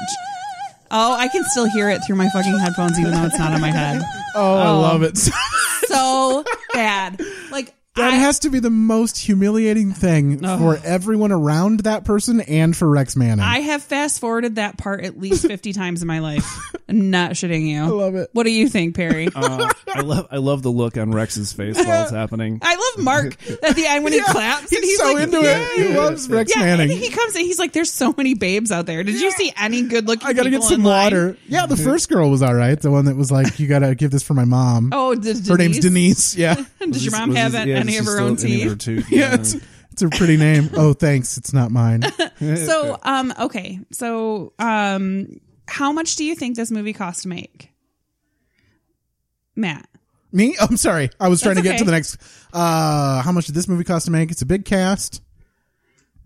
Speaker 2: Oh, I can still hear it through my fucking headphones, even though it's not on my head.
Speaker 1: Oh, I love it.
Speaker 2: So bad. Like
Speaker 1: that
Speaker 2: I,
Speaker 1: has to be the most humiliating thing for everyone around that person and for Rex Manning.
Speaker 2: I have fast forwarded that part at least fifty times in my life. I'm not shitting you. I
Speaker 1: love it.
Speaker 2: What do you think, Perry?
Speaker 3: Uh, I love, I love the look on Rex's face while it's happening.
Speaker 2: I love Mark at the end when he claps.
Speaker 1: he's,
Speaker 2: and he's
Speaker 1: so
Speaker 2: like,
Speaker 1: into it. He loves Rex
Speaker 2: Yeah, and
Speaker 1: Manning.
Speaker 2: he comes in. He's like, "There's so many babes out there. Did you see any good looking?
Speaker 1: I gotta get some water. Yeah, the first girl was all right. The one that was like, "You gotta give this for my mom."
Speaker 2: Oh, does
Speaker 1: her name's Denise. Yeah,
Speaker 2: Does your
Speaker 3: Was-
Speaker 2: mom
Speaker 3: was
Speaker 2: have
Speaker 3: this-
Speaker 2: an-
Speaker 3: yeah,
Speaker 2: any
Speaker 3: does
Speaker 2: of
Speaker 3: she
Speaker 2: her
Speaker 3: still
Speaker 2: own
Speaker 3: have any of her
Speaker 2: teeth?
Speaker 3: tooth?
Speaker 1: yeah, it's, it's a pretty name. Oh, thanks. It's not mine.
Speaker 2: So, um, okay. So, um, how much do you think this movie cost to make, Matt?
Speaker 1: Me? Oh, I'm sorry. I was trying
Speaker 2: That's
Speaker 1: to get to
Speaker 2: okay.
Speaker 1: the next. Uh, how much did this movie cost to make? It's a big cast.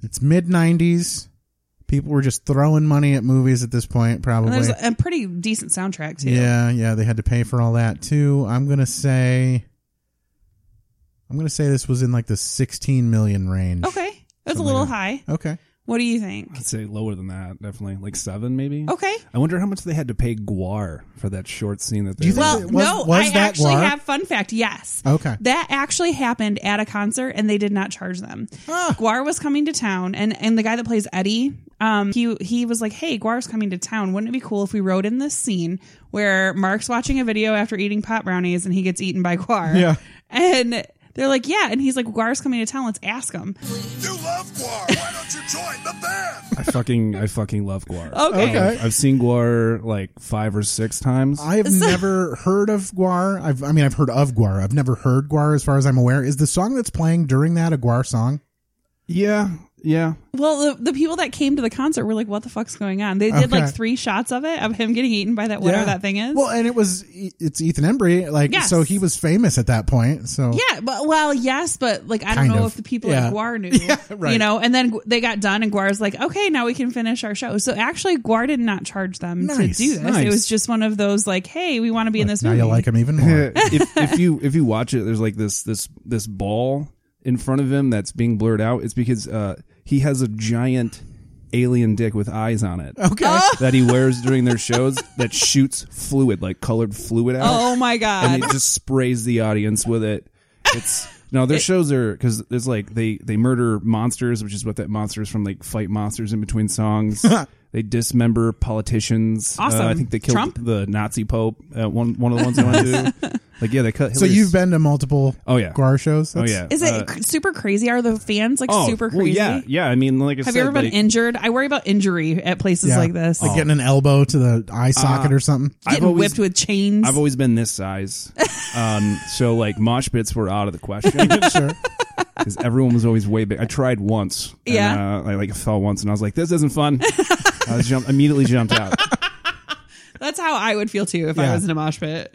Speaker 1: It's mid '90s. People were just throwing money at movies at this point,
Speaker 2: And
Speaker 1: probably.
Speaker 2: there's a pretty decent soundtrack too.
Speaker 1: yeah, yeah. They had to pay for all that too. I'm gonna say. I'm gonna say this was in like the 16 million range.
Speaker 2: Okay, that's a little high.
Speaker 1: Okay.
Speaker 2: What do you think?
Speaker 3: I'd say lower than that, definitely like seven, maybe.
Speaker 2: Okay.
Speaker 3: I wonder how much they had to pay Guar for that short scene that they.
Speaker 1: Do you think
Speaker 2: Well,
Speaker 1: it was-
Speaker 2: Oh, no,
Speaker 1: was
Speaker 2: I
Speaker 1: that
Speaker 2: actually
Speaker 1: Guar?
Speaker 2: have fun fact. Yes.
Speaker 1: Okay.
Speaker 2: That actually happened at a concert and they did not charge them.
Speaker 1: Ah.
Speaker 2: Guar was coming to town and and the guy that plays Eddie, um he he was like, "Hey, Guar's coming to town. Wouldn't it be cool if we wrote in this scene where Mark's watching a video after eating pot brownies and he gets eaten by Guar?"
Speaker 1: Yeah.
Speaker 2: And they're like, "Yeah." And he's like, "Guar's coming to town. Let's ask him."
Speaker 6: You love Guar. Why don't you join the band?
Speaker 3: I fucking, I fucking love Guar. Um,
Speaker 2: Okay.
Speaker 1: Okay.
Speaker 3: I've seen Guar like five or six times.
Speaker 1: I have never heard of Guar. I've, I mean, I've heard of Guar. I've never heard Guar as far as I'm aware. Is the song that's playing during that a Guar song?
Speaker 3: yeah, yeah.
Speaker 2: Well, the, the people that came to the concert were like, "What the fuck's going on?" They did
Speaker 1: Okay.
Speaker 2: like three shots of it of him getting eaten by that whatever that thing is.
Speaker 1: Well, and it was, it's Ethan Embry. Like,
Speaker 2: Yes.
Speaker 1: so he was famous at that point. So,
Speaker 2: Yeah, but well, yes, but like I
Speaker 1: Kind
Speaker 2: don't know
Speaker 1: of.
Speaker 2: if the people
Speaker 1: Yeah.
Speaker 2: at Guar knew,
Speaker 1: right.
Speaker 2: you know. And then Gu- they got done, and Guar's like, "Okay, now we can finish our show." So actually, Guar did not charge them
Speaker 1: Nice,
Speaker 2: to do this.
Speaker 1: nice.
Speaker 2: It was just one of those like, "Hey, we want to be in this
Speaker 1: now
Speaker 2: movie."
Speaker 3: Uh,
Speaker 1: you like him even more.
Speaker 3: if, if you if you watch it, there's like this this this ball in front of him that's being blurred out, it's because uh, he has a giant alien dick with eyes on it
Speaker 1: Okay.
Speaker 3: that he wears during their shows that shoots fluid, like colored fluid out.
Speaker 2: Oh my
Speaker 3: and
Speaker 2: god.
Speaker 3: it just sprays the audience with it. It's no, their shows are because there's like they they murder monsters, which is what that monsters from like fight monsters in between songs. they dismember politicians. Uh, I
Speaker 2: Awesome.
Speaker 3: think they killed
Speaker 2: Trump?
Speaker 3: the Nazi Pope. Uh, one one of the ones they went to. Like yeah, they cut.
Speaker 1: So
Speaker 3: Hillary's-
Speaker 1: you've been to multiple
Speaker 3: Oh, yeah.
Speaker 1: Guar shows?
Speaker 3: Oh
Speaker 1: That's-
Speaker 3: yeah.
Speaker 2: Is
Speaker 3: Uh,
Speaker 2: it cr- super crazy? Are the fans like
Speaker 3: oh,
Speaker 2: super
Speaker 3: well,
Speaker 2: crazy?
Speaker 3: yeah, yeah. I mean, like I
Speaker 2: Have
Speaker 3: said,
Speaker 2: you ever been
Speaker 3: like,
Speaker 2: injured? I worry about injury at places
Speaker 1: Yeah. Oh,
Speaker 2: like this.
Speaker 1: Like getting an elbow to the
Speaker 3: Uh,
Speaker 1: eye socket or something.
Speaker 2: Getting
Speaker 3: I've always-
Speaker 2: whipped with chains.
Speaker 3: I've always been this size. Um, so like mosh pits were out of the question
Speaker 1: sure.
Speaker 3: because everyone was always way big. I tried once. and,
Speaker 2: Yeah.
Speaker 3: uh, I like fell once and I was like, this isn't fun. I was jump immediately jumped out.
Speaker 2: That's how I would feel too if
Speaker 1: Yeah.
Speaker 2: I was in a mosh pit,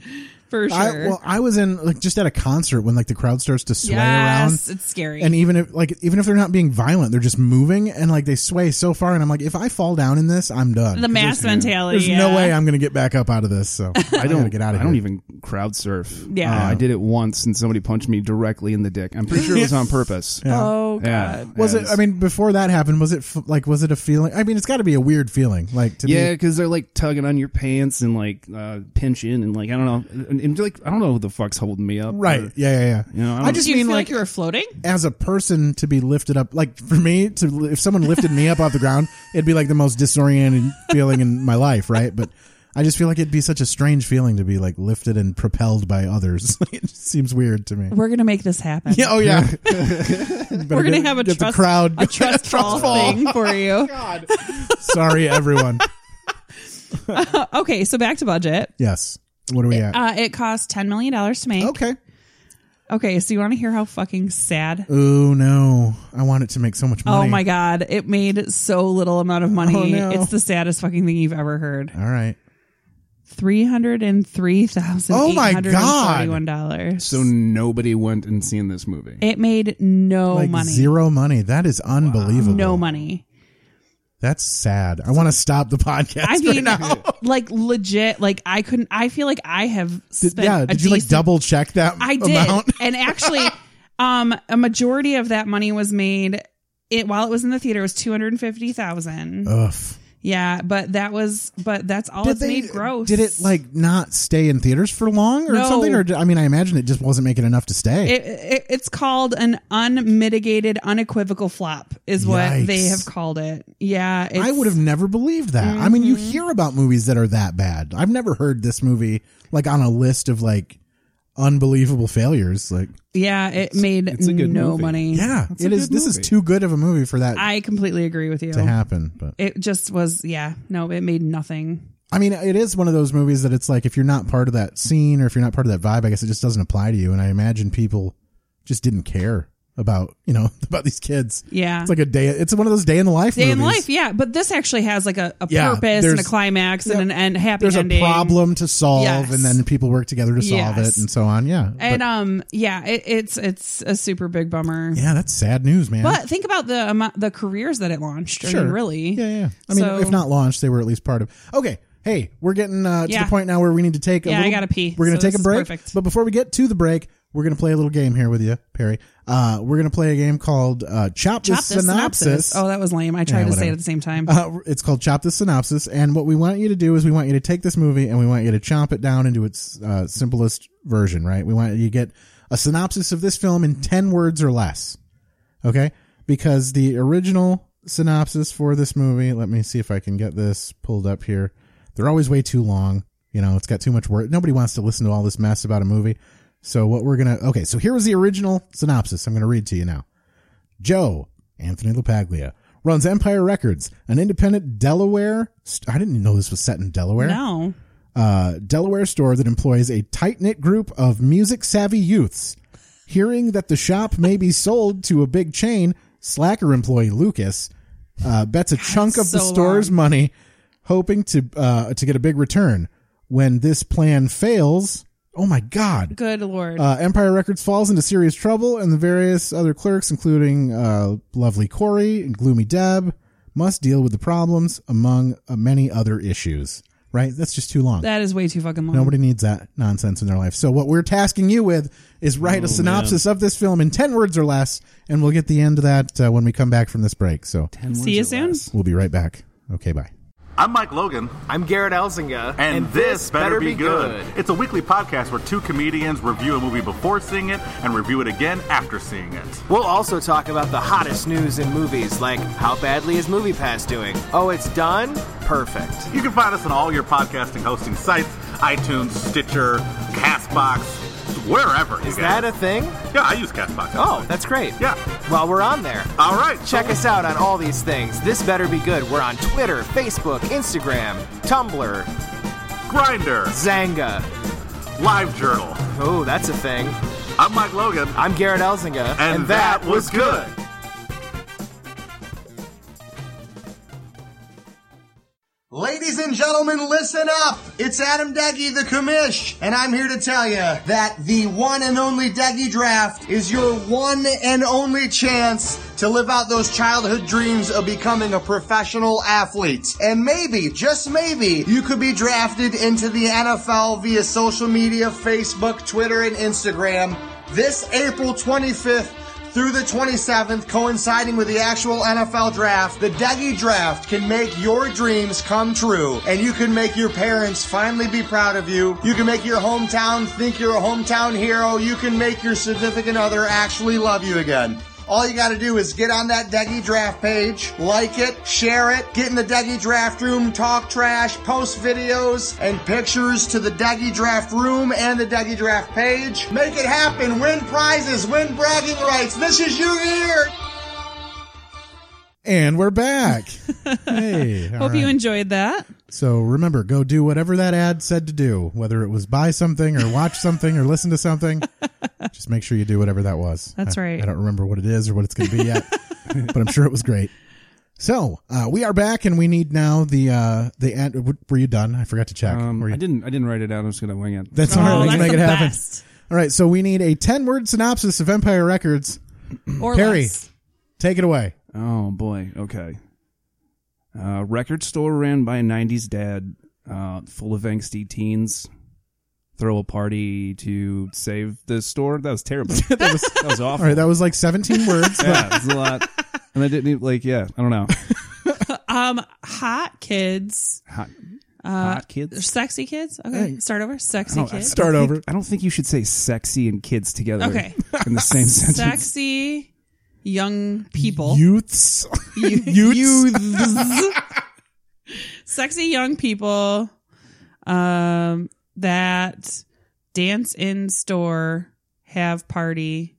Speaker 2: for sure.
Speaker 1: I, well, I was in like just at a concert when like the crowd starts to sway
Speaker 2: yes,
Speaker 1: around,
Speaker 2: it's scary.
Speaker 1: and even if like even if they're not being violent, they're just moving and like they sway so far, and I'm like, if I fall down in this, I'm done.
Speaker 2: the mass mentality.
Speaker 1: There's
Speaker 2: yeah.
Speaker 1: no way I'm gonna get back up out of this. So I
Speaker 3: don't
Speaker 1: gotta get out of
Speaker 3: I
Speaker 1: here.
Speaker 3: don't even crowd surf.
Speaker 2: Yeah.
Speaker 3: Uh, I did it once and somebody punched me directly in the dick. I'm pretty sure it was on purpose.
Speaker 2: Oh god.
Speaker 3: Yeah.
Speaker 1: Was
Speaker 3: Yeah,
Speaker 1: it? I mean, before that happened, was it f- like was it a feeling? I mean, it's got to be a weird feeling. Like to
Speaker 3: yeah,
Speaker 1: me,
Speaker 3: because they're like tugging on your pants and like uh, pinch in and like I don't know, and, and, like I don't know who the fuck's holding me up. Uh,
Speaker 1: right?
Speaker 3: Or-
Speaker 1: Yeah, yeah, yeah.
Speaker 3: You know, I don't-
Speaker 1: I just
Speaker 2: Do you
Speaker 1: mean
Speaker 2: feel like,
Speaker 1: like
Speaker 2: you were floating?
Speaker 1: as a person to be lifted up like for me to if someone lifted me up off the ground it'd be like the most disorienting feeling in my life right but i just feel like it'd be such a strange feeling to be like lifted and propelled by others it just seems weird to me
Speaker 2: We're gonna make this happen.
Speaker 1: yeah oh yeah
Speaker 2: We're gonna have a
Speaker 1: get
Speaker 2: trust
Speaker 1: the crowd
Speaker 2: a trust, fall, thing for you.
Speaker 1: sorry everyone
Speaker 2: okay, so back to budget.
Speaker 1: yes what are we at
Speaker 2: Uh, it cost ten million dollars to make.
Speaker 1: okay
Speaker 2: Okay, so you want to hear how fucking sad?
Speaker 1: oh no i want it to make so much money
Speaker 2: Oh my god, it made so little amount of money.
Speaker 1: Oh, no.
Speaker 2: It's the saddest fucking thing you've ever heard.
Speaker 1: all right
Speaker 2: Three hundred and three thousand.
Speaker 1: Oh, my Oh God.
Speaker 2: Forty-one dollars.
Speaker 3: So nobody went and seen this movie.
Speaker 2: it made no
Speaker 1: like
Speaker 2: Oh, money.
Speaker 1: zero money that is unbelievable
Speaker 2: No money.
Speaker 1: that's sad i want to stop the podcast
Speaker 2: I
Speaker 1: right
Speaker 2: mean,
Speaker 1: now.
Speaker 2: like legit. Like I couldn't. I feel like I have
Speaker 1: Did,
Speaker 2: spent.
Speaker 1: yeah,
Speaker 2: a
Speaker 1: did you like
Speaker 2: decent-
Speaker 1: double check that
Speaker 2: I did,
Speaker 1: amount?
Speaker 2: and actually, um, a majority of that money was made. It while it was in the theater it was two hundred and fifty thousand.
Speaker 1: Ugh.
Speaker 2: Yeah, but that was. But that's all it's made gross.
Speaker 1: Did it like not stay in theaters for long or
Speaker 2: No.
Speaker 1: something? Or did- I mean, I imagine it just wasn't making enough to stay.
Speaker 2: It, it, it's called an unmitigated, unequivocal flop, is what
Speaker 1: Yikes.
Speaker 2: they have called it. Yeah, it's, Mm-hmm.
Speaker 1: I would have never believed that. I mean, you hear about movies that are that bad. I've never heard this movie like on a list of like unbelievable failures. Like,
Speaker 2: Yeah, it made
Speaker 3: it's a good
Speaker 2: no
Speaker 3: movie.
Speaker 2: money.
Speaker 1: yeah,
Speaker 3: That's a
Speaker 1: it is.
Speaker 3: good
Speaker 1: This is
Speaker 3: movie.
Speaker 1: too good of a movie for that
Speaker 2: I completely agree with you.
Speaker 1: to happen. But
Speaker 2: It just was. Yeah, no, it made nothing.
Speaker 1: I mean, it is one of those movies that it's like if you're not part of that scene or if you're not part of that vibe, I guess it just doesn't apply to you. And I imagine people just didn't care about you know about these kids.
Speaker 2: Yeah.
Speaker 1: it's like a day. It's one of those day in the life.
Speaker 2: Day in
Speaker 1: movies.
Speaker 2: life, yeah, but this actually has like a, a
Speaker 1: Yeah,
Speaker 2: purpose and a
Speaker 1: there's-
Speaker 2: climax and an and happy
Speaker 1: There's
Speaker 2: ending.
Speaker 1: a problem to solve,
Speaker 2: Yes.
Speaker 1: and then people work together to solve
Speaker 2: Yes.
Speaker 1: it, and so on. Yeah,
Speaker 2: and
Speaker 1: But-
Speaker 2: um, yeah, it, it's it's a super big bummer.
Speaker 1: yeah, that's sad news, man.
Speaker 2: But think about the amo- the careers that it launched. I mean, really,
Speaker 1: Yeah, yeah. I mean,
Speaker 2: So-
Speaker 1: if not launched, they were at least part of. Okay. Hey, we're getting uh, to
Speaker 2: Yeah.
Speaker 1: the point now where we need to take. A
Speaker 2: Yeah, I
Speaker 1: little,
Speaker 2: gotta pee,
Speaker 1: We're gonna
Speaker 2: so
Speaker 1: take a
Speaker 2: this is
Speaker 1: break.
Speaker 2: perfect.
Speaker 1: But before we get to the break, we're gonna play a little game here with you, Perry. Uh, we're gonna play a game called uh, Chop,
Speaker 2: Chop
Speaker 1: the
Speaker 2: the
Speaker 1: Synopsis.
Speaker 2: Oh, that was lame. I tried
Speaker 1: Yeah,
Speaker 2: to say
Speaker 1: whatever.
Speaker 2: it at the same time.
Speaker 1: Uh, it's called Chop the Synopsis, and what we want you to do is we want you to take this movie and we want you to chomp it down into its uh, simplest version, right? We want you to get a synopsis of this film in 10 words or less, okay? Because the original synopsis for this movie, let me see if I can get this pulled up here. They're always way too long. You know, it's got too much word. Nobody wants to listen to all this mess about a movie. So, what we're going to, okay, so here was the original synopsis I'm going to read to you now. Joe, Anthony LaPaglia, runs Empire Records, an independent Delaware. St- I didn't know this was set in Delaware.
Speaker 2: no,
Speaker 1: Uh, Delaware store that employs a tight knit group of music savvy youths. Hearing that the shop may be sold to a big chain, Slacker employee Lucas uh, bets a chunk of the
Speaker 2: so
Speaker 1: store's money, hoping to uh, to get a big return. When this plan fails, oh my god!
Speaker 2: good lord.
Speaker 1: Uh, Empire Records falls into serious trouble, and the various other clerks, including uh, Lovely Corey and Gloomy Deb, must deal with the problems among uh, many other issues. right? That's just too long.
Speaker 2: That is way too fucking long.
Speaker 1: Nobody needs that nonsense in their life. So what we're tasking you with is write
Speaker 2: Oh,
Speaker 1: a synopsis of this film in 10 words or less, and we'll get the end of that uh, when we come back from this break. So
Speaker 2: See you soon.
Speaker 1: we'll be right back. Okay, bye.
Speaker 10: I'm Mike Logan,
Speaker 11: I'm Garrett Elzinga,
Speaker 10: and, this, better, be good. It's a weekly podcast where two comedians review a movie before seeing it and review it again after seeing it.
Speaker 11: We'll also talk about the hottest news in movies, like how badly is MoviePass doing? Oh, it's done? Perfect.
Speaker 10: You can find us on all your podcasting hosting sites iTunes, Stitcher, Castbox, wherever. you
Speaker 11: Is that a
Speaker 10: guys.
Speaker 11: thing?
Speaker 10: Yeah, I use Castbox.
Speaker 11: Oh,
Speaker 10: actually.
Speaker 11: that's great.
Speaker 10: Yeah.
Speaker 11: While we're on there, uh,
Speaker 10: All right. so-
Speaker 11: check us out on all these things. This better be good. We're on Twitter, Facebook, Instagram, Tumblr,
Speaker 10: Grinder,
Speaker 11: Zanga.
Speaker 10: Live Journal.
Speaker 11: Oh, that's a thing.
Speaker 10: I'm Mike Logan,
Speaker 11: I'm Garrett Elzinga,
Speaker 10: and, that, was good.
Speaker 12: Ladies and gentlemen, listen up! It's Adam Deggy, the commish, and I'm here to tell you that the one and only Deggy Draft is your one and only chance to live out those childhood dreams of becoming a professional athlete. And maybe, just maybe, you could be drafted into the NFL via social media, Facebook, Twitter, and Instagram this April 25th through the 27th, coinciding with the actual NFL draft, the Dougie Draft can make your dreams come true, and you can make your parents finally be proud of you. You can make your hometown think you're a hometown hero. You can make your significant other actually love you again. All you got to do is get on that Dougie Draft page, like it, share it, get in the Dougie Draft room, talk trash, post videos and pictures to the Dougie Draft room and the Dougie Draft page. Make it happen. Win prizes, win bragging rights. This is your year.
Speaker 1: And we're back. hey. all
Speaker 2: Hope you
Speaker 1: right.
Speaker 2: enjoyed that.
Speaker 1: So remember, go do whatever that ad said to do, whether it was buy something or watch something or listen to something. Just make sure you do whatever that was.
Speaker 2: That's
Speaker 1: I-
Speaker 2: right.
Speaker 1: I don't remember what it is or what it's going to be yet, but I'm sure it was great. So uh, we are back, and we need now the uh, the ad. Were you done? I forgot to check.
Speaker 3: Um,
Speaker 1: Were you-
Speaker 3: I didn't. I didn't write it down. I'm just gonna wing it.
Speaker 1: That's all right.
Speaker 2: Oh,
Speaker 1: we can
Speaker 2: that's
Speaker 1: make
Speaker 2: the
Speaker 1: it happen.
Speaker 2: best.
Speaker 1: All right. So we need a ten word synopsis of Empire Records.
Speaker 2: Or
Speaker 1: Perry.
Speaker 2: less.
Speaker 1: Take it away.
Speaker 3: Oh boy. Okay. Uh, record store ran by a '90s dad, uh, full of angsty teens. Throw a party to save the store. That was terrible. that was, that was awful.
Speaker 1: All right. That was like seventeen words.
Speaker 3: yeah, it was a lot. And I didn't even, like. Yeah, I don't know.
Speaker 2: Um, hot kids,
Speaker 3: Hot,
Speaker 2: uh,
Speaker 3: hot kids.
Speaker 2: sexy kids. Okay,
Speaker 1: Hey. Oh,
Speaker 2: start over. Sexy
Speaker 3: No, I
Speaker 2: kids,
Speaker 1: Start over.
Speaker 3: I don't think you should say sexy and kids together.
Speaker 2: Okay.
Speaker 3: In the same sentence.
Speaker 2: sexy young people,
Speaker 1: Youths.
Speaker 2: youths, sexy young people, um, that dance in store, have party,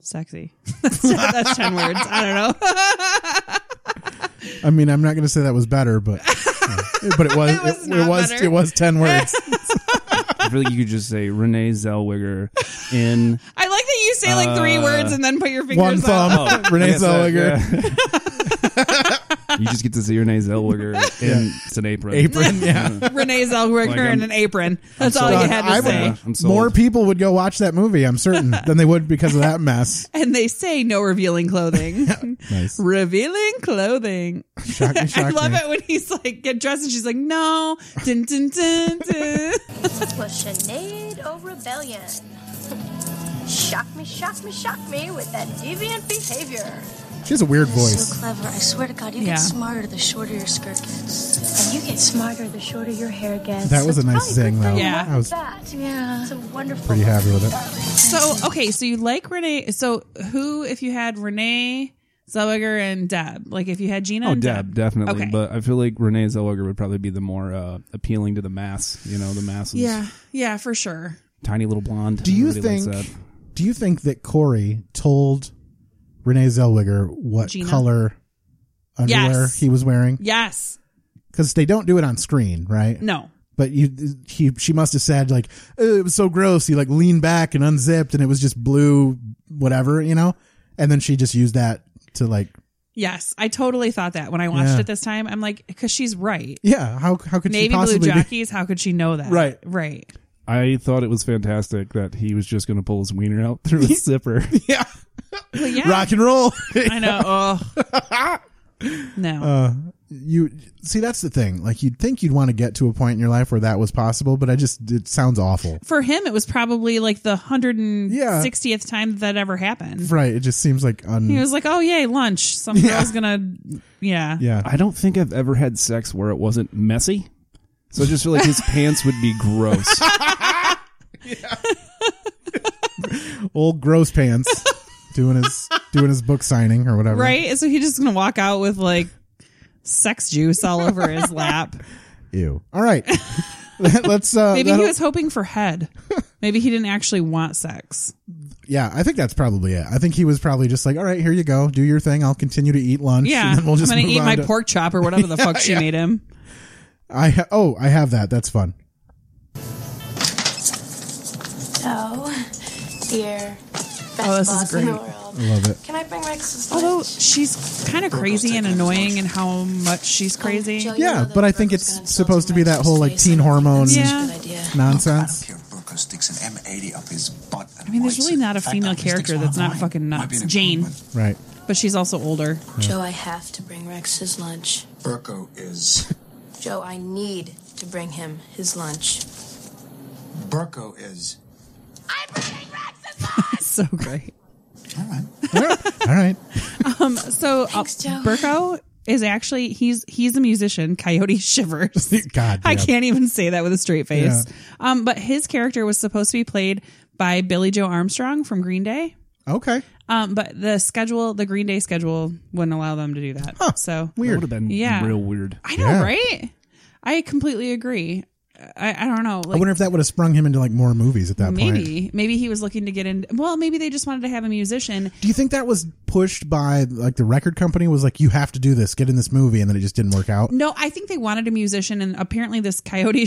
Speaker 2: sexy. that's, that's ten words. I don't know.
Speaker 1: I mean, I'm not going to say that was better, but but it was it
Speaker 2: was
Speaker 1: it,
Speaker 2: not
Speaker 1: was
Speaker 2: better.
Speaker 1: it was ten words.
Speaker 3: I feel like you could just say Renee Zellweger in
Speaker 2: I like that you say like three
Speaker 3: Uh,
Speaker 2: words and then put your fingers
Speaker 1: One
Speaker 2: up.
Speaker 1: thumb, Renee
Speaker 3: Yes, uh,
Speaker 1: Zellweger,
Speaker 3: yeah. you just get to see Renee Zellweger in it's an apron.
Speaker 1: apron. Yeah,
Speaker 2: Renee Zellweger
Speaker 3: Like,
Speaker 2: in
Speaker 3: I'm-
Speaker 2: an apron. That's all
Speaker 3: sold.
Speaker 2: you had to
Speaker 1: I would-
Speaker 2: say.
Speaker 3: I'm sold.
Speaker 1: more people would go watch that movie. I'm certain than they would because of that mess.
Speaker 2: And they say no revealing clothing.
Speaker 1: Nice.
Speaker 2: revealing clothing.
Speaker 1: Shock me, shock
Speaker 2: I love
Speaker 1: me.
Speaker 2: it when he's like get dressed and she's like no. Dun, dun, dun, dun.
Speaker 7: Was Sinead or rebellion? shock me, shock me, shock me with that deviant behavior.
Speaker 1: She has a weird
Speaker 4: You're
Speaker 1: voice.
Speaker 4: so clever. I swear to God, you
Speaker 2: Yeah.
Speaker 4: get smarter the shorter your skirt gets. And you get smarter the shorter your hair gets.
Speaker 1: That was a nice zing, though.
Speaker 2: Yeah.
Speaker 1: I was
Speaker 7: That.
Speaker 4: Yeah.
Speaker 7: It's a wonderful.
Speaker 1: pretty happy with it.
Speaker 2: So okay, so you like Renee. So who if you had Renee Zellweger and Deb? Like if you had Gina
Speaker 3: Oh,
Speaker 2: and uh,
Speaker 3: Deb, definitely.
Speaker 2: Okay.
Speaker 3: But I feel like Renee Zellweger would probably be the more uh, appealing to the mass. You know, the masses.
Speaker 2: Yeah, yeah, for sure.
Speaker 3: Tiny little blonde.
Speaker 1: Do you
Speaker 3: Everybody
Speaker 1: think?
Speaker 3: likes that.
Speaker 1: Do you think that Corey told Renee Zellweger what
Speaker 2: Gina?
Speaker 1: color underwear
Speaker 2: Yes.
Speaker 1: he was wearing?
Speaker 2: Yes.
Speaker 1: Because they don't do it on screen, right?
Speaker 2: No.
Speaker 1: But you, he, she must have said like, "Oh, it was so gross. He like leaned back and unzipped, and it was just blue, whatever, you know. And then she just used that to like,
Speaker 2: Yes, I totally thought that when I watched
Speaker 1: Yeah.
Speaker 2: it this time. I'm like, because she's right.
Speaker 1: yeah. How how could she
Speaker 2: Navy blue
Speaker 1: possibly? be-
Speaker 2: jockeys. How could she know that?
Speaker 1: Right.
Speaker 2: right.
Speaker 3: I thought it was fantastic that he was just going to pull his wiener out through his zipper.
Speaker 1: yeah.
Speaker 2: Well, yeah,
Speaker 1: rock and roll.
Speaker 2: I know. Ugh. no,
Speaker 1: you see that's the thing like you'd think you'd want to get to a point in your life where that was possible but i just it sounds awful
Speaker 2: For him, it was probably like the 160th time that ever happened.
Speaker 1: right it just seems like un-
Speaker 2: He was like, oh, yay, lunch. Some girl's going to, yeah.
Speaker 1: Yeah.
Speaker 3: I don't think I've ever had sex where it wasn't messy. So I just feel like his pants would be gross.
Speaker 1: old gross pants doing his doing his book signing or whatever
Speaker 2: Right? So he's just going to walk out with like sex juice all over his lap.
Speaker 1: ew all right let's uh
Speaker 2: Maybe he
Speaker 1: that'll-
Speaker 2: was hoping for head. Maybe he didn't actually want sex.
Speaker 1: yeah i think that's probably it i think he was probably just like all right here you go do your thing i'll continue to eat lunch
Speaker 2: Yeah.
Speaker 1: and then we'll just
Speaker 2: I'm going to
Speaker 1: move
Speaker 2: eat
Speaker 1: on
Speaker 2: my
Speaker 1: to-
Speaker 2: pork chop or whatever the
Speaker 1: Yeah,
Speaker 2: fuck she
Speaker 1: yeah.
Speaker 2: made him.
Speaker 1: i ha- oh i have that that's fun
Speaker 4: So, Oh, dear, best
Speaker 2: Oh, this is
Speaker 4: boss in the
Speaker 2: great.
Speaker 4: world.
Speaker 1: I love it.
Speaker 4: Can I bring Rex?
Speaker 2: Although she's kind of crazy and annoying and how much
Speaker 1: Oh,
Speaker 2: she's crazy.
Speaker 1: yeah but i think it's supposed to be that whole like teen hormone
Speaker 2: Yeah.
Speaker 1: nonsense
Speaker 6: Burko sticks an M80 up his butt.
Speaker 2: I mean, there's really not a female character that's not fucking nuts. Jane,
Speaker 1: right
Speaker 2: but she's also older.
Speaker 4: Joe, I have to bring Rex his lunch.
Speaker 6: Burko is.
Speaker 4: Joe, I need to bring him his lunch.
Speaker 6: Burko is.
Speaker 2: so great.
Speaker 1: all right
Speaker 2: Um, so uh, Burko is actually he's he's a musician. Coyote Shivers.
Speaker 1: God
Speaker 2: I
Speaker 1: damn.
Speaker 2: can't even say that with a straight face.
Speaker 1: Yeah.
Speaker 2: Um, but his character was supposed to be played by Billy Joe Armstrong from Green Day.
Speaker 1: okay
Speaker 2: Um, but the schedule, the Green Day schedule, wouldn't allow them to do that. So
Speaker 3: Weird. That would have been
Speaker 2: Yeah.
Speaker 3: real weird.
Speaker 2: I know,
Speaker 1: Yeah.
Speaker 2: right? I completely agree. I, I don't know.
Speaker 1: i
Speaker 2: Like,
Speaker 1: wonder if that would have sprung him into like more movies at that point
Speaker 2: maybe maybe he was looking to get in. Well, maybe they just wanted to have a musician.
Speaker 1: do you think that was pushed by like the record company was like you have to do this get in this movie and then it just didn't work out
Speaker 2: No, I think they wanted a musician, and apparently this Coyote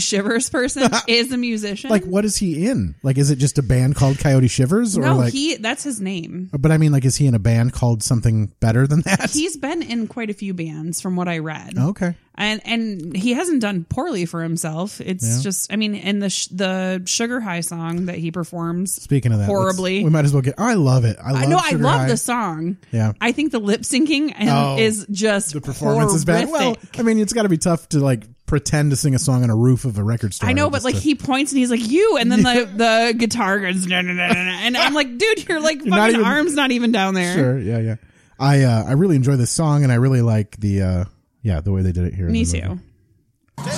Speaker 2: Shivers person is a musician.
Speaker 1: like what is he in like is it just a band called coyote shivers or
Speaker 2: no,
Speaker 1: like
Speaker 2: he that's his name.
Speaker 1: but i mean like is he in a band called something better than that
Speaker 2: He's been in quite a few bands, from what I read.
Speaker 1: okay
Speaker 2: and and he hasn't done poorly for himself. It's
Speaker 1: Yeah.
Speaker 2: just, I mean, and the sh- the Sugar High song that he performs.
Speaker 1: speaking of that let's-
Speaker 2: horribly.
Speaker 1: we might as well get i love it i love
Speaker 2: I know I
Speaker 1: Sugar
Speaker 2: love
Speaker 1: High.
Speaker 2: the song.
Speaker 1: Yeah.
Speaker 2: I think the lip syncing and
Speaker 1: Oh,
Speaker 2: is just
Speaker 1: the performance is bad well
Speaker 2: horrific.
Speaker 1: i mean it's got to be tough to like pretend to sing a song on a roof of a record store
Speaker 2: I know, but
Speaker 1: Just
Speaker 2: like
Speaker 1: to-
Speaker 2: he points and he's like you, and then the the guitar goes "Na, na, na, na, na," and I'm like, dude, your like fucking
Speaker 1: not even-
Speaker 2: arms not even down there.
Speaker 1: sure yeah yeah i uh i really enjoy this song and i really like the uh yeah the way they did it here in
Speaker 2: Me
Speaker 1: the movie.
Speaker 2: too.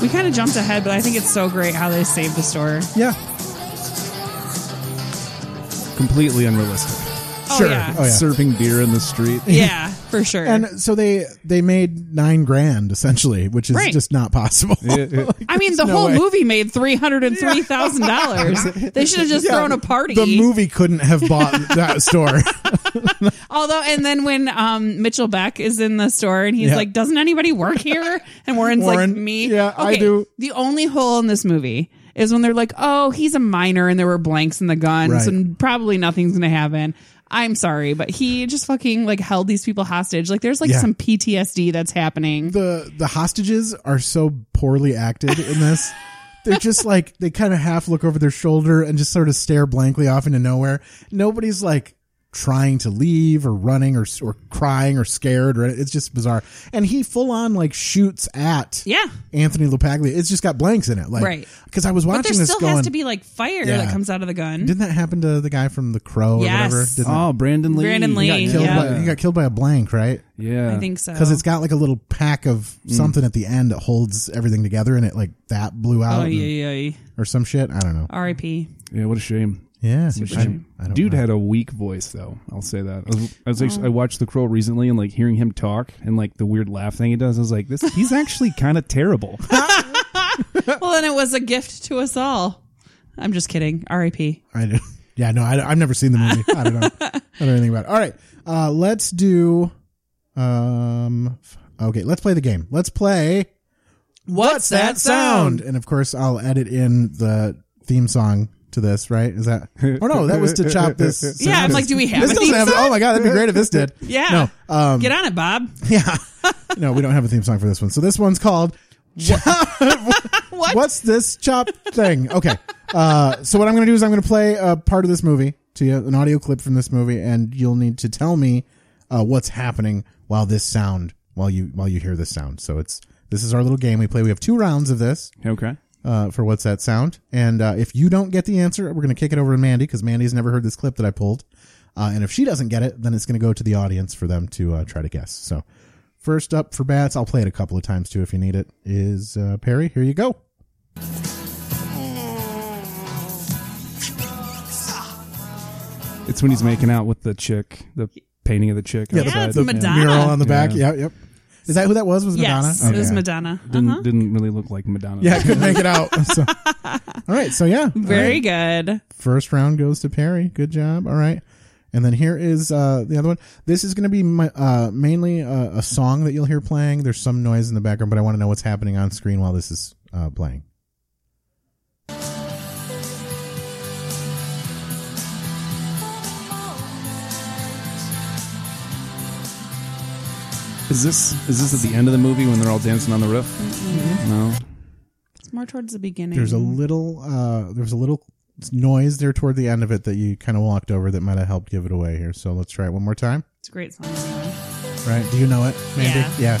Speaker 2: We kind of jumped ahead, but I think it's so great how they saved the store.
Speaker 1: yeah
Speaker 3: Completely unrealistic.
Speaker 2: Oh,
Speaker 1: Sure.
Speaker 2: yeah.
Speaker 1: Oh, yeah.
Speaker 3: Serving beer in the street.
Speaker 2: Yeah, for sure.
Speaker 1: and so they they made nine grand essentially which is
Speaker 2: Right.
Speaker 1: just not possible
Speaker 2: I mean, the
Speaker 1: no
Speaker 2: whole
Speaker 1: way.
Speaker 2: movie made three hundred and three thousand dollars. They should have just
Speaker 1: Yeah,
Speaker 2: thrown a party.
Speaker 1: the movie couldn't have bought that store
Speaker 2: Although, and then when um, Mitchell Beck is in the store and he's
Speaker 1: Yeah.
Speaker 2: like, "Doesn't anybody work here?" and Warren's like,
Speaker 1: Warren,
Speaker 2: "Me,
Speaker 1: yeah, I do.
Speaker 2: The only hole in this movie is when they're like, "Oh, he's a minor," and there were blanks in the guns,
Speaker 1: Right.
Speaker 2: and probably nothing's gonna happen. I'm sorry, but he just fucking like held these people hostage. Like, there's like
Speaker 1: Yeah.
Speaker 2: some PTSD that's happening.
Speaker 1: the the hostages are so poorly acted in this. They're just like they kind of half look over their shoulder and just sort of stare blankly off into nowhere. Nobody's like trying to leave or running or or crying or scared or it's just bizarre. And he full on like shoots at
Speaker 2: yeah,
Speaker 1: Anthony LaPaglia. It's just got blanks in it, like
Speaker 2: Right.
Speaker 1: Because I was
Speaker 2: but there
Speaker 1: watching this
Speaker 2: still
Speaker 1: going.
Speaker 2: has to be like fire
Speaker 1: Yeah.
Speaker 2: that comes out of the gun.
Speaker 1: didn't that happen to the guy from The Crow or
Speaker 2: Yes.
Speaker 1: whatever? Didn't
Speaker 3: Oh, Brandon Lee.
Speaker 2: Brandon
Speaker 1: he
Speaker 2: Lee,
Speaker 1: got
Speaker 2: yeah,
Speaker 1: killed by he got killed by a blank, right?
Speaker 3: Yeah.
Speaker 2: I think so.
Speaker 1: because it's got like a little pack of
Speaker 2: Mm.
Speaker 1: something at the end that holds everything together, and it like that blew out
Speaker 2: Oh
Speaker 1: and-
Speaker 2: yeah, yeah, yeah.
Speaker 1: or some shit. I don't know.
Speaker 2: R.I.P.
Speaker 3: Yeah, what a shame.
Speaker 1: Yeah,
Speaker 3: What a
Speaker 1: I-
Speaker 3: shame.
Speaker 1: I don't
Speaker 3: Dude
Speaker 1: know.
Speaker 3: had a weak voice though. I'll say that. I was, I, was actually, I watched The Crow recently and like hearing him talk and like the weird laugh thing he does. I was like, this. He's actually kind of terrible.
Speaker 1: Uh.
Speaker 2: Well, then it was a gift to us all. I'm just kidding. R.I.P.
Speaker 1: I don't- yeah, no, I, have never seen the movie. I don't know. I don't know anything about it. All right, uh, let's do. Um, f- okay, let's play the game. Let's play.
Speaker 2: What's that sound?
Speaker 1: And of course, I'll edit in the theme song to this. Right? Is that? Oh no, that was to chop this.
Speaker 2: Yeah, I'm
Speaker 1: sound.
Speaker 2: like, do we have
Speaker 1: This
Speaker 2: a
Speaker 1: doesn't
Speaker 2: theme
Speaker 1: have.
Speaker 2: song?
Speaker 1: Oh my god, that'd be great if this did.
Speaker 2: Yeah.
Speaker 1: No. Um,
Speaker 2: Get on it, Bob.
Speaker 1: Yeah. No, we don't have a theme song for this one. So this one's called Chop- What's this chop thing? Okay. Uh, so what I'm going to do is I'm going to play a part of this movie to you, an audio clip from this movie, and you'll need to tell me uh, what's happening while this sound, while you while you hear this sound. So it's this is our little game we play. We have two rounds of this.
Speaker 3: Okay.
Speaker 1: Uh, for what's that sound? And uh, if you don't get the answer, we're going to kick it over to Mandy because Mandy's never heard this clip that I pulled. Uh, and if she doesn't get it, then it's going to go to the audience for them to uh, try to guess. So first up for bats, I'll play it a couple of times too if you need it. Is uh, Perry? Here you go.
Speaker 3: It's when he's making out with the chick, the painting of the chick.
Speaker 1: Yeah, Uh, the-
Speaker 3: outside.
Speaker 2: it's Madonna.
Speaker 1: mural on the back.
Speaker 3: Yeah.
Speaker 1: Yeah, yep. Is that who that was? Was Madonna?
Speaker 2: Yes, it was Madonna.
Speaker 3: Didn't
Speaker 2: Uh-huh.
Speaker 3: didn't really look like Madonna.
Speaker 1: Yeah, couldn't make it out. So- all right, so yeah,
Speaker 2: Very
Speaker 1: All
Speaker 2: good.
Speaker 1: First round goes to Perry. Good job. All right. And then here is uh, the other one. This is going to be my, uh, mainly uh, a song that you'll hear playing. There's some noise in the background, but I want to know what's happening on screen while this is uh, playing.
Speaker 3: Is this is this at the end of the movie when they're all dancing on the roof? No.
Speaker 2: It's more towards the beginning.
Speaker 1: There's a little, uh, there's a little noise there toward the end of it that you kind of walked over that might have helped give it away here. So let's try it one more time.
Speaker 2: It's a great song. anyway.
Speaker 1: Right? Do you know it, Mandy? yeah.
Speaker 2: Yeah.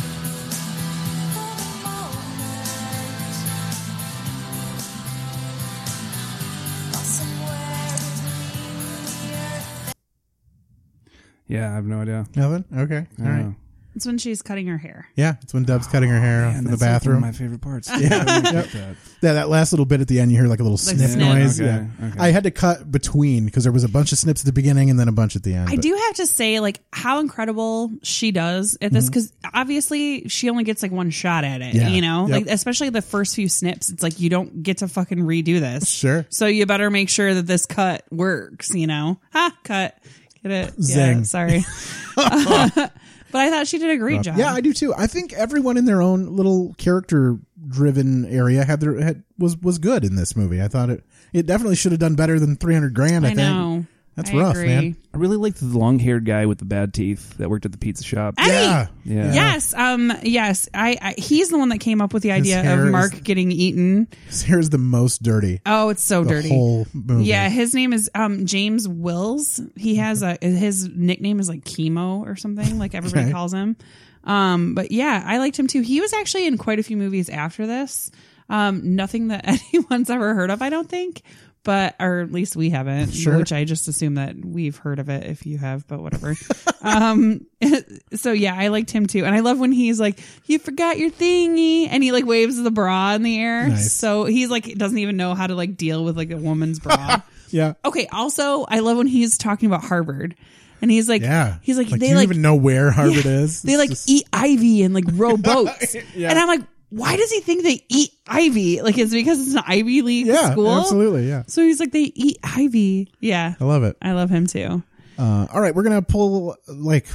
Speaker 3: Yeah, I have no idea.
Speaker 1: Nothing. Okay.
Speaker 3: I
Speaker 1: All
Speaker 3: don't
Speaker 1: right.
Speaker 3: know.
Speaker 2: It's when she's cutting her hair.
Speaker 1: Yeah, it's when Dub's cutting her hair off
Speaker 3: Oh, man,
Speaker 1: in the
Speaker 3: that's, like, one
Speaker 1: bathroom.
Speaker 3: of my favorite parts.
Speaker 1: Yeah,
Speaker 3: I really like
Speaker 1: Yep.
Speaker 3: that.
Speaker 1: yeah, that last little bit at the end, you hear like a little
Speaker 2: Like
Speaker 1: sniff,
Speaker 2: snip.
Speaker 1: noise.
Speaker 3: Okay,
Speaker 1: yeah,
Speaker 3: okay.
Speaker 1: I had to cut between because there was a bunch of snips at the beginning and then a bunch at the end.
Speaker 2: I
Speaker 1: but-
Speaker 2: do have to say, like, how incredible she does at this,
Speaker 1: Mhm.
Speaker 2: because obviously she only gets like one shot at it,
Speaker 1: Yeah.
Speaker 2: you know?
Speaker 1: Yep.
Speaker 2: Like, especially the first few snips, it's like you don't get to fucking redo this.
Speaker 1: Sure.
Speaker 2: So you better make sure that this cut works, you know? Ha, cut. Get it? Yeah,
Speaker 1: Zing.
Speaker 2: sorry. but I thought she did a great job.
Speaker 1: Yeah, I do too. I think everyone in their own little character-driven area had their had, was was good in this movie. I thought it it definitely should have done better than three hundred grand. I,
Speaker 2: I
Speaker 1: think
Speaker 2: know.
Speaker 1: that's
Speaker 2: I
Speaker 1: rough,
Speaker 2: agree.
Speaker 1: man.
Speaker 3: I really liked the long haired guy with the bad teeth that worked at the pizza shop.
Speaker 2: Eddie!
Speaker 1: Yeah.
Speaker 3: Yeah.
Speaker 2: Yes, um, yes. I, I he's the one that came up with the idea
Speaker 1: hair
Speaker 2: of
Speaker 1: is-
Speaker 2: Mark getting eaten.
Speaker 1: His hair is the most dirty.
Speaker 2: Oh, it's so
Speaker 1: the
Speaker 2: dirty.
Speaker 1: whole movie.
Speaker 2: Yeah, his name is um, James Wills. He has a his nickname is like chemo or something, like everybody
Speaker 1: Okay.
Speaker 2: calls him. Um, but yeah, I liked him too. He was actually in quite a few movies after this. Um, nothing that anyone's ever heard of, I don't think. But or at least we haven't,
Speaker 1: Sure.
Speaker 2: which I just assume that we've heard of it if you have, but whatever. um so yeah, I liked him too. And I love when he's like, You forgot your thingy and he like waves the bra in the air.
Speaker 1: Nice.
Speaker 2: So he's like doesn't even know how to like deal with like a woman's bra.
Speaker 1: yeah.
Speaker 2: Okay. Also, I love when he's talking about Harvard, and he's like,
Speaker 1: Yeah.
Speaker 2: he's like,
Speaker 1: do
Speaker 2: they
Speaker 1: you
Speaker 2: like,
Speaker 1: even know where Harvard
Speaker 2: Yeah.
Speaker 1: is?
Speaker 2: they
Speaker 1: It's
Speaker 2: like
Speaker 1: just-
Speaker 2: eat ivy and like row boats,
Speaker 1: Yeah.
Speaker 2: and I'm like, why does he think they eat ivy? Like, is it because it's an Ivy League
Speaker 1: yeah,
Speaker 2: school?
Speaker 1: absolutely, yeah.
Speaker 2: So he's like, they eat ivy. Yeah,
Speaker 1: I love it.
Speaker 2: I love him too.
Speaker 1: Uh, all right, we're gonna pull like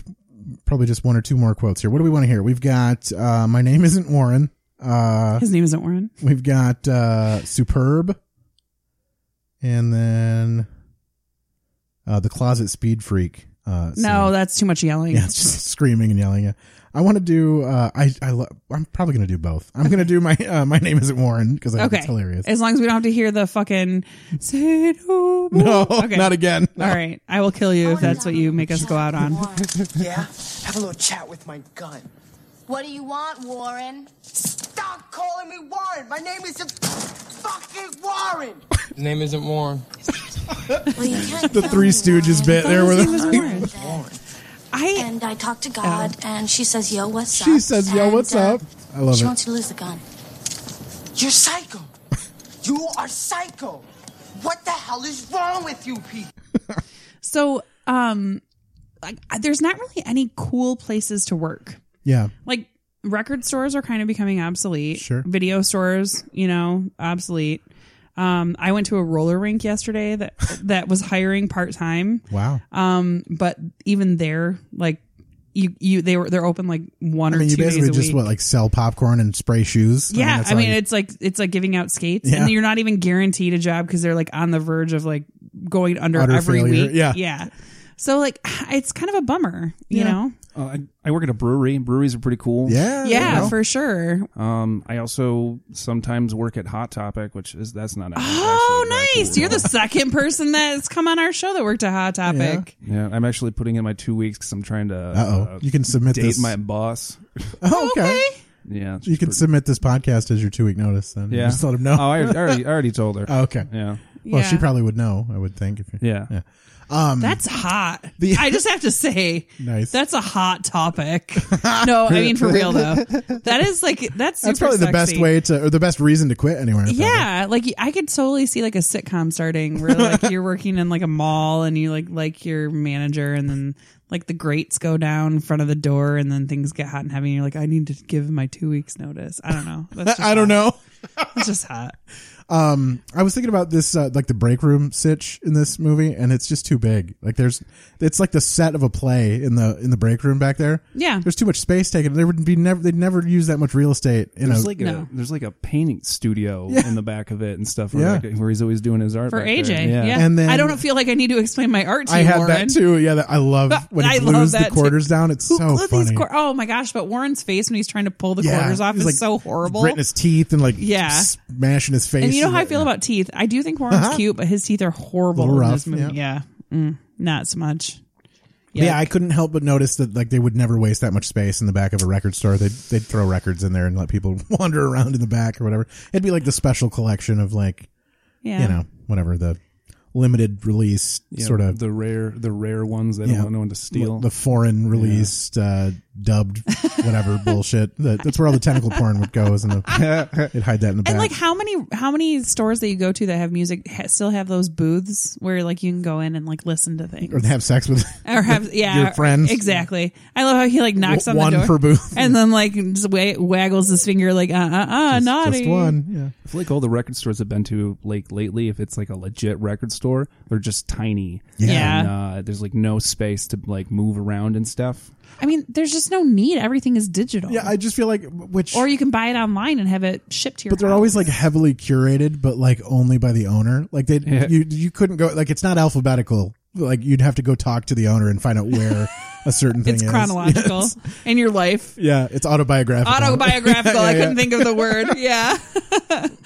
Speaker 1: probably just one or two more quotes here. What do we want to hear? We've got uh, my name isn't Warren. Uh,
Speaker 2: His name isn't Warren.
Speaker 1: we've got uh, superb, and then uh, the closet speed freak. Uh,
Speaker 2: No,
Speaker 1: so-
Speaker 2: that's too much yelling.
Speaker 1: yeah, it's just screaming and yelling. Yeah. I want to do. Uh, I I lo- I'm probably gonna do both. I'm gonna do my uh, my name isn't Warren because I think
Speaker 2: okay,
Speaker 1: it's hilarious.
Speaker 2: As long as we don't have to hear the fucking say no, more.
Speaker 1: No, not again. No.
Speaker 2: All right, I will kill you if that's what you make us go out on.
Speaker 9: yeah? Have a little chat with my gun.
Speaker 7: What do you want, Warren?
Speaker 9: Stop calling me Warren! My name isn't fucking Warren!
Speaker 13: His name isn't Warren.
Speaker 1: the Three Stooges bit there where they're like,
Speaker 2: I
Speaker 4: and I talk to God, and she says, "Yo, what's up?"
Speaker 1: she says, "Yo,
Speaker 4: And,
Speaker 1: what's
Speaker 4: uh,
Speaker 1: up?" I love
Speaker 4: she
Speaker 1: it.
Speaker 4: wants you to lose the gun.
Speaker 9: You're psycho! You are psycho! What the hell is wrong with you people?
Speaker 2: So, um, like, there's not really any cool places to work.
Speaker 1: Yeah.
Speaker 2: Like, record stores are kind of becoming obsolete.
Speaker 1: Sure.
Speaker 2: Video stores, you know, obsolete. Um, I went to a roller rink yesterday that that was hiring part time.
Speaker 1: Wow.
Speaker 2: Um, but even there, like, you you they were they're open like one
Speaker 1: I
Speaker 2: or
Speaker 1: mean,
Speaker 2: two
Speaker 1: you basically
Speaker 2: days a
Speaker 1: just
Speaker 2: week.
Speaker 1: what like sell popcorn and spray shoes.
Speaker 2: yeah,
Speaker 1: that's
Speaker 2: I
Speaker 1: all
Speaker 2: mean,
Speaker 1: you-
Speaker 2: it's like it's like giving out skates,
Speaker 1: Yeah.
Speaker 2: and you're not even guaranteed a job because they're like on the verge of like going under
Speaker 1: Utter
Speaker 2: every
Speaker 1: failure.
Speaker 2: week.
Speaker 1: Yeah.
Speaker 2: yeah. So like it's kind of a bummer, you
Speaker 3: Yeah.
Speaker 2: know.
Speaker 3: Uh, I, I work at a brewery. Breweries are pretty cool.
Speaker 1: Yeah,
Speaker 2: Yeah, for sure.
Speaker 3: Um, I also sometimes work at Hot Topic, which is that's not. A,
Speaker 2: Oh, nice. You're the second person that's come on our show that worked at Hot Topic.
Speaker 3: yeah, I'm actually putting in my two weeks because I'm trying to.
Speaker 1: Uh-oh.
Speaker 3: Uh
Speaker 1: You can submit
Speaker 3: date
Speaker 1: this.
Speaker 3: my boss.
Speaker 1: Oh, okay.
Speaker 3: Yeah,
Speaker 1: you can submit this podcast as your two week notice. Then
Speaker 3: Yeah.
Speaker 1: just let him know.
Speaker 3: Oh, I already- I already told her.
Speaker 1: Oh, okay.
Speaker 3: Yeah.
Speaker 1: Well, she
Speaker 2: Yeah.
Speaker 1: probably would know. I would think. If you,
Speaker 3: Yeah.
Speaker 1: Yeah. Um,
Speaker 2: that's hot. I just have to say,
Speaker 1: Nice.
Speaker 2: That's a hot topic. no, I mean for real though. That is like that's super
Speaker 1: that's probably the best
Speaker 2: sexy.
Speaker 1: way to, or the best reason to quit anywhere.
Speaker 2: Yeah, like I could totally see like a sitcom starting where like you're working in like a mall and you like like your manager and then like the grates go down in front of the door and then things get hot and heavy and you're like I need to give my 2 weeks notice. I don't know. That's just
Speaker 1: I don't know.
Speaker 2: It's just hot.
Speaker 1: Um, I was thinking about this, uh, like the break room sitch in this movie, and it's just too big. Like there's, it's like the set of a play in the in the break room back there.
Speaker 2: Yeah.
Speaker 1: there's too much space taken. There would be never, they'd never use that much real estate. In
Speaker 3: There's
Speaker 1: a,
Speaker 3: like a there's like a painting studio in the back of it and stuff. Where,
Speaker 1: Yeah.
Speaker 3: like, where he's always doing his art
Speaker 2: for
Speaker 3: back
Speaker 2: AJ.
Speaker 3: there.
Speaker 2: Yeah.
Speaker 1: And then-
Speaker 2: I don't feel like I need to explain my art to
Speaker 1: I
Speaker 2: you,
Speaker 1: had
Speaker 2: Warren.
Speaker 1: that too. Yeah, that, I love when he
Speaker 2: I love
Speaker 1: glues the
Speaker 2: that too.
Speaker 1: quarters down. It's so
Speaker 2: Look at
Speaker 1: funny.
Speaker 2: these quar- oh my gosh, but Warren's face when he's trying to pull the
Speaker 1: Yeah,
Speaker 2: quarters off
Speaker 1: he's,
Speaker 2: is
Speaker 1: like,
Speaker 2: so horrible.
Speaker 1: Gritting his teeth and like
Speaker 2: Yeah.
Speaker 1: smashing his face.
Speaker 2: And you know how I feel about teeth. I do think Warren's
Speaker 1: Uh-huh.
Speaker 2: cute, but his teeth are horrible
Speaker 1: Little
Speaker 2: in
Speaker 1: rough,
Speaker 2: this movie. Yeah, Mm, not so much.
Speaker 1: Yeah.
Speaker 2: Yuck.
Speaker 1: I couldn't help but notice that like they would never waste that much space in the back of a record store. They'd they'd throw records in there and let people wander around in the back or whatever. It'd be like the special collection of like,
Speaker 2: Yeah.
Speaker 1: you know, whatever the limited release
Speaker 3: Yeah,
Speaker 1: sort of
Speaker 3: the rare the rare ones they don't
Speaker 1: Yeah.
Speaker 3: want no one to steal.
Speaker 1: the foreign released uh, dubbed whatever bullshit. That, that's where all the tentacle porn would go. Is in the they'd hide that in the back.
Speaker 2: And like, how many how many stores that you go to that have music ha- still have those booths where like you can go in and like listen to things
Speaker 1: or have sex with
Speaker 2: Or have yeah
Speaker 1: your friends
Speaker 2: exactly. I love how he like knocks
Speaker 1: W-
Speaker 2: on the
Speaker 1: one
Speaker 2: door
Speaker 1: per booth.
Speaker 2: and then like just wa- waggles his finger like uh uh uh naughty
Speaker 1: Yeah.
Speaker 3: I feel like all the record stores I've been to like lately, if it's like a legit record store, they're just tiny.
Speaker 2: Yeah. Yeah.
Speaker 3: And, uh, there's like no space to like move around and stuff.
Speaker 2: I mean, there's just no need. Everything is digital.
Speaker 1: Yeah, I just feel like which
Speaker 2: or you can buy it online and have it shipped to your.
Speaker 1: but they're
Speaker 2: house.
Speaker 1: always like heavily curated, but like only by the owner. Like they, you you couldn't go like it's not alphabetical. Like you'd have to go talk to the owner and find out where a certain thing
Speaker 2: it's
Speaker 1: is.
Speaker 2: chronological
Speaker 1: Yes.
Speaker 2: in your life.
Speaker 1: Yeah, it's autobiographical.
Speaker 2: Autobiographical.
Speaker 1: Yeah,
Speaker 2: I
Speaker 1: yeah.
Speaker 2: couldn't think of the word. Yeah.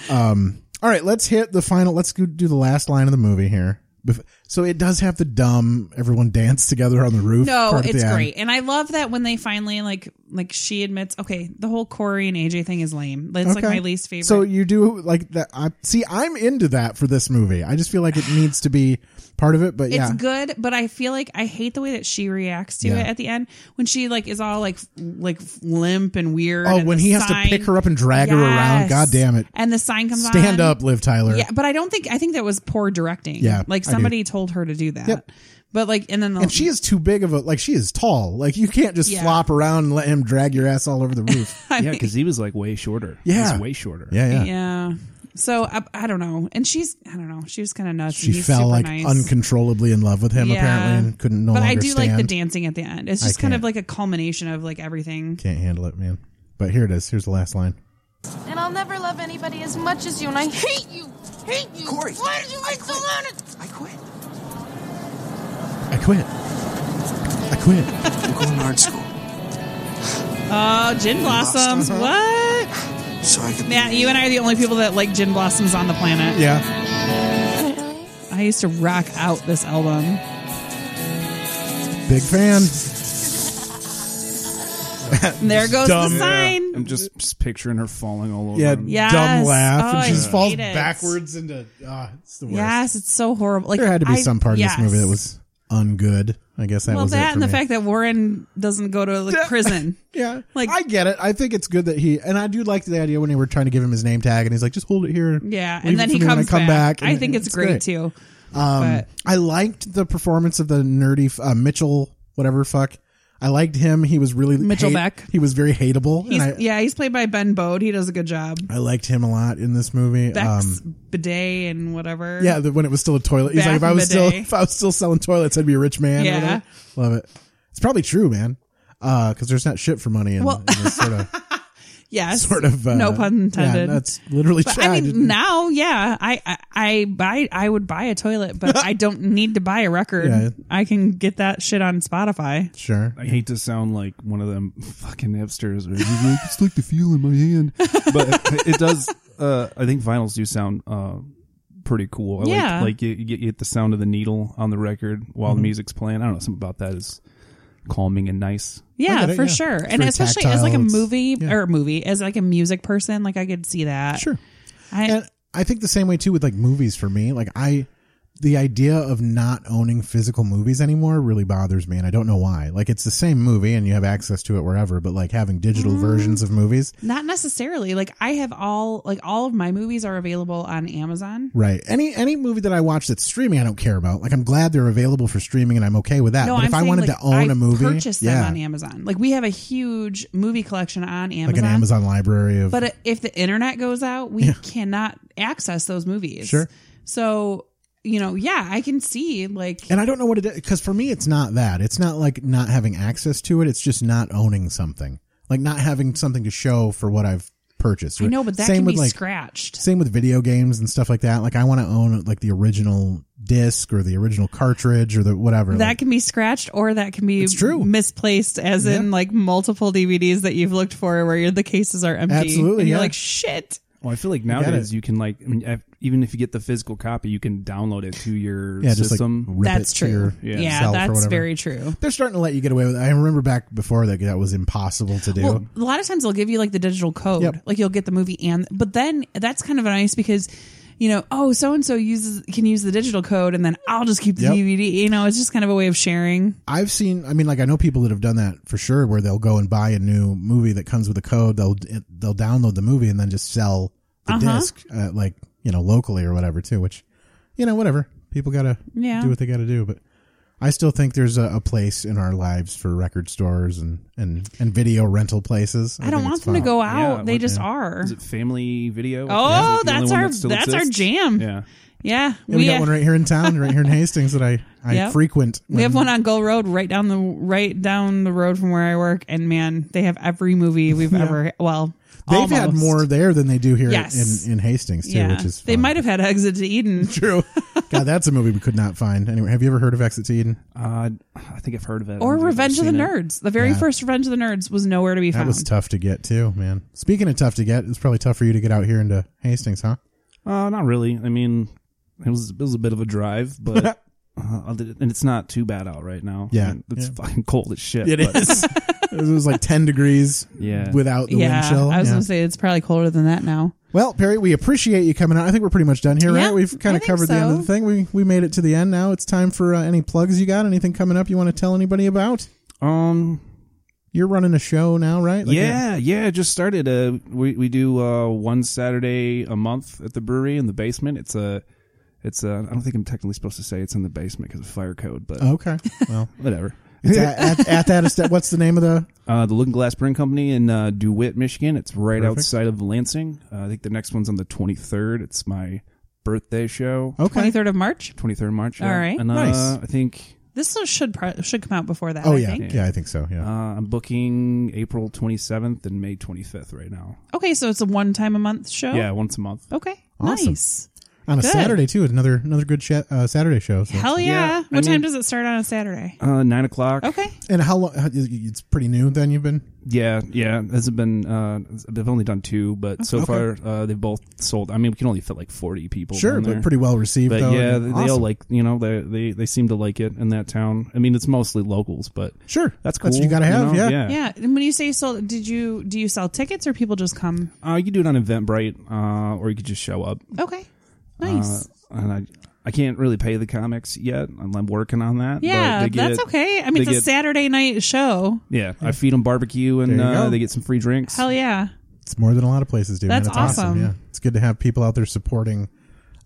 Speaker 1: Um, all right, let's hit the final. Let's go do the last line of the movie here. Bef- So it does have the dumb everyone dance together on the roof.
Speaker 2: No,
Speaker 1: part at
Speaker 2: it's
Speaker 1: the end.
Speaker 2: great. And I love that when they finally like like she admits, okay, the whole Corey and AJ thing is lame. That's like
Speaker 1: Okay.
Speaker 2: my least favorite.
Speaker 1: So you do like that. I see. I'm into that for this movie. I just feel like it needs to be part of it. But yeah,
Speaker 2: It's good, but I feel like I hate the way that she reacts to
Speaker 1: Yeah.
Speaker 2: it at the end when she like is all like f- like limp and weird.
Speaker 1: Oh,
Speaker 2: and
Speaker 1: when
Speaker 2: the
Speaker 1: he has to pick
Speaker 2: sign-
Speaker 1: her up and drag her around.
Speaker 2: Yes.
Speaker 1: God damn it.
Speaker 2: And the sign comes on.
Speaker 1: Stand up, Liv Tyler.
Speaker 2: Yeah, but I don't think I think that was poor directing.
Speaker 1: Yeah,
Speaker 2: like
Speaker 1: I do.
Speaker 2: somebody told her to do that.
Speaker 1: Yep.
Speaker 2: But like, and then the,
Speaker 1: And she is too big of a like. She is tall. Like you can't just
Speaker 2: Yeah.
Speaker 1: flop around and let him drag your ass all over the roof.
Speaker 2: I
Speaker 3: yeah, because he was like way shorter.
Speaker 1: Yeah.
Speaker 3: He was way shorter.
Speaker 1: Yeah, yeah.
Speaker 2: Yeah. So I, I don't know, and she's I don't know, she was kind of nuts.
Speaker 1: she
Speaker 2: and he's
Speaker 1: fell
Speaker 2: super
Speaker 1: like
Speaker 2: nice.
Speaker 1: uncontrollably in love with him apparently and couldn't no
Speaker 2: but
Speaker 1: longer
Speaker 2: I do
Speaker 1: stand.
Speaker 2: like the dancing at the end. It's
Speaker 1: I
Speaker 2: just kind of
Speaker 1: can't.
Speaker 2: like a culmination of like everything.
Speaker 1: Can't handle it, man. But here it is. Here's the last line.
Speaker 7: And I'll never love anybody as much as you, and I hate you. Hate you.
Speaker 9: Corey,
Speaker 7: Why did you wait so long? to-
Speaker 9: I quit.
Speaker 1: I quit. I quit.
Speaker 9: I'm going to art school.
Speaker 2: Oh, gin blossoms!
Speaker 9: Blossom.
Speaker 2: What?
Speaker 9: So I could
Speaker 2: Matt, you and I are the only people that like gin blossoms on the planet.
Speaker 1: Yeah.
Speaker 2: I used to rock out this album.
Speaker 1: Big fan.
Speaker 2: And there goes
Speaker 1: Dumb.
Speaker 2: the sign.
Speaker 3: I'm just, just picturing her falling all over.
Speaker 1: Yeah.
Speaker 3: him.
Speaker 2: Yes.
Speaker 1: Dumb laugh.
Speaker 2: Oh,
Speaker 1: and
Speaker 2: I
Speaker 1: she just falls
Speaker 2: hate it.
Speaker 1: backwards into. ah, it's the worst.
Speaker 2: Yes, it's so horrible. Like
Speaker 1: there had to be
Speaker 2: I-
Speaker 1: some part
Speaker 2: yes.
Speaker 1: of this movie that was ungood. I guess that
Speaker 2: well,
Speaker 1: was it
Speaker 2: that
Speaker 1: for
Speaker 2: and the
Speaker 1: me.
Speaker 2: fact that Warren doesn't go to like, prison.
Speaker 1: Yeah.
Speaker 2: Like-
Speaker 1: I get it. I think it's good that he and I do like the idea when they were trying to give him his name tag and he's like, just hold it here.
Speaker 2: Yeah,
Speaker 1: Leave
Speaker 2: and then
Speaker 1: it
Speaker 2: he
Speaker 1: for me when I
Speaker 2: comes
Speaker 1: come back.
Speaker 2: back. I
Speaker 1: And
Speaker 2: think it's, great, too.
Speaker 1: Um,
Speaker 2: but-
Speaker 1: I liked the performance of the nerdy f- uh, Mitchell, whatever fuck. I liked him. He was really
Speaker 2: Mitchell
Speaker 1: hate-
Speaker 2: Beck.
Speaker 1: He was very hateable.
Speaker 2: He's,
Speaker 1: and I,
Speaker 2: yeah, he's played by Ben Bode. He does a good job.
Speaker 1: I liked him a lot in this movie.
Speaker 2: Beck's
Speaker 1: Um,
Speaker 2: bidet and whatever.
Speaker 1: yeah, the, when it was still a toilet. He's
Speaker 2: Bath
Speaker 1: like, if I
Speaker 2: and
Speaker 1: was still
Speaker 2: bidet.
Speaker 1: if I was still selling toilets, I'd be a rich man. or
Speaker 2: Yeah.
Speaker 1: whatever. Uh, love it. It's probably true, man. Because there's not shit for money in,
Speaker 2: Well-
Speaker 1: in this sort of
Speaker 2: Yes.
Speaker 1: sort of. Uh,
Speaker 2: no pun intended.
Speaker 1: Yeah, that's literally.
Speaker 2: But,
Speaker 1: tried,
Speaker 2: I mean,
Speaker 1: didn't it?
Speaker 2: now, yeah, I, I I buy I would buy a toilet, but I don't need to buy a record.
Speaker 3: Yeah.
Speaker 2: I can get that shit on Spotify.
Speaker 1: Sure.
Speaker 3: I hate to sound like one of them fucking hipsters. Where it's, like, it's like the feel in my hand, but it does. Uh, I think vinyls do sound uh, pretty cool. I
Speaker 2: Yeah.
Speaker 3: like, like you, you get you get the sound of the needle on the record while
Speaker 2: Mhm.
Speaker 3: the music's playing. I don't know. Something about that is calming and nice.
Speaker 2: Yeah,
Speaker 1: get it,
Speaker 2: for
Speaker 1: yeah.
Speaker 2: sure.
Speaker 1: It's
Speaker 2: and
Speaker 1: very
Speaker 2: especially as like a
Speaker 1: tactile, it's-
Speaker 2: movie or a movie as like a music person, like I could see that.
Speaker 1: Sure.
Speaker 2: I,
Speaker 1: I think the same way too with like movies for me. Like I, the idea of not owning physical movies anymore really bothers me, and I don't know why. Like it's the same movie, and you have access to it wherever, but like having digital
Speaker 2: Mm.
Speaker 1: versions of movies,
Speaker 2: not necessarily. Like I have all like all of my movies are available on Amazon.
Speaker 1: right? Any any movie that I watch that's streaming, I don't care about. Like I'm glad they're available for streaming, and I'm okay with that.
Speaker 2: no,
Speaker 1: but
Speaker 2: I'm
Speaker 1: if I
Speaker 2: saying,
Speaker 1: wanted
Speaker 2: like,
Speaker 1: to own
Speaker 2: I
Speaker 1: a movie,
Speaker 2: purchase them
Speaker 1: yeah,
Speaker 2: on Amazon. Like we have a huge movie collection on Amazon.
Speaker 1: like an Amazon library of
Speaker 2: But i- if the internet goes out, we cannot access those movies.
Speaker 1: Sure.
Speaker 2: So, you know, yeah, I can see like
Speaker 1: And I don't know what it is because for me, it's not that. It's not like not having access to it. It's just not owning something, like not having something to show for what I've purchased.
Speaker 2: I know, but that
Speaker 1: Same
Speaker 2: can
Speaker 1: with
Speaker 2: be
Speaker 1: like
Speaker 2: scratched.
Speaker 1: same with video games and stuff like that. Like I want to own like the original disc or the original cartridge or the whatever.
Speaker 2: that
Speaker 1: Like,
Speaker 2: can be scratched or that can be
Speaker 1: It's true.
Speaker 2: misplaced as
Speaker 1: Yeah.
Speaker 2: in like multiple DVDs that you've looked for where the cases are empty.
Speaker 3: Absolutely,
Speaker 2: And you're
Speaker 3: yeah.
Speaker 2: like, shit.
Speaker 3: Well, I feel like
Speaker 1: You got
Speaker 3: nowadays
Speaker 1: it.
Speaker 3: you, can like I mean, if- even if you get the physical copy, you can download it to your
Speaker 1: yeah, just like
Speaker 3: system.
Speaker 1: rip it to your
Speaker 2: Yeah,
Speaker 1: self or
Speaker 2: that's
Speaker 1: whatever.
Speaker 2: very true.
Speaker 1: They're starting to let you get away with. it. I remember back before that that was impossible to do.
Speaker 2: Well, a lot of times they'll give you like the digital code, like you'll get the movie and, but then that's kind of nice because, you know, oh, so and so uses can use the digital code, and then I'll just keep the
Speaker 1: Yep.
Speaker 2: DVD. You know, it's just kind of a way of sharing.
Speaker 1: I've seen. I mean, like I know people that have done that for sure, where they'll go and buy a new movie that comes with a code. They'll they'll download the movie and then just sell the
Speaker 2: Uh-huh.
Speaker 1: disc, uh, like you know, locally or whatever too. Which, you know, whatever people gotta
Speaker 2: Yeah.
Speaker 1: do what they gotta do. But I still think there's a, a place in our lives for record stores and and and video rental places.
Speaker 2: I don't
Speaker 1: think
Speaker 2: want
Speaker 1: it's
Speaker 2: them to
Speaker 1: fun.
Speaker 2: go out;
Speaker 3: Yeah,
Speaker 2: they
Speaker 3: what-
Speaker 2: just
Speaker 3: yeah.
Speaker 2: are.
Speaker 3: Is it Family
Speaker 2: Oh,
Speaker 3: Video? Is it the only
Speaker 2: that's
Speaker 3: one
Speaker 2: our
Speaker 3: that still
Speaker 2: that's our
Speaker 3: exists?
Speaker 2: jam.
Speaker 3: Yeah.
Speaker 2: yeah.
Speaker 1: And we, got one right here in town, right here in Hastings, that I I
Speaker 2: Yep.
Speaker 1: frequent.
Speaker 2: We have
Speaker 1: when-
Speaker 2: one on Gull Road, right down the right down the road from where I work, and man, they have every movie we've ever. Well,
Speaker 1: They've
Speaker 2: almost.
Speaker 1: had more there than they do here
Speaker 2: Yes.
Speaker 1: in, in Hastings too,
Speaker 2: Yeah,
Speaker 1: which is
Speaker 2: they might have had Exit to Eden.
Speaker 1: True. God, that's a movie we could not find. Anyway, have you ever heard of Exit to Eden?
Speaker 3: Uh, I think I've heard of it.
Speaker 2: or Revenge of the
Speaker 1: seen it.
Speaker 2: Nerds. The very
Speaker 1: Yeah.
Speaker 2: first Revenge of the Nerds was nowhere to be
Speaker 1: that
Speaker 2: found.
Speaker 1: was tough to get too, man. Speaking of tough to get, it's probably tough for you to get out here into Hastings, huh?
Speaker 3: Uh, not really. I mean, it was it was a bit of a drive, but uh, I'll do it- and it's not too bad out right now.
Speaker 1: Yeah.
Speaker 3: I mean, it's
Speaker 1: Yeah.
Speaker 3: fucking cold as shit.
Speaker 1: It
Speaker 3: but-
Speaker 1: is. it was like ten degrees.
Speaker 3: Yeah.
Speaker 1: Without the
Speaker 2: yeah,
Speaker 1: wind chill.
Speaker 2: I was
Speaker 1: Yeah.
Speaker 2: gonna say it's probably colder than that now.
Speaker 1: Well, Perry, we appreciate you coming out. I think we're pretty much done here,
Speaker 2: Yeah,
Speaker 1: right? We've kind
Speaker 2: I
Speaker 1: of
Speaker 2: think
Speaker 1: covered the end of the thing. We we made it to the end. Now it's time for uh, any plugs you got. Anything coming up you want to tell anybody about?
Speaker 3: Um,
Speaker 1: you're running a show now, right? Like a-
Speaker 3: yeah, yeah, it just started. Uh, we we do uh, one Saturday a month at the brewery in the basement. It's a, it's a. I don't think I'm technically supposed to say it's in the basement because of fire code, but
Speaker 1: Okay. Well,
Speaker 3: whatever.
Speaker 1: It's at, at, at that estate. What's the name of the?
Speaker 3: Uh, the Looking Glass Brewing Company in uh, Dewitt, Michigan. It's right
Speaker 1: Perfect.
Speaker 3: outside of Lansing. Uh, I think the next one's on the 23rd. It's my birthday show.
Speaker 1: Okay.
Speaker 2: 23rd of March?
Speaker 3: 23rd of March.
Speaker 2: All
Speaker 3: yeah.
Speaker 2: right.
Speaker 3: And, uh,
Speaker 1: Oh. Nice.
Speaker 3: I think.
Speaker 2: This one should pro- should come out before that.
Speaker 1: Oh
Speaker 2: I
Speaker 1: yeah,
Speaker 2: Think.
Speaker 1: yeah, I think so. Yeah.
Speaker 3: Uh, I'm booking April 27th and May 25th right now.
Speaker 2: Okay, so it's a one time a month
Speaker 1: Oh.
Speaker 2: show.
Speaker 3: Yeah, once a month.
Speaker 2: Okay.
Speaker 1: Awesome.
Speaker 2: Nice.
Speaker 1: on a
Speaker 2: Good.
Speaker 1: Saturday too. Another another good sh- uh, Saturday show. so-
Speaker 2: Hell yeah!
Speaker 3: Yeah,
Speaker 2: What
Speaker 3: I mean-
Speaker 2: time does it start on a Saturday?
Speaker 3: Uh, nine o'clock.
Speaker 2: Okay.
Speaker 1: And how long? It's pretty new. Then you've been
Speaker 3: Yeah, yeah. This has been. Uh, they've only done two, but so
Speaker 1: Okay.
Speaker 3: far uh, they've both sold. I mean, we can only fit like forty people.
Speaker 1: Sure,
Speaker 3: down
Speaker 1: but
Speaker 3: there.
Speaker 1: pretty well received,
Speaker 3: But
Speaker 1: though,
Speaker 3: yeah,
Speaker 1: and
Speaker 3: they, they all
Speaker 1: awesome.
Speaker 3: like you know they they they seem to like it in that town. I mean, it's mostly locals, but
Speaker 1: sure,
Speaker 3: that's cool.
Speaker 1: That's what you gotta have,
Speaker 3: know?
Speaker 1: yeah.
Speaker 2: Yeah. And when you say you sold, did you do you sell tickets or people just come?
Speaker 3: Uh, you can do it on Eventbrite, uh, or you could just show up.
Speaker 2: Okay. Nice.
Speaker 3: Uh, and I I can't really pay the comics yet. I'm, I'm working on that. but
Speaker 2: yeah,
Speaker 3: they get-
Speaker 2: that's okay. I mean,
Speaker 3: they
Speaker 2: it's a
Speaker 3: get-
Speaker 2: Saturday night show.
Speaker 3: Yeah, I feed them barbecue and
Speaker 1: There you
Speaker 3: uh,
Speaker 1: go.
Speaker 3: they get some free drinks.
Speaker 2: Hell yeah.
Speaker 1: It's more than a lot of places do. man.
Speaker 2: That's
Speaker 1: It's awesome.
Speaker 2: awesome.
Speaker 1: Yeah, it's good to have people out there supporting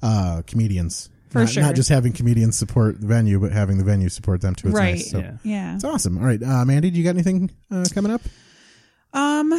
Speaker 1: uh, comedians.
Speaker 2: For
Speaker 1: not,
Speaker 2: sure.
Speaker 1: Not just having comedians support the venue, but having the venue support them too. It's
Speaker 2: Right.
Speaker 1: nice. So
Speaker 2: Yeah. Yeah.
Speaker 1: It's awesome. All right, uh, Mandy, do you got anything uh, coming up?
Speaker 2: Um,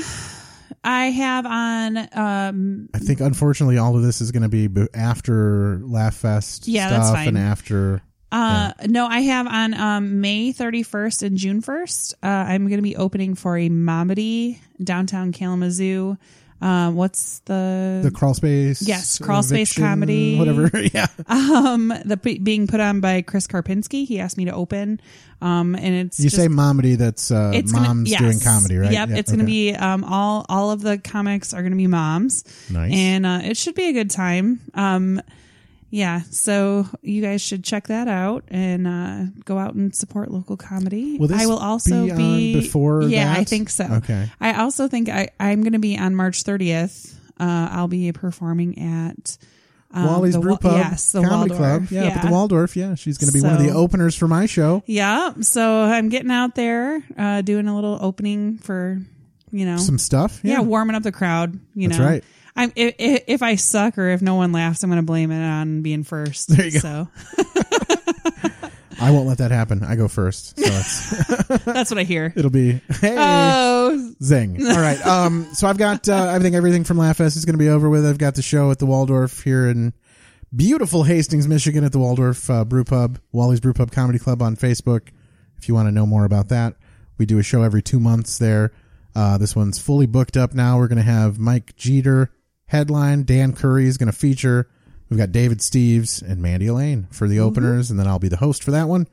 Speaker 2: I have on um.
Speaker 1: I think unfortunately all of this is going to be b- after Laugh Fest.
Speaker 2: Yeah,
Speaker 1: stuff
Speaker 2: that's fine.
Speaker 1: And after
Speaker 2: Uh, No, I have on um, May 31st and June 1st. Uh, I'm going to be opening for a Momedy downtown Kalamazoo. Uh, what's the
Speaker 1: The crawl space. uh,
Speaker 2: Yes, crawl space
Speaker 1: eviction,
Speaker 2: comedy.
Speaker 1: Whatever. yeah.
Speaker 2: Um, the p- being put on by Chris Karpinski. He asked me to open. Um, and it's
Speaker 1: You
Speaker 2: just-
Speaker 1: say momedy. That's uh,
Speaker 2: it's gonna-
Speaker 1: moms
Speaker 2: yes.
Speaker 1: doing comedy, right?
Speaker 2: Yep,
Speaker 1: Yeah,
Speaker 2: it's going to
Speaker 1: okay.
Speaker 2: be um, all all of the comics are going to be moms.
Speaker 1: Nice.
Speaker 2: and uh, it should be a good time. Um, yeah, so you guys should check that out and uh, go out and support local comedy.
Speaker 1: Will this
Speaker 2: I will also
Speaker 1: be
Speaker 2: be,
Speaker 1: on before
Speaker 2: Yeah,
Speaker 1: that?
Speaker 2: I think so.
Speaker 1: Okay.
Speaker 2: I also think I I'm going to be on March 30th. Uh, I'll be performing at. um,
Speaker 1: Wally's
Speaker 2: the
Speaker 1: Brew
Speaker 2: Wa-
Speaker 1: Pub
Speaker 2: yes, the
Speaker 1: Comedy Club.
Speaker 2: Waldorf,
Speaker 1: Yeah, up at the Waldorf. Yeah, she's going to be one of the
Speaker 2: So-
Speaker 1: openers for my show.
Speaker 2: yeah. So I'm getting out there, uh, doing a little opening for, you know,
Speaker 1: Some stuff,
Speaker 2: Yeah,
Speaker 1: yeah.
Speaker 2: warming up the crowd. You
Speaker 1: That's
Speaker 2: know,
Speaker 1: right.
Speaker 2: I'm if, if I suck or if no one laughs, I'm going to blame it on being first.
Speaker 1: There you go.
Speaker 2: So
Speaker 1: I won't let that happen. I go first. So it's
Speaker 2: that's what I hear.
Speaker 1: It'll be hey.
Speaker 2: Oh.
Speaker 1: Zing. All right. Um, so I've got, uh, I think everything from Laugh Fest is going to be over with. I've got the show at the Waldorf here in beautiful Hastings, Michigan at the Waldorf uh, Brew Pub, Wally's Brew Pub Comedy Club on Facebook. If you want to know more about that, we do a show every two months there. Uh, this one's fully booked up now. We're going to have Mike Jeter headline. Dan Curry is going to feature. We've got David Steves and Mandy Elaine for the openers, and then I'll be the host for that one.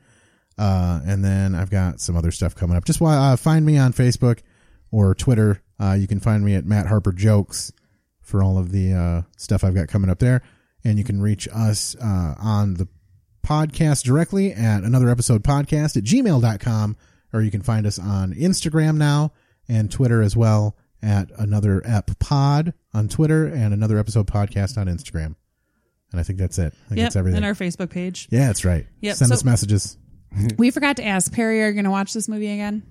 Speaker 1: Uh, and then I've got some other stuff coming up. Just why uh, find me on Facebook or Twitter. Uh, you can find me at Matt Harper Jokes for all of the uh, stuff I've got coming up there. And you can reach us uh, on the podcast directly at another episode podcast at gmail.com, or you can find us on Instagram now and Twitter as well at another ep pod on Twitter and another episode podcast on Instagram. And I think that's it. I think
Speaker 2: Yep,
Speaker 1: that's everything.
Speaker 2: and our Facebook page.
Speaker 1: Yeah, that's right.
Speaker 2: Yep,
Speaker 1: Send
Speaker 2: so-
Speaker 1: us messages.
Speaker 2: we forgot to ask Perry, are you going to watch this movie again?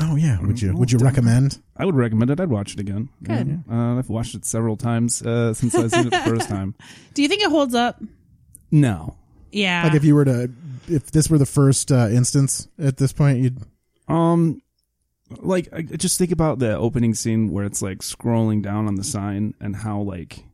Speaker 1: Oh yeah, would you would you recommend?
Speaker 3: I would recommend it. I'd watch it again.
Speaker 2: Good.
Speaker 3: Uh, I've watched it several times uh, since I seen it the first time.
Speaker 2: Do you think it holds up?
Speaker 3: No.
Speaker 2: Yeah.
Speaker 1: Like if you were to, if this were the first uh, instance at this point, you'd
Speaker 3: Um, like I I just think about the opening scene where it's like scrolling down on the sign and how like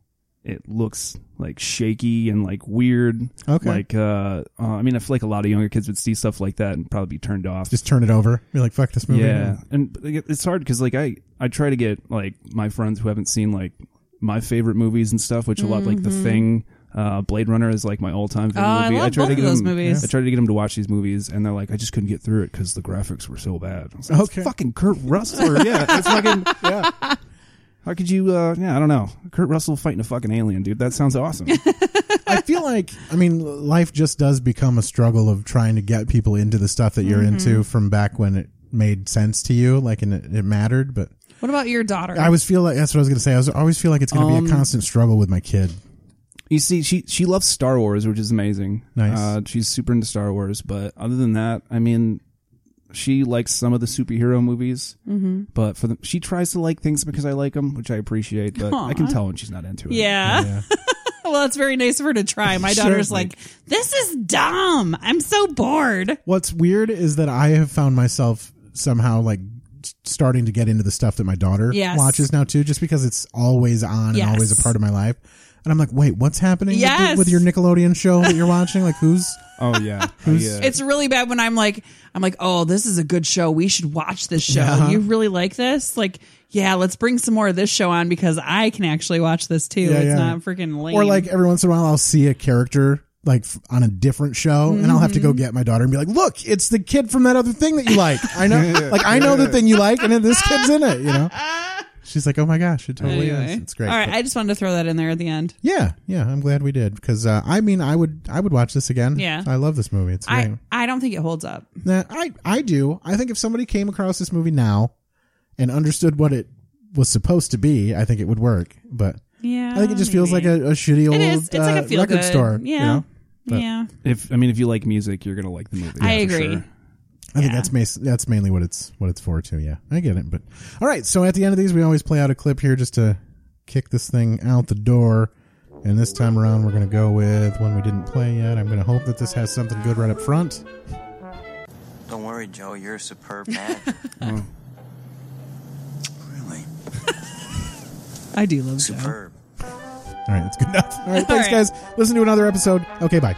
Speaker 3: it looks like shaky and like weird.
Speaker 1: Okay.
Speaker 3: Like uh, uh I mean, I feel like a lot of younger kids would see stuff like that and probably be turned off.
Speaker 1: just turn it over. Be like, fuck this movie.
Speaker 3: Yeah, and like, it- it's hard because like I I try to get like my friends who haven't seen like my favorite movies and stuff, which a lot like The
Speaker 2: Mhm.
Speaker 3: Thing, uh, Blade Runner is like my all time favorite
Speaker 2: Oh, I
Speaker 3: movie.
Speaker 2: love
Speaker 3: tried
Speaker 2: both
Speaker 3: to
Speaker 2: of
Speaker 3: get
Speaker 2: those
Speaker 3: them,
Speaker 2: movies.
Speaker 3: I tried to get them to watch these movies, and they're like, I just couldn't get through it because the graphics were so bad. I was like,
Speaker 1: Okay.
Speaker 3: It's fucking Kurt Russell. yeah, it's fucking yeah. How could you? uh Yeah, I don't know. Kurt Russell fighting a fucking alien, dude. That sounds awesome.
Speaker 1: I feel like, I mean, life just does become a struggle of trying to get people into the stuff that you're
Speaker 2: Mhm.
Speaker 1: into from back when it made sense to you, like and it, it mattered. But
Speaker 2: What about your daughter?
Speaker 1: I always feel like that's what I was gonna say. I was I always feel like it's gonna
Speaker 3: Um,
Speaker 1: be a constant struggle with my kid.
Speaker 3: You see, she she loves Star Wars, which is amazing.
Speaker 1: Nice.
Speaker 3: Uh, she's super into Star Wars, but other than that, I mean, she likes some of the superhero movies.
Speaker 2: Mhm.
Speaker 3: But for the, she tries to like things because I like them, which I appreciate. But I can
Speaker 2: Aw.
Speaker 3: tell when she's not into it.
Speaker 2: Yeah. well, it's very nice of her to try. My
Speaker 1: Sure,
Speaker 2: daughter's
Speaker 1: like-
Speaker 2: like, this is dumb. I'm so bored.
Speaker 1: What's weird is that I have found myself somehow like s- starting to get into the stuff that my daughter
Speaker 2: Yes.
Speaker 1: watches now too, just because it's always on
Speaker 2: Yes.
Speaker 1: and always a part of my life. And I'm like, wait, what's happening with the-
Speaker 2: Yes.
Speaker 1: with, your Nickelodeon show that you're watching? Like, who's?
Speaker 3: Oh yeah.
Speaker 1: Who's,
Speaker 2: It's really bad when I'm like, I'm like, oh, this is a good show. We should watch this show.
Speaker 1: Yeah.
Speaker 2: You really like this? Like, yeah, let's bring some more of this show on because I can actually watch this too.
Speaker 1: Yeah,
Speaker 2: it's
Speaker 1: yeah.
Speaker 2: not freaking lame.
Speaker 1: Or like every once in a while, I'll see a character like f- on a different show, and I'll have to
Speaker 2: Mm-hmm.
Speaker 1: go get my daughter and be like, "Look, it's the kid from that other thing that you like. I know, like I know the thing you like, and then this kid's in it. You know." She's like, "Oh my gosh, it totally
Speaker 2: Anyway.
Speaker 1: is. It's great."
Speaker 2: All right,
Speaker 1: But-
Speaker 2: I just wanted to throw that in there at the end.
Speaker 1: yeah, yeah, I'm glad we did because uh, I mean, I would, I would watch this again.
Speaker 2: Yeah.
Speaker 1: I love this movie. It's great.
Speaker 2: I, I don't think it holds up.
Speaker 1: Nah, I, I do. I think if somebody came across this movie now and understood what it was supposed to be, I think it would work. But
Speaker 2: Yeah,
Speaker 1: I think it just feels like
Speaker 2: maybe.
Speaker 1: a, a shitty old
Speaker 2: It is. It's like a
Speaker 1: uh,
Speaker 2: feel
Speaker 1: record
Speaker 2: good.
Speaker 1: store. you
Speaker 2: Yeah.
Speaker 1: know? But
Speaker 2: Yeah.
Speaker 3: If I mean, if you like music, you're gonna like the movie.
Speaker 2: I
Speaker 3: for
Speaker 2: agree.
Speaker 3: sure.
Speaker 1: I think that's mas- that's mainly what it's what it's for too. Yeah, I get it. But all right, so at the end of these, we always play out a clip here just to kick this thing out the door. And this time around, we're gonna go with one we didn't play yet. I'm gonna hope that this has something good right up front.
Speaker 5: Don't worry, Joe. You're a superb man.
Speaker 1: Oh.
Speaker 2: I do love
Speaker 5: Superb.
Speaker 1: All right, that's good enough. All right, thanks,
Speaker 5: All right.
Speaker 1: guys. Listen to another episode. Okay, bye.